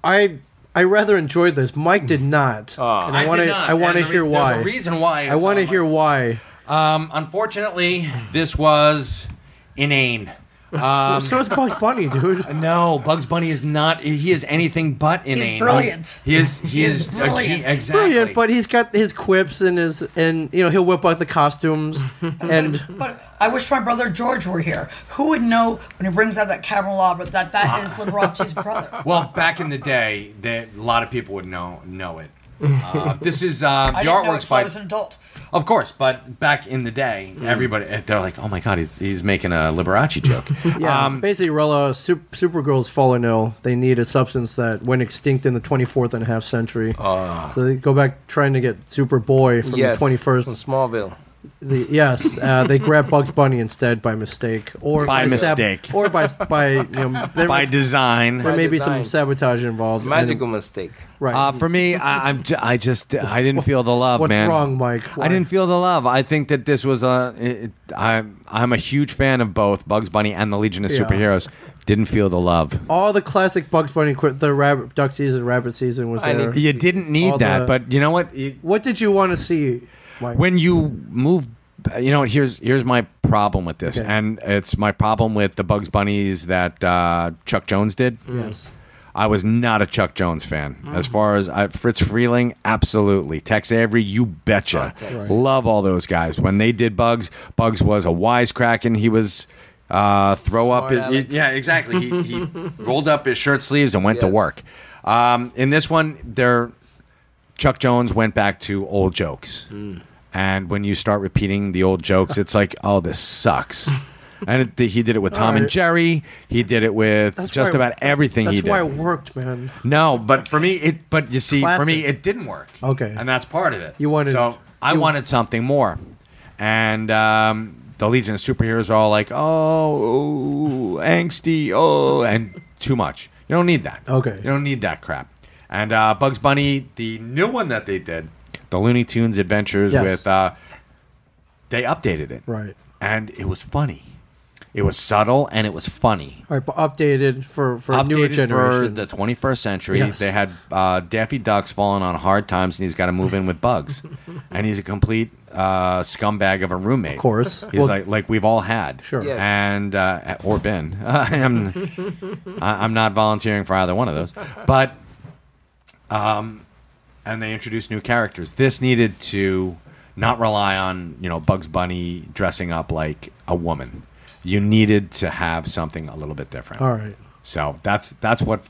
Speaker 1: i i rather enjoyed this mike
Speaker 5: [LAUGHS]
Speaker 1: did not
Speaker 5: Aw.
Speaker 1: and i want to i want to hear
Speaker 2: There's a
Speaker 1: why
Speaker 2: reason why.
Speaker 1: i want to hear why
Speaker 2: Um, unfortunately, this was inane. [LAUGHS] Um,
Speaker 1: so is bugs bunny
Speaker 2: [LAUGHS]
Speaker 1: dude
Speaker 2: no, Bugs Bunny is not. He is anything but inane.
Speaker 3: brilliant.
Speaker 2: He is. He, is,
Speaker 3: is
Speaker 2: a ge-
Speaker 3: brilliant.
Speaker 2: exactly.
Speaker 1: Brilliant, but he's got his quips and his and you know he'll whip out the
Speaker 2: [LAUGHS]
Speaker 1: costumes and
Speaker 3: But I wish my brother George were here. Who would know when he brings out that candelabra that that is
Speaker 2: [LAUGHS]
Speaker 3: Liberace's brother?
Speaker 2: well, back in the day, that a lot of people would know
Speaker 1: [LAUGHS]
Speaker 2: know it. Uh, this is uh, the
Speaker 3: I didn't know
Speaker 2: artworks
Speaker 3: until I
Speaker 2: by
Speaker 3: was an adult.
Speaker 2: Of course, but back in the day,
Speaker 1: Mm.
Speaker 2: everybody they're like, "Oh my god, he's, he's making a Liberace joke."
Speaker 1: [LAUGHS] Yeah,
Speaker 2: um,
Speaker 1: basically, Rella, Sup- Supergirl's fallen ill. They need a substance that went extinct in the 24th and a half century.
Speaker 2: Ah.
Speaker 1: so they go back trying to get Superboy from
Speaker 5: yes,
Speaker 1: the 21st.
Speaker 5: from Smallville.
Speaker 1: The- yes, uh, they grab Bugs Bunny instead by mistake, or
Speaker 2: By
Speaker 1: sab-
Speaker 2: mistake.
Speaker 1: or by by you
Speaker 2: [LAUGHS]
Speaker 1: know there,
Speaker 2: by
Speaker 1: there
Speaker 2: design.
Speaker 1: may be some
Speaker 5: design.
Speaker 1: sabotage involved. and-
Speaker 5: Magical mistake.
Speaker 1: right?
Speaker 2: Uh, for me, I, I'm j- I just I didn't feel the love,
Speaker 1: What's
Speaker 2: man.
Speaker 1: wrong, Mike? Why?
Speaker 2: I didn't feel the love. I think that this was a. It, I'm I'm a huge fan of both Bugs Bunny and the Legion of
Speaker 1: Yeah.
Speaker 2: Superheroes. Didn't feel the love.
Speaker 1: all the classic Bugs Bunny, qu- the rabbit, duck season, rabbit season was
Speaker 5: I
Speaker 1: there.
Speaker 5: need-
Speaker 2: You didn't need
Speaker 1: All
Speaker 2: that,
Speaker 1: the-
Speaker 2: but you know what? You-
Speaker 1: what did you want to see? Mike?
Speaker 2: when you move you know here's here's my problem with this
Speaker 1: Okay.
Speaker 2: and it's my problem with the bugs bunnies that uh, chuck jones did
Speaker 1: yes,
Speaker 2: i was not a chuck jones fan as
Speaker 5: Mm.
Speaker 2: far as I, fritz freeling absolutely tex avery you betcha love all those guys when they did bugs bugs was a wisecrack and he was uh, throw up
Speaker 5: Smart
Speaker 2: his-
Speaker 5: aleck.
Speaker 2: yeah exactly he, he
Speaker 5: [LAUGHS]
Speaker 2: rolled up his shirt sleeves and went to
Speaker 5: Yes.
Speaker 2: work um, in this one they're Chuck Jones went back to old
Speaker 5: Mm. [LAUGHS]
Speaker 2: jokes. And when you start repeating the old jokes, it's like, oh, this sucks. and it, he did it with Tom and
Speaker 1: right.
Speaker 2: Jerry. He did it with
Speaker 1: That's
Speaker 2: just
Speaker 1: why-
Speaker 2: about everything
Speaker 1: That's
Speaker 2: he did.
Speaker 1: why it worked, man.
Speaker 2: No, but for me, it. But you see, for me,
Speaker 7: Classic.
Speaker 2: it didn't work.
Speaker 1: Okay.
Speaker 2: and that's part of it.
Speaker 1: You wanted-
Speaker 2: so I wanted something more, and um, the Legion of Superheroes are all like, oh, ooh, angsty, oh, and too much. You don't need that.
Speaker 1: Okay.
Speaker 2: you don't need that crap. And uh, Bugs Bunny, the new one that they did, the Looney Tunes Adventures
Speaker 1: Yes.
Speaker 2: with, uh, they updated it,
Speaker 1: Right.
Speaker 2: and it was funny. It was subtle and it was funny
Speaker 1: All right, but updated for for a newer
Speaker 2: updated for
Speaker 1: generation.
Speaker 2: the 21st century.
Speaker 1: Yes.
Speaker 2: They had uh, Daffy Duck's falling on hard times, and he's got to move in with
Speaker 1: [LAUGHS]
Speaker 2: Bugs, and he's a complete uh, scumbag of a roommate. Of
Speaker 1: course.
Speaker 2: [LAUGHS] he's
Speaker 1: Well-
Speaker 2: like like we've all had,
Speaker 1: Sure. Yes.
Speaker 2: and uh, or been. [LAUGHS] I'm I- I'm not volunteering for either one of those, but um, and they introduced new characters. This needed to not rely on you know Bugs Bunny dressing up like a woman. You needed to have something a little bit different.
Speaker 1: All right.
Speaker 2: So that's that's what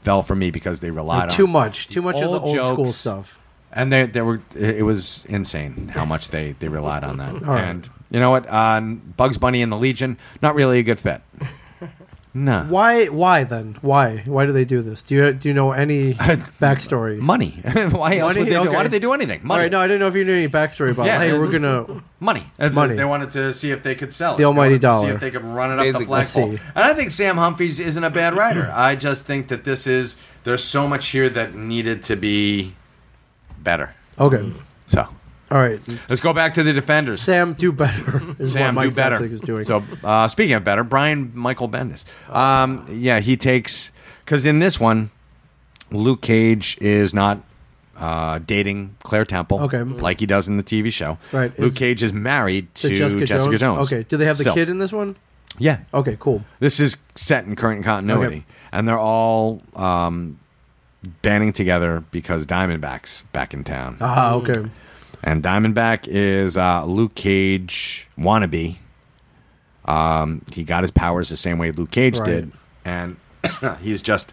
Speaker 2: fell for me because they relied on
Speaker 1: Too much.
Speaker 2: the
Speaker 1: Too much of the old school
Speaker 2: jokes.
Speaker 1: stuff.
Speaker 2: and they they were it was insane how much they they relied on that.
Speaker 1: right.
Speaker 2: And you know what? Uh, Bugs Bunny and the Legion not really a
Speaker 1: [LAUGHS]
Speaker 2: good fit. No.
Speaker 1: Why? Why then? Why? Why do they do this? Do you do you know
Speaker 2: [LAUGHS]
Speaker 1: any backstory?
Speaker 2: Money. [LAUGHS] Why else
Speaker 1: Money?
Speaker 2: would they do? Why
Speaker 1: Okay.
Speaker 2: did they do anything?
Speaker 1: All
Speaker 2: Money.
Speaker 1: right. No, I didn't know if you knew any backstory about.
Speaker 2: Yeah.
Speaker 1: hey, we're gonna.
Speaker 2: Money. That's
Speaker 1: Money.
Speaker 2: They wanted to see if they could sell it.
Speaker 1: The almighty
Speaker 2: They wanted to See
Speaker 1: dollar.
Speaker 2: if they could run it up
Speaker 5: Basically.
Speaker 2: the flagpole.
Speaker 1: I
Speaker 2: And
Speaker 1: see.
Speaker 2: I think Sam Humphries isn't a bad
Speaker 1: [CLEARS THROAT]
Speaker 2: writer. I just think that this is there's so much here that needed to be better.
Speaker 1: Okay.
Speaker 2: So
Speaker 1: All right.
Speaker 2: Let's go back to the defenders.
Speaker 1: Sam, do better. Is
Speaker 2: Sam,
Speaker 1: what Mike
Speaker 2: do better.
Speaker 1: Zatzlick is doing.
Speaker 2: So, uh, speaking of better, Brian Michael Bendis. Um, yeah, he takes because in this one, Luke Cage is not uh, dating Claire Temple,
Speaker 1: Okay.
Speaker 2: like he does in the TV show.
Speaker 1: Right.
Speaker 2: Luke
Speaker 1: Is-
Speaker 2: Cage is married
Speaker 1: To
Speaker 2: to Jessica, Jones.
Speaker 1: Okay. Do they have the
Speaker 2: Still.
Speaker 1: kid in this one?
Speaker 2: Yeah.
Speaker 1: Okay. Cool.
Speaker 2: This is set in current continuity,
Speaker 1: Okay.
Speaker 2: and they're all um, banding together because Diamondback's back in town.
Speaker 1: Ah.
Speaker 2: Mm.
Speaker 1: Okay.
Speaker 2: And Diamondback is uh, Luke Cage wannabe. Um, he got his powers the same way Luke Cage
Speaker 1: Right.
Speaker 2: did, and [CLEARS THROAT] he's just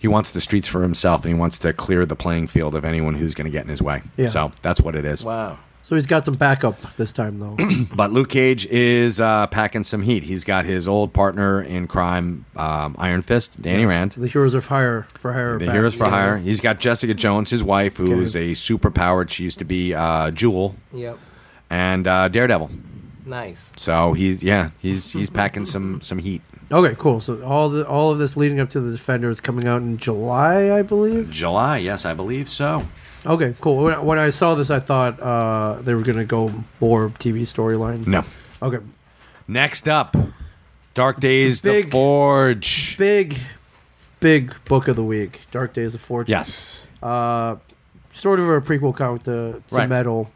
Speaker 2: he wants the streets for himself, and he wants to clear the playing field of anyone who's going to get in his way.
Speaker 1: Yeah.
Speaker 2: So that's what it is.
Speaker 5: Wow.
Speaker 1: So he's got some backup this time
Speaker 2: [CLEARS THROAT]
Speaker 1: though.
Speaker 2: But Luke Cage is uh, packing some heat. He's got his old partner in crime, um, Iron Fist, Danny Rand.
Speaker 1: the heroes of hire for hire. are
Speaker 2: The
Speaker 1: back.
Speaker 2: Heroes for Hire. He's got Jessica Jones, his wife, who is a superpowered. She used to be uh, Jewel
Speaker 5: Yep.
Speaker 2: and uh, Daredevil.
Speaker 5: Nice.
Speaker 2: So he's yeah, he's he's packing some some heat.
Speaker 1: Okay. Cool. So all the all of this leading up to the defenders coming out in July, I believe.
Speaker 2: July, yes, I believe so.
Speaker 1: Okay, cool. When, when I saw this, I thought uh, they were going to go more TV storyline.
Speaker 2: No.
Speaker 1: Okay.
Speaker 2: Next up, Dark Days, the,
Speaker 1: big-
Speaker 2: Forge.
Speaker 1: Big, big book of the week Dark Days of Fortune.
Speaker 2: yes,
Speaker 1: Uh, sort of a prequel comic to, to
Speaker 2: Right.
Speaker 1: Metal.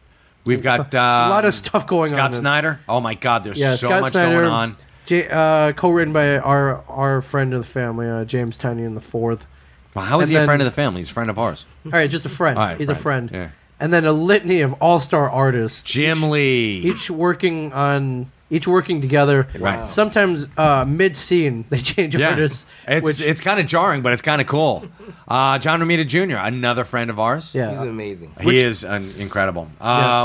Speaker 2: we've got uh,
Speaker 1: [LAUGHS] A lot of stuff going
Speaker 2: Scott
Speaker 1: on. in-
Speaker 2: Snyder. Oh my God, there's
Speaker 1: Yeah,
Speaker 2: so
Speaker 1: Scott
Speaker 2: much
Speaker 1: Snyder.
Speaker 2: going on.
Speaker 1: J- uh, co written by our, our friend of the family, uh, James Tiny in the fourth.
Speaker 2: Well, how is
Speaker 1: And
Speaker 2: he
Speaker 1: then-
Speaker 2: a friend of the family? He's a friend of ours.
Speaker 1: All right, just a friend.
Speaker 2: All right,
Speaker 1: He's a
Speaker 2: friend.
Speaker 1: friend.
Speaker 2: Yeah.
Speaker 1: And then a litany of all star artists.
Speaker 2: Jim Lee.
Speaker 1: each working on each working together.
Speaker 2: Right.
Speaker 1: Sometimes uh, mid scene [LAUGHS] they change
Speaker 2: Yeah,
Speaker 1: artists.
Speaker 2: it's
Speaker 1: which,
Speaker 2: it's kind of jarring, but it's kind of cool. Uh, John Romita Jr., another friend of ours.
Speaker 5: He's
Speaker 1: yeah,
Speaker 5: amazing.
Speaker 2: he is an, incredible. Uh,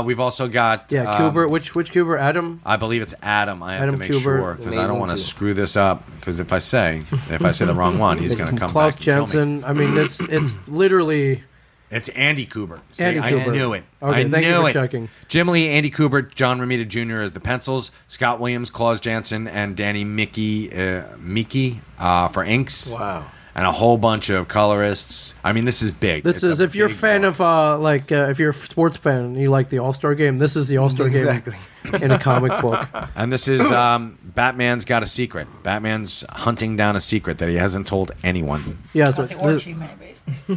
Speaker 1: Yeah.
Speaker 2: We've also got
Speaker 1: yeah.
Speaker 2: um,
Speaker 1: Kuber, which which Kuber? Adam.
Speaker 2: I believe it's Adam. I have
Speaker 1: Adam
Speaker 2: to make
Speaker 1: Kubert.
Speaker 2: sure because I don't
Speaker 5: Amazing
Speaker 2: want to
Speaker 5: too.
Speaker 2: screw this up. Because if I say if I say the wrong one, he's going to come
Speaker 1: Klaus
Speaker 2: back. And kill me.
Speaker 1: Jensen. I mean,
Speaker 2: [CLEARS THROAT]
Speaker 1: it's it's literally
Speaker 2: It's Andy Kubert. See,
Speaker 1: Andy
Speaker 2: I
Speaker 1: Kubert.
Speaker 2: knew it.
Speaker 1: Okay,
Speaker 2: I
Speaker 1: thank you
Speaker 2: knew
Speaker 1: for
Speaker 2: it.
Speaker 1: checking.
Speaker 2: Jim Lee, Andy Kubert, John Romita Jr. as the pencils. Scott Williams, Klaus Jansen, and Danny Mickey uh, Mickey uh, for inks.
Speaker 5: Wow.
Speaker 2: And a whole bunch of colorists. I mean, this is big.
Speaker 1: this is
Speaker 2: It's a
Speaker 1: if you're a
Speaker 2: big
Speaker 1: fan
Speaker 2: book.
Speaker 1: of uh, like uh, if you're a sports fan and you like the All Star Game, this is the All Star
Speaker 5: Exactly. [LAUGHS]
Speaker 1: Game in a comic
Speaker 2: [LAUGHS]
Speaker 1: book.
Speaker 2: And this is um, Batman's got a secret. Batman's hunting down a secret that he hasn't told anyone.
Speaker 1: Yeah, so
Speaker 3: But the
Speaker 1: this,
Speaker 3: orgy, maybe.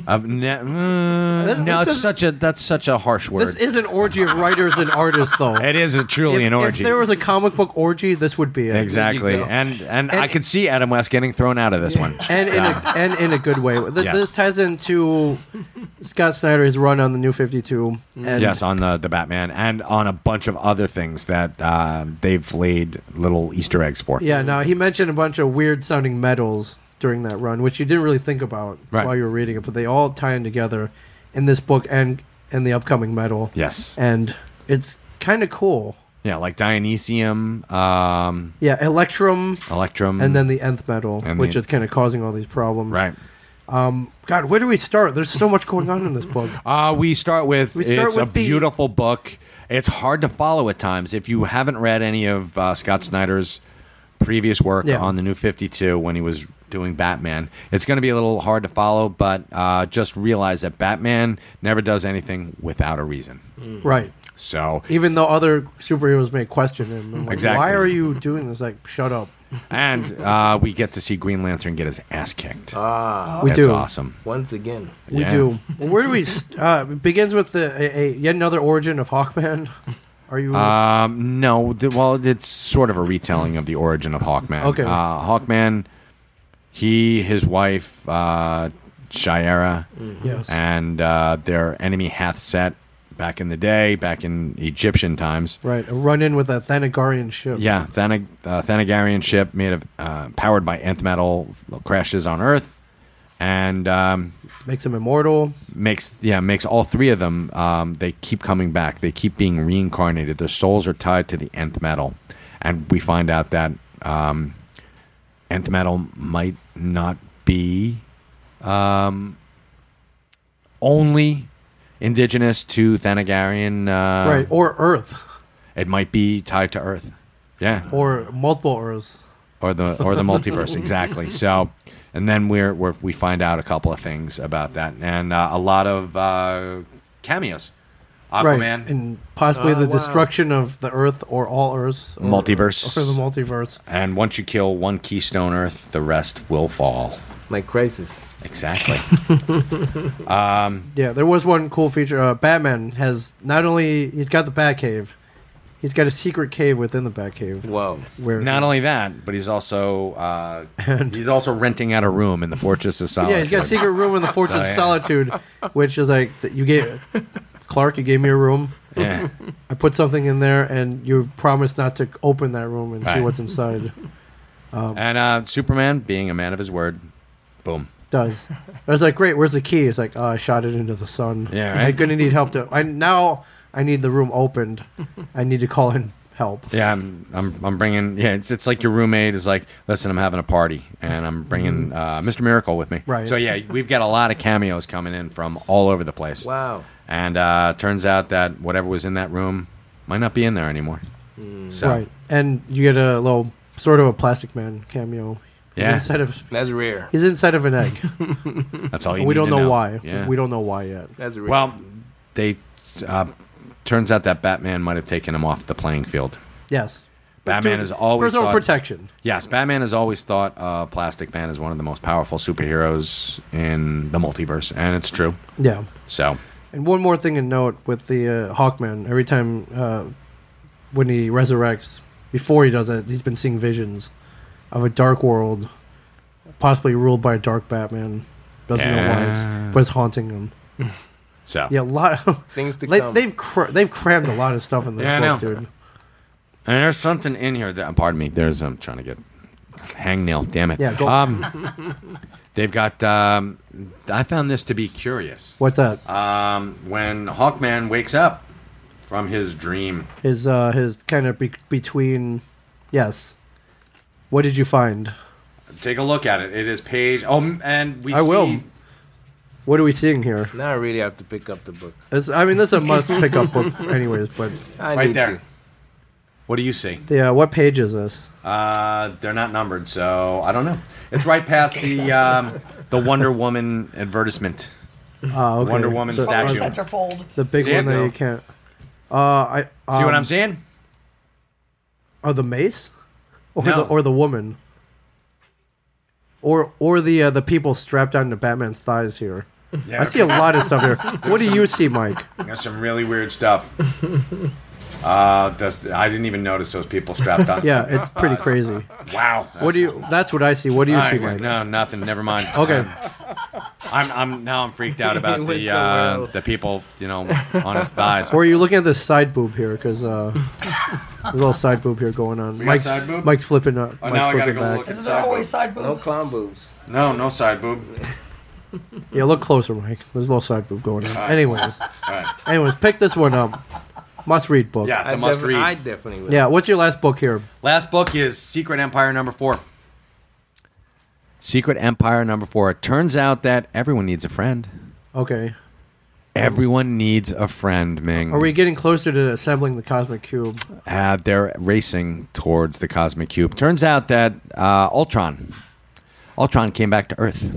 Speaker 2: Uh, ne- mm, no,
Speaker 1: this
Speaker 2: it's
Speaker 1: is-
Speaker 2: such a that's such a harsh word.
Speaker 1: this is an orgy of writers and artists, though.
Speaker 2: it is a truly
Speaker 1: if,
Speaker 2: an orgy.
Speaker 1: if there was a comic book orgy, this would be it.
Speaker 2: exactly,
Speaker 5: There you go.
Speaker 2: and, and I could see Adam West getting thrown out of this one.
Speaker 1: and in a, and in a good way. Th-
Speaker 2: Yes.
Speaker 1: This ties into Scott Snyder's run on the New Fifty Two. And
Speaker 2: yes, on the the Batman and on a bunch of other things that uh, they've laid little Easter eggs for.
Speaker 1: yeah. Now he mentioned a bunch of weird sounding metals during that run, which you didn't really think about
Speaker 2: Right.
Speaker 1: while you were reading it, but they all tie in together in this book and and the upcoming metal.
Speaker 2: Yes.
Speaker 1: and it's kind of cool.
Speaker 2: Yeah, like Dionysium, um,
Speaker 1: Yeah, Electrum,
Speaker 2: Electrum,
Speaker 1: and then the nth metal,
Speaker 2: And
Speaker 1: which
Speaker 2: the-
Speaker 1: is kind of causing all these problems.
Speaker 2: right.
Speaker 1: God, where do we start? There's so much going on in this book.
Speaker 2: Uh, we start with
Speaker 1: We start
Speaker 2: it's a
Speaker 1: with the-
Speaker 2: beautiful book. It's hard to follow at times if you haven't read any of uh, Scott Snyder's previous work
Speaker 1: Yeah.
Speaker 2: on the New Fifty Two when he was doing Batman. It's going to be a little hard to follow, but uh, just realize that Batman never does anything without a reason.
Speaker 1: Right.
Speaker 2: So
Speaker 1: Even though other superheroes may question him. I'm like,
Speaker 2: Exactly.
Speaker 1: Why are you doing this? Like, shut up.
Speaker 2: and uh, we get to see Green Lantern get his ass kicked.
Speaker 1: We
Speaker 2: That's
Speaker 1: do.
Speaker 2: awesome.
Speaker 5: Once again,
Speaker 1: We
Speaker 2: Yeah.
Speaker 1: do. Well, where do we? St- uh, it begins with the, a, a yet another origin of Hawkman. [LAUGHS] Are you?
Speaker 2: Um, no, th- well, it's sort of a retelling of the origin of Hawkman.
Speaker 1: Okay.
Speaker 2: uh, Hawkman, he, his wife, uh, Shiera,
Speaker 1: yes.
Speaker 2: and uh, their enemy Hathset back in the day, back in Egyptian times.
Speaker 1: right. A run in with a Thanagarian ship.
Speaker 2: Yeah, Thanag- uh, Thanagarian ship made of uh, powered by nth metal uh, crashes on Earth, and um,
Speaker 1: Makes him immortal.
Speaker 2: makes yeah makes all three of them um, they keep coming back they keep being reincarnated their souls are tied to the nth metal and we find out that um, nth metal might not be um, only indigenous to Thanagarian uh,
Speaker 1: right. Or Earth.
Speaker 2: it might be tied to earth yeah
Speaker 1: Or multiple Earths.
Speaker 2: or the or the
Speaker 1: [LAUGHS]
Speaker 2: multiverse exactly. So, and then we're, we're we find out a couple of things about that, and uh, a lot of uh, cameos.
Speaker 1: Right.
Speaker 2: Aquaman, and,
Speaker 1: And possibly the
Speaker 5: wow.
Speaker 1: destruction of the Earth or all Earths. Or,
Speaker 2: Multiverse.
Speaker 1: Or the multiverse.
Speaker 2: once you kill one Keystone Earth, the rest will fall.
Speaker 5: like Crisis.
Speaker 2: Exactly. [LAUGHS]
Speaker 1: Yeah, there was one cool feature. Uh, Batman has not only he's got the Batcave, he's got a secret cave within the Batcave
Speaker 5: Whoa.
Speaker 1: where
Speaker 2: Not only that, but he's also uh, he's also renting out a room in the Fortress of Solitude.
Speaker 1: yeah he's got a secret room
Speaker 2: [LAUGHS]
Speaker 1: in the Fortress
Speaker 2: So, yeah.
Speaker 1: of Solitude, which is like that you gave Clark you gave me a room.
Speaker 2: Yeah.
Speaker 1: [LAUGHS] I put something in there, and you promised not to open that room and see
Speaker 2: Right.
Speaker 1: what's inside. Um,
Speaker 2: and uh, Superman, being a man of his word, boom.
Speaker 1: Does I was like, great. Where's the key? It's like, oh, I shot it into the sun.
Speaker 2: Yeah,
Speaker 1: I'm
Speaker 2: right.
Speaker 1: gonna need help to. I now I need the room opened. I need to call in help.
Speaker 2: Yeah, I'm, I'm, I'm bringing. Yeah, it's, it's like your roommate is like, listen, I'm having a party, and I'm bringing uh, Mr. Miracle with me.
Speaker 1: Mm-hmm. Right.
Speaker 2: So yeah, we've got a lot of cameos coming in from all over the place.
Speaker 5: Wow.
Speaker 2: And uh, turns out that whatever was in that room might not be in there anymore. So
Speaker 1: Mm. Right, and you get a little sort of a Plastic Man cameo. He's
Speaker 2: Yeah.
Speaker 1: inside of
Speaker 5: That's rare.
Speaker 1: he's inside of an
Speaker 2: [LAUGHS]
Speaker 1: egg.
Speaker 2: that's all you.
Speaker 1: we
Speaker 2: need
Speaker 1: don't
Speaker 2: to
Speaker 1: know, why.
Speaker 2: Yeah.
Speaker 1: We don't know why yet.
Speaker 5: That's rare.
Speaker 2: Well, they uh, turns out that Batman might have taken him off the playing field.
Speaker 1: Yes,
Speaker 2: Batman
Speaker 1: Dude,
Speaker 2: is always
Speaker 1: personal
Speaker 2: thought-
Speaker 1: protection.
Speaker 2: Yes, Batman has always thought uh, Plastic Man is one of the most powerful superheroes in the multiverse, and it's true.
Speaker 1: Yeah,
Speaker 2: So
Speaker 1: and one more thing to note with the uh, Hawkman. Every time uh, when he resurrects, before he does that, he's been seeing visions of a dark world, possibly ruled by a dark Batman. Doesn't know why
Speaker 2: Yeah.
Speaker 1: it's, but it's haunting him.
Speaker 2: so
Speaker 1: Yeah, a lot.
Speaker 2: [LAUGHS]
Speaker 1: Of, [LAUGHS]
Speaker 5: Things to
Speaker 1: they,
Speaker 5: come.
Speaker 1: They've cra- they've crammed a lot of stuff in this
Speaker 2: Yeah, I
Speaker 1: book,
Speaker 2: know.
Speaker 1: dude.
Speaker 2: And there's something in here that, pardon me, there's, I'm trying to get hangnail, damn it.
Speaker 1: Yeah, go-
Speaker 2: Um, they've got, um, I found this to be curious.
Speaker 1: What's that?
Speaker 2: Um, when Hawkman wakes up from his dream,
Speaker 1: his uh his kind of be- between yes what did you find
Speaker 2: take a look at it. It is page, oh, m- and we
Speaker 1: I
Speaker 2: see,
Speaker 1: will. what are we seeing here
Speaker 5: now I really have to pick up the book.
Speaker 1: This- i mean this is a
Speaker 2: [LAUGHS]
Speaker 1: must pick up book anyways but
Speaker 5: I
Speaker 2: right
Speaker 5: need
Speaker 2: there.
Speaker 5: to.
Speaker 2: What do you see?
Speaker 1: yeah what page is this
Speaker 2: Uh, they're not numbered, so I don't know. It's right past the, um, the Wonder Woman advertisement.
Speaker 1: uh, okay.
Speaker 2: Wonder Woman
Speaker 1: the,
Speaker 3: From the
Speaker 2: statue.
Speaker 3: centerfold.
Speaker 1: the big
Speaker 2: See it?
Speaker 1: one that
Speaker 2: No.
Speaker 1: you can't uh i
Speaker 2: See what
Speaker 1: um,
Speaker 2: I'm saying?
Speaker 1: oh the mace or
Speaker 2: No.
Speaker 1: the or the woman or or the uh, the people strapped onto batman's thighs here
Speaker 2: Yeah,
Speaker 1: i see a lot of stuff here what do you see mike
Speaker 2: There's some really weird
Speaker 1: [LAUGHS]
Speaker 2: stuff. uh, does, I didn't even notice those people strapped on.
Speaker 1: [LAUGHS] yeah it's pretty crazy
Speaker 2: Wow.
Speaker 1: what do you that's what i see what do you
Speaker 2: All
Speaker 1: see mike
Speaker 2: right, no, nothing. Never mind.
Speaker 1: [LAUGHS] okay
Speaker 2: I'm, I'm now I'm freaked
Speaker 1: [LAUGHS]
Speaker 2: out about
Speaker 5: Went
Speaker 2: the
Speaker 5: somewhere
Speaker 2: uh,
Speaker 5: else.
Speaker 2: the people, you know, on his
Speaker 1: [LAUGHS]
Speaker 2: thighs.
Speaker 1: Or are you looking at this side boob here? Because uh, there's a little side boob here going on.
Speaker 2: got
Speaker 1: Mike's,
Speaker 2: side boob?
Speaker 1: Mike's flipping up.
Speaker 2: Oh,
Speaker 1: Mike's
Speaker 2: now I gotta
Speaker 1: flipping
Speaker 2: go
Speaker 1: back.
Speaker 2: look at-
Speaker 3: Isn't there always side boob?
Speaker 5: No clown boobs.
Speaker 2: No, no side boob.
Speaker 1: Yeah, look closer, Mike. There's a little side boob going on. Anyways,
Speaker 2: All right.
Speaker 1: anyways, pick this one up. Must read book.
Speaker 2: Yeah, it's a
Speaker 5: I
Speaker 2: must
Speaker 5: defi-
Speaker 2: read.
Speaker 5: I definitely would.
Speaker 1: Yeah, what's your last book here?
Speaker 2: Last book is Secret Empire number four. Secret Empire number four. It turns out that everyone needs a friend.
Speaker 1: Okay.
Speaker 2: Everyone needs a friend, Ming.
Speaker 1: Are we getting closer to assembling the cosmic cube?
Speaker 2: Uh, they're racing towards the cosmic cube. Turns out that uh, Ultron, Ultron came back to Earth.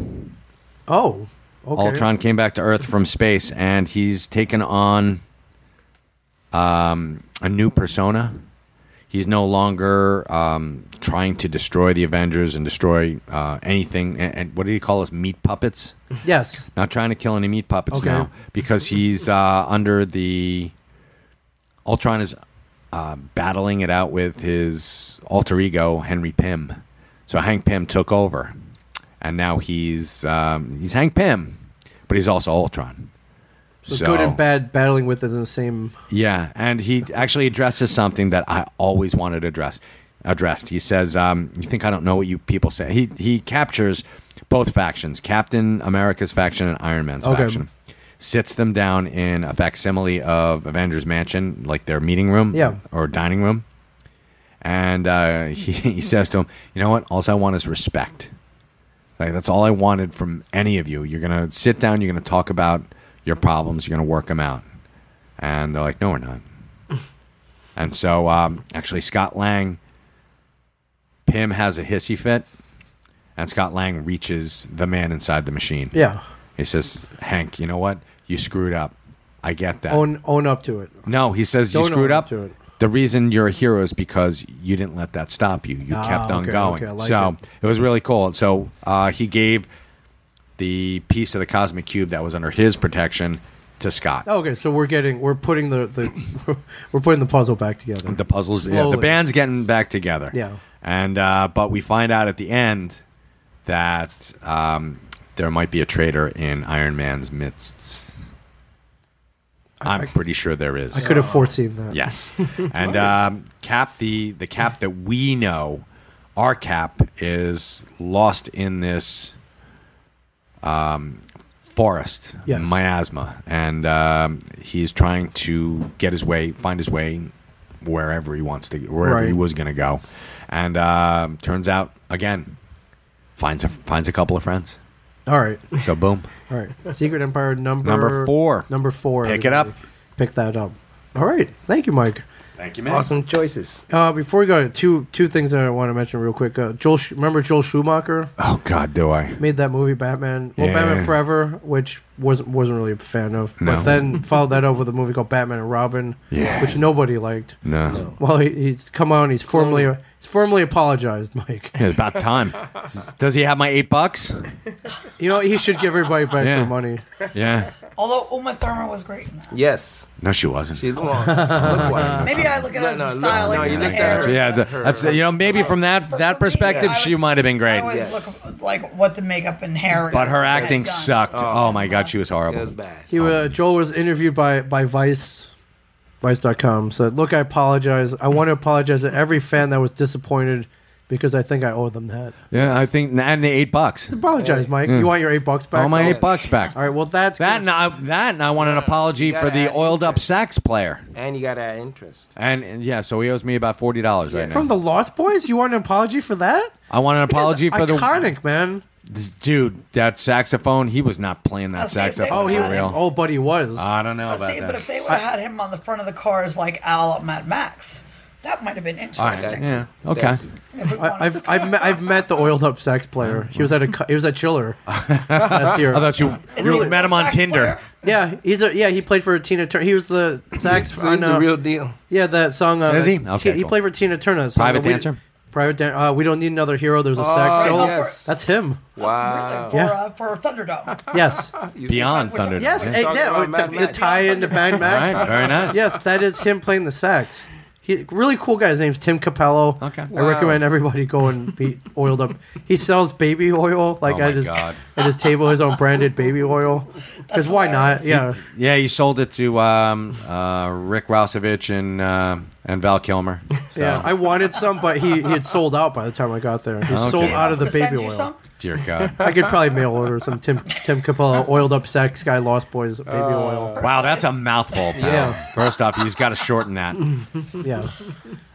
Speaker 1: Oh. Okay.
Speaker 2: Ultron came back to Earth from space, and he's taken on um, a new persona. He's no longer um, trying to destroy the Avengers and destroy uh, anything. And, and what did he call us? Meat puppets.
Speaker 1: Yes.
Speaker 2: Not trying to kill any meat puppets
Speaker 1: Okay.
Speaker 2: now because he's uh, under the Ultron is uh, battling it out with his alter ego Henry Pym. So Hank Pym took over, and now he's um, he's Hank Pym, but he's also Ultron.
Speaker 1: So, good and bad battling within the same.
Speaker 2: Yeah, and he actually addresses something that I always wanted to address. Addressed. He says, um, "You think I don't know what you people say?" He he captures both factions, Captain America's faction and Iron Man's
Speaker 1: Okay.
Speaker 2: faction, sits them down in a facsimile of Avengers Mansion, like their meeting room,
Speaker 1: Yeah.
Speaker 2: or dining room, and uh, [LAUGHS] he he says to him, "You know what? All I want is respect." Like that's all I wanted from any of you. You're gonna sit down. You're gonna talk about your problems. You're gonna work them out. And they're like, no,
Speaker 1: [LAUGHS]
Speaker 2: we're not. and so, um, actually, Scott Lang, Pym has a hissy fit, and Scott Lang reaches the man inside the machine.
Speaker 1: Yeah.
Speaker 2: He says, Hank, you know what? You screwed up. I get that.
Speaker 1: Own own up to it.
Speaker 2: No, he says you
Speaker 1: Oh, Don't
Speaker 2: screwed
Speaker 1: own
Speaker 2: up.
Speaker 1: up to it.
Speaker 2: The reason you're a hero is because you didn't let that stop you. You
Speaker 1: Ah,
Speaker 2: kept on
Speaker 1: okay,
Speaker 2: going.
Speaker 1: okay, I like
Speaker 2: so
Speaker 1: it.
Speaker 2: it. was really cool. So uh, he gave the piece of the cosmic cube that was under his protection to Scott.
Speaker 1: Okay, so we're getting we're putting the, the [LAUGHS] we're putting the puzzle back together.
Speaker 2: The puzzles, yeah, the
Speaker 1: Slowly.
Speaker 2: band's getting back together.
Speaker 1: Yeah.
Speaker 2: and uh, but we find out at the end that um, there might be a traitor in Iron Man's midst. I'm pretty sure there is.
Speaker 1: I could have foreseen that.
Speaker 2: Yes, and um, Cap the the Cap that we know, our Cap is lost in this um, forest
Speaker 1: Yes.
Speaker 2: miasma, and um, he's trying to get his way, find his way wherever he wants to, wherever he
Speaker 1: Right.
Speaker 2: was going to go, and um, turns out again finds a finds a couple of friends.
Speaker 1: All right.
Speaker 2: So boom,
Speaker 1: All right. Secret Empire number
Speaker 2: Number four.
Speaker 1: Number four.
Speaker 2: Pick it
Speaker 1: everybody. Pick that up. All right. Thank you, Mike.
Speaker 2: thank you, man.
Speaker 5: Awesome choices.
Speaker 1: Uh, before we go, two two things I want to mention real quick. Uh, Joel, Sch- remember Joel Schumacher
Speaker 2: Oh God, do I?
Speaker 1: made that movie Batman, well,
Speaker 2: Yeah.
Speaker 1: Batman Forever, which wasn't wasn't really a fan of,
Speaker 2: No.
Speaker 1: but then followed that up with a movie called Batman and Robin,
Speaker 2: Yes.
Speaker 1: which nobody liked.
Speaker 2: No.
Speaker 5: No.
Speaker 1: Well, he, he's come on. He's formally he's formally apologized, Mike.
Speaker 2: It's about time. Does he have my eight bucks?
Speaker 1: You know he should give everybody back
Speaker 2: Yeah.
Speaker 1: their money.
Speaker 2: Yeah.
Speaker 3: Although Uma Thurman was great in that.
Speaker 5: Yes.
Speaker 2: No, she wasn't.
Speaker 5: She look wise.
Speaker 3: Maybe I look at it as
Speaker 5: no,
Speaker 3: the
Speaker 5: look-
Speaker 3: style,
Speaker 5: no,
Speaker 3: like
Speaker 5: you
Speaker 3: the
Speaker 5: looked
Speaker 3: hair.
Speaker 5: at her.
Speaker 2: yeah, th- that's you know maybe from that
Speaker 3: For-
Speaker 2: that
Speaker 3: for me,
Speaker 2: perspective
Speaker 3: I
Speaker 2: she
Speaker 3: was-
Speaker 2: might have been
Speaker 3: I
Speaker 2: great,
Speaker 3: always
Speaker 5: Yes.
Speaker 3: look like what the makeup and hair.
Speaker 2: but her
Speaker 3: has
Speaker 2: acting
Speaker 3: done.
Speaker 2: sucked. Oh, my god, she was
Speaker 5: It was
Speaker 2: horrible.
Speaker 5: bad.
Speaker 1: He uh,
Speaker 2: Um,
Speaker 1: Joel was interviewed by by Vice Vice.com. Said, "Look, I apologize. I want to apologize to every fan that was disappointed because I think I owe them that.
Speaker 2: Yeah, I think and the eight bucks.
Speaker 1: Apologize, Mike. You want your eight bucks back?
Speaker 2: Oh my
Speaker 1: All
Speaker 2: eight bucks back.
Speaker 1: right. Well, that's good.
Speaker 2: That and I, that and I want an apology for the oiled up sax player.
Speaker 5: And you got to add interest.
Speaker 2: And, and yeah, so he owes me about forty dollars right
Speaker 1: from
Speaker 2: now.
Speaker 1: the Lost Boys. You want an apology for that?
Speaker 2: I want an apology for the
Speaker 1: iconic man.
Speaker 2: dude that saxophone. He was not playing that
Speaker 3: I'll see if they-
Speaker 2: saxophone.
Speaker 3: Oh, he-
Speaker 2: for real. Uh,
Speaker 1: Oh, but he was.
Speaker 2: I don't know
Speaker 3: But
Speaker 2: about
Speaker 3: see,
Speaker 2: that.
Speaker 3: but if they would have had him on the front of the cars like Al at Mad Max, that might have been
Speaker 2: All right.
Speaker 3: interesting.
Speaker 2: Yeah. Okay.
Speaker 3: If we wanted
Speaker 1: I, I've
Speaker 3: to-
Speaker 1: I've
Speaker 3: [LAUGHS]
Speaker 1: met, I've met the oiled up sax player. He was at a cu- he was at
Speaker 2: [LAUGHS]
Speaker 1: Chiller last year.
Speaker 2: I thought you you
Speaker 3: he
Speaker 2: met him
Speaker 3: a
Speaker 2: on
Speaker 3: sax
Speaker 2: Tinder.
Speaker 3: player?
Speaker 1: Yeah, he's a yeah. He played for Tina Turner. He was the
Speaker 2: [LAUGHS]
Speaker 1: sax
Speaker 5: So
Speaker 1: on,
Speaker 5: he's the
Speaker 1: uh,
Speaker 5: real deal.
Speaker 1: Yeah, that song. Uh,
Speaker 2: Is he?
Speaker 1: Ti-
Speaker 2: Okay,
Speaker 1: he
Speaker 2: cool.
Speaker 1: played for Tina Turner. that song
Speaker 2: Private
Speaker 1: that we-
Speaker 2: Dancer?
Speaker 1: Private dancer. Uh, we don't need another hero. There's a sax
Speaker 5: Oh,
Speaker 1: solo.
Speaker 5: yes.
Speaker 1: That's him.
Speaker 5: Wow.
Speaker 3: For,
Speaker 1: Yeah.
Speaker 3: uh, for Thunderdome.
Speaker 1: Yes.
Speaker 2: Beyond
Speaker 3: Which-
Speaker 2: Thunder.
Speaker 1: yes.
Speaker 5: He's
Speaker 1: eh,
Speaker 5: talking
Speaker 1: yeah,
Speaker 5: about
Speaker 1: uh,
Speaker 5: Mad
Speaker 1: the
Speaker 5: Max.
Speaker 1: tie into Mad
Speaker 2: All
Speaker 1: Max.
Speaker 2: right. Very
Speaker 1: [LAUGHS]
Speaker 2: nice.
Speaker 1: Yes, that is him playing the sax. He really cool guy. His name's Tim Capello.
Speaker 2: Okay.
Speaker 1: I
Speaker 2: Wow.
Speaker 1: recommend everybody go and be oiled up. He sells baby oil like
Speaker 2: Oh my
Speaker 1: at his
Speaker 2: God.
Speaker 1: at his table, his own branded baby oil. Because why not? Yeah.
Speaker 2: Yeah, he sold it to um, uh, Rick Rousevich and uh, and Val Kilmer. So,
Speaker 1: Yeah, I wanted some, but he, he had sold out by the time I got there. He sold
Speaker 2: Okay.
Speaker 1: out of the
Speaker 3: Send
Speaker 1: baby
Speaker 3: you
Speaker 1: oil.
Speaker 3: some?
Speaker 2: dear God.
Speaker 1: I could probably mail order some Tim Tim Capella oiled up sex guy Lost Boys baby oil.
Speaker 2: Wow, that's a mouthful, pal.
Speaker 1: Yeah.
Speaker 2: First off, you just got to shorten that.
Speaker 1: Yeah.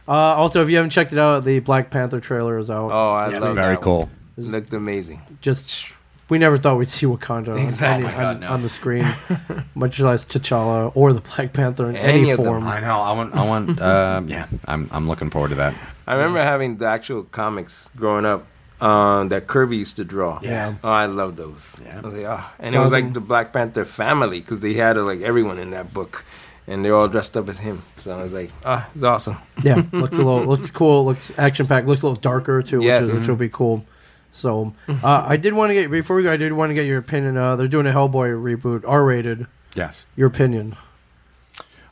Speaker 1: Uh, also, if you haven't checked it out, the Black Panther trailer is out.
Speaker 5: Oh, I
Speaker 2: That's
Speaker 5: love
Speaker 2: very
Speaker 5: that
Speaker 2: cool.
Speaker 5: One. Looked amazing.
Speaker 1: Just we never thought we'd see Wakanda on,
Speaker 2: Exactly.
Speaker 1: any,
Speaker 2: God,
Speaker 1: on,
Speaker 2: no.
Speaker 1: on the screen, [LAUGHS] much less T'Challa or the Black Panther in any,
Speaker 5: Any of them.
Speaker 1: form.
Speaker 2: I know. I want. I want. Uh, yeah, I'm. I'm looking forward to that.
Speaker 5: I remember having the actual comics growing up um, that Kirby used to draw.
Speaker 1: Yeah.
Speaker 5: Oh, I love those.
Speaker 2: Yeah.
Speaker 5: I was like, ah. And it was like the Black Panther family because they had uh, like everyone in that book, and they're all dressed up as him. So I was like, ah, it's awesome.
Speaker 1: yeah, looks a little looks cool. Looks action packed. Looks a little darker too,
Speaker 5: Yes.
Speaker 1: which, is, which will be cool. So uh, I did want to get before we go. I did want to get your opinion. Uh, they're doing a Hellboy reboot, R rated.
Speaker 2: Yes.
Speaker 1: Your opinion?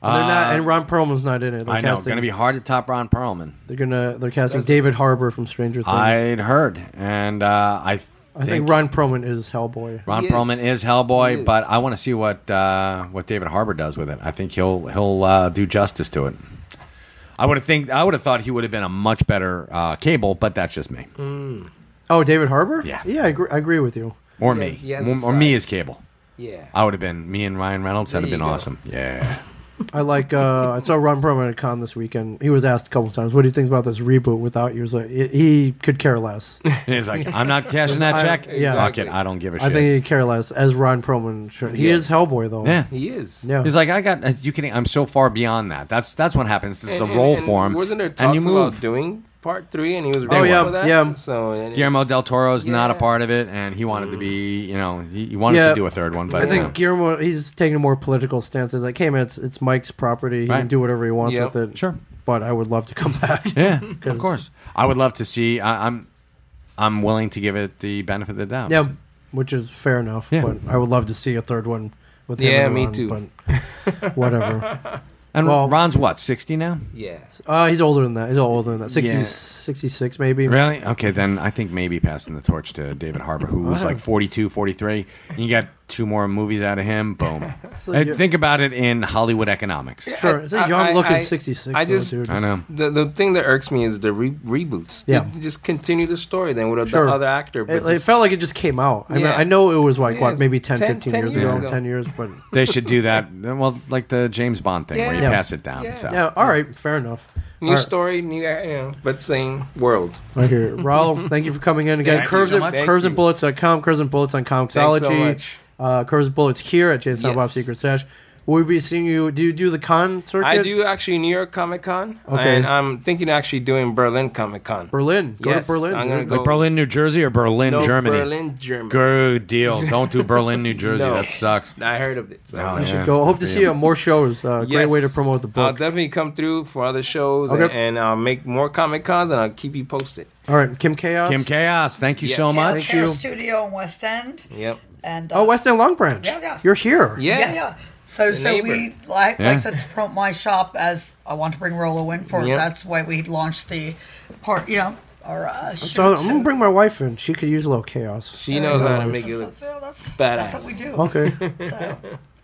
Speaker 1: And they're
Speaker 2: Uh,
Speaker 1: not, and Ron Perlman's not in it. They're
Speaker 2: I know.
Speaker 1: casting-
Speaker 2: Going to be hard to top Ron Perlman.
Speaker 1: They're gonna they're casting David Harbour from Stranger Things. I,
Speaker 2: I'd heard, and uh, I.
Speaker 1: think, Ron Perlman is Hellboy.
Speaker 2: Ron
Speaker 5: He is.
Speaker 2: Perlman is Hellboy,
Speaker 5: He is.
Speaker 2: but I want to see what uh, what David Harbour does with it. I think he'll he'll uh, do justice to it. I would have think I would have thought he would have been a much better uh, Cable, but that's just me
Speaker 5: Mm.
Speaker 1: Oh, David Harbour?
Speaker 2: Yeah.
Speaker 1: yeah, I agree, I agree with you.
Speaker 2: or
Speaker 5: Yeah,
Speaker 2: me
Speaker 5: he has
Speaker 2: or,
Speaker 5: the
Speaker 2: or me
Speaker 5: size.
Speaker 2: as Cable.
Speaker 5: Yeah.
Speaker 2: I would have been me and Ryan Reynolds. That'd have
Speaker 5: There you
Speaker 2: been
Speaker 5: go.
Speaker 2: awesome. Yeah, [LAUGHS]
Speaker 1: I like. Uh, I saw Ron Perlman at a con this weekend. He was asked a couple times, "What do you think about this reboot without you?" He was like, he- he could care
Speaker 2: [LAUGHS]
Speaker 1: less.
Speaker 2: And he's like, I'm not cashing that
Speaker 1: I-
Speaker 5: [LAUGHS]
Speaker 2: check.
Speaker 1: yeah.
Speaker 2: Fuck it, I don't give a
Speaker 1: I
Speaker 2: shit.
Speaker 1: think he could care less. As Ron Perlman, should. he is
Speaker 5: Yes.
Speaker 1: Hellboy though.
Speaker 2: yeah.
Speaker 5: He is.
Speaker 1: yeah.
Speaker 2: He's like, I got uh, you can. I'm so far beyond that. That's that's what happens. This is a
Speaker 5: And-
Speaker 2: role
Speaker 5: and- and
Speaker 2: for him.
Speaker 5: Wasn't there talks
Speaker 2: and you move.
Speaker 5: about doing part three? And he was.
Speaker 1: Oh,
Speaker 5: really
Speaker 1: yeah,
Speaker 5: with that?
Speaker 1: yeah.
Speaker 5: So and it's-
Speaker 2: Guillermo del Toro's not a
Speaker 5: Yeah. Mm.
Speaker 2: part of it, and he wanted to be, you know, he, he wanted
Speaker 1: Yeah.
Speaker 2: to do a third one, but
Speaker 1: I think
Speaker 2: you know.
Speaker 1: Guillermo he's taking a more political stance. He's like, "Hey man, it's, it's Mike's property. He can
Speaker 2: Right.
Speaker 1: do whatever he wants
Speaker 5: Yep.
Speaker 1: with it." [LAUGHS]
Speaker 2: Sure.
Speaker 1: but I would love to come [LAUGHS] back.
Speaker 2: yeah, of
Speaker 1: 'Cause-
Speaker 2: course. I would love to see. I, I'm, I'm willing to give it the benefit of the doubt.
Speaker 1: Yeah, which is fair enough.
Speaker 2: Yeah.
Speaker 1: But I would love to see a third one with him.
Speaker 5: Yeah,
Speaker 1: and
Speaker 5: me
Speaker 1: Ron,
Speaker 5: too. [LAUGHS]
Speaker 1: But whatever.
Speaker 2: and
Speaker 1: well-
Speaker 2: Ron's what sixty now?
Speaker 5: Yeah.
Speaker 1: Uh, he's older than that. He's older than that. 60,
Speaker 2: Yeah.
Speaker 1: 66 maybe.
Speaker 2: Really? Okay, then I think maybe passing the torch to David Harbour, who was like 42, 43. And you got two more movies out of him. Boom.
Speaker 1: [LAUGHS] So
Speaker 2: And
Speaker 1: you're-
Speaker 2: think about it in Hollywood economics.
Speaker 1: Sure. It's a
Speaker 5: I-
Speaker 1: young
Speaker 5: I-
Speaker 1: looking
Speaker 5: I-
Speaker 1: 66.
Speaker 5: I
Speaker 1: though,
Speaker 5: just-
Speaker 1: dude.
Speaker 2: I know.
Speaker 5: The, the thing that irks me is the re- reboots.
Speaker 1: Yeah.
Speaker 5: They just continue the story then with
Speaker 1: Sure.
Speaker 5: the other actor. But
Speaker 1: It, it
Speaker 5: just-
Speaker 1: felt like it just came out. I mean,
Speaker 5: Yeah.
Speaker 1: I know it was like,
Speaker 5: Yeah,
Speaker 1: what,
Speaker 5: it's
Speaker 1: maybe 10,
Speaker 5: 10,
Speaker 1: 15
Speaker 5: 10
Speaker 1: years
Speaker 5: years
Speaker 1: ago,
Speaker 5: ago.
Speaker 1: 10 years,
Speaker 5: [LAUGHS]
Speaker 1: but.
Speaker 2: They should do that. Well, like the James Bond thing, where you
Speaker 5: Yeah.
Speaker 2: pass it down.
Speaker 5: Yeah.
Speaker 2: So.
Speaker 1: Yeah, all right, fair enough.
Speaker 5: new
Speaker 1: All right,
Speaker 5: story, new, you know, but same world.
Speaker 1: Right here.
Speaker 5: [LAUGHS]
Speaker 1: Raul, thank you for coming in again.
Speaker 2: Thank you
Speaker 1: Curves,
Speaker 2: so
Speaker 1: and,
Speaker 2: much.
Speaker 1: curves and
Speaker 5: Thank you.
Speaker 1: Bullets.com, Curves and Bullets on Comixology.
Speaker 5: Thanks so much.
Speaker 1: uh, Curves Bullets here at Jason
Speaker 5: Yes.
Speaker 1: Bob Secret Stash. Will we be seeing you? Do you do the con circuit?
Speaker 5: I do actually New York Comic Con,
Speaker 1: Okay.
Speaker 5: and I'm thinking of actually doing Berlin Comic Con.
Speaker 1: Berlin. Go
Speaker 5: Yes,
Speaker 1: to Berlin.
Speaker 5: I'm
Speaker 1: dude.
Speaker 5: gonna go.
Speaker 2: Like Berlin, New Jersey, or Berlin,
Speaker 5: No,
Speaker 2: Germany.
Speaker 5: Berlin, Germany.
Speaker 2: Good
Speaker 5: [LAUGHS]
Speaker 2: deal. Don't do Berlin, New Jersey.
Speaker 5: No.
Speaker 2: That sucks.
Speaker 5: I heard of it. So.
Speaker 2: No,
Speaker 1: You should
Speaker 2: Oh, Yeah,
Speaker 1: go. Hope to
Speaker 2: good for
Speaker 1: see
Speaker 2: you.
Speaker 1: you at more shows. Uh, Great
Speaker 5: Yes.
Speaker 1: way to promote the
Speaker 5: I'll
Speaker 1: book.
Speaker 5: definitely come through for other shows
Speaker 1: Okay.
Speaker 5: and, and I'll make more Comic Cons and I'll keep you posted.
Speaker 1: All right, Kim Chaos.
Speaker 2: Kim Chaos, thank you so
Speaker 5: Yes.
Speaker 2: much.
Speaker 1: Thank
Speaker 3: Yes, Terror
Speaker 1: you.
Speaker 3: Studio in West End.
Speaker 5: Yep.
Speaker 3: And uh,
Speaker 1: Oh, West End Long Branch.
Speaker 3: Yeah, yeah.
Speaker 1: You're here.
Speaker 5: Yeah.
Speaker 3: Yeah, yeah. So, so we
Speaker 5: neighbor.
Speaker 3: like,
Speaker 2: Yeah.
Speaker 3: like I said to promote my shop as I want to bring Rolo in for.
Speaker 5: Yep.
Speaker 3: That's why we launched the part. You know, our uh,
Speaker 1: So
Speaker 3: show.
Speaker 1: I'm gonna bring my wife in. She could use a little chaos.
Speaker 5: She knows how to
Speaker 1: nice.
Speaker 5: make it look.
Speaker 3: that's,
Speaker 5: badass.
Speaker 3: that's what we do.
Speaker 1: Okay.
Speaker 5: [LAUGHS]
Speaker 3: So,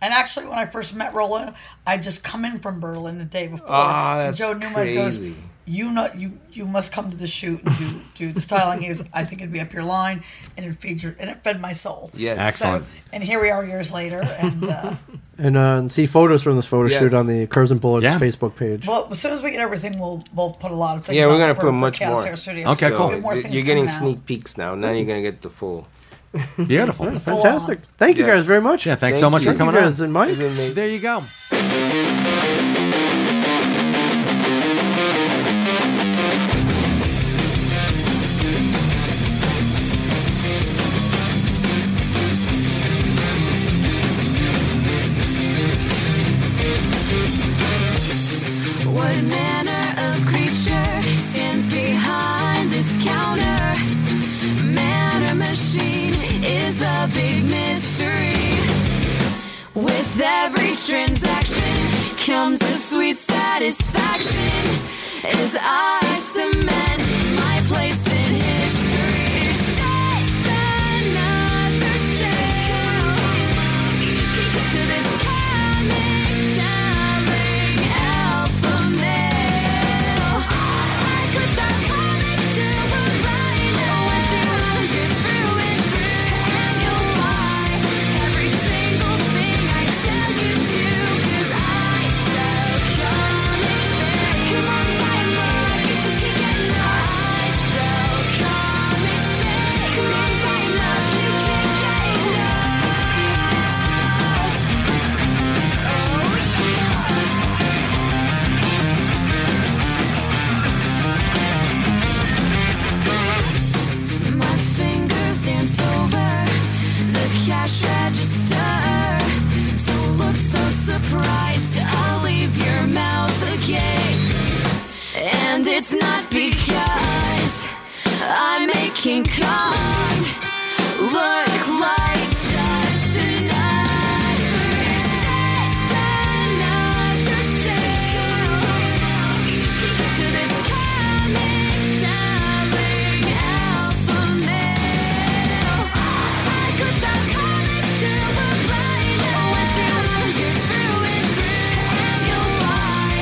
Speaker 3: and actually, when I first met Roland, I just come in from Berlin the day before,
Speaker 5: Ah,
Speaker 3: and
Speaker 5: that's
Speaker 3: Joe Nunez goes,
Speaker 5: crazy.
Speaker 3: "You know, you you must come to the shoot and do do the styling." He goes, "I think it'd be up your line, and it feed your, and it fed my soul."
Speaker 5: Yes.
Speaker 2: Excellent.
Speaker 3: So, and here we are years later, and uh,
Speaker 1: and, uh, and see photos from this photo
Speaker 5: Yes.
Speaker 1: shoot on the Curves and Bullets
Speaker 2: Yeah.
Speaker 1: Facebook page.
Speaker 3: well, as soon as we get everything, we'll we'll put a lot of things.
Speaker 5: Yeah, we're
Speaker 3: up
Speaker 5: gonna
Speaker 3: for-
Speaker 5: put
Speaker 3: for
Speaker 5: much
Speaker 3: Chaos
Speaker 5: more.
Speaker 3: Hair Studios.
Speaker 2: Okay,
Speaker 3: We'll
Speaker 2: cool.
Speaker 3: get more things
Speaker 5: You're getting
Speaker 3: coming out.
Speaker 5: sneak peeks now. Now you're gonna get the full.
Speaker 2: Beautiful.
Speaker 1: Fantastic.
Speaker 3: Full
Speaker 1: Thank you
Speaker 5: Yes.
Speaker 1: guys very much.
Speaker 2: Yeah, thanks so
Speaker 5: Thank
Speaker 2: much
Speaker 5: you.
Speaker 2: for coming
Speaker 1: you
Speaker 2: on.
Speaker 1: guys and Mike.
Speaker 5: Isn't it-
Speaker 2: There you go.
Speaker 8: What manner of creature stands behind this counter? Man or machine is the big mystery. With every transaction comes a sweet satisfaction as I cement my place in history. It's just another sale to this comic selling alpha male. King Kong look like just another, it's just another sale to this comic selling alpha male. I could sell comics to a blind once you look it through and through, and you'll buy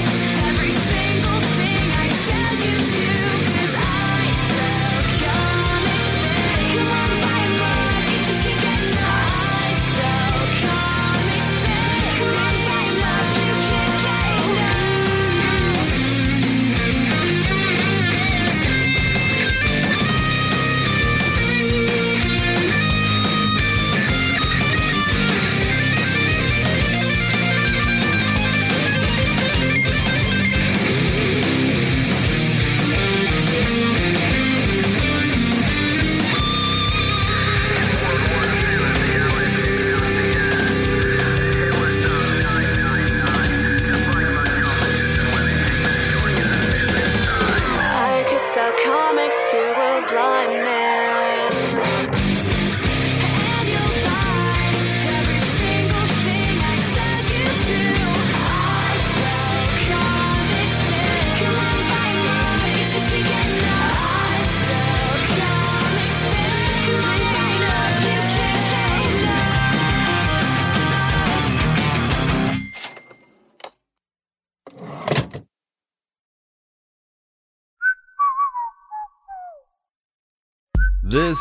Speaker 8: every single thing I tell you to, 'cause I sell comics, babe. Come on, buy mine, you just can't get enough. I sell comics, babe. Come on, buy mine, you can't get enough. I could sell comics to a blind man. And you'll buy every single thing I tell you to. I sell comics, man. Come on, buy more. You just can't get enough. I sell comics, man. Come on, buy more. You can't get enough.
Speaker 9: This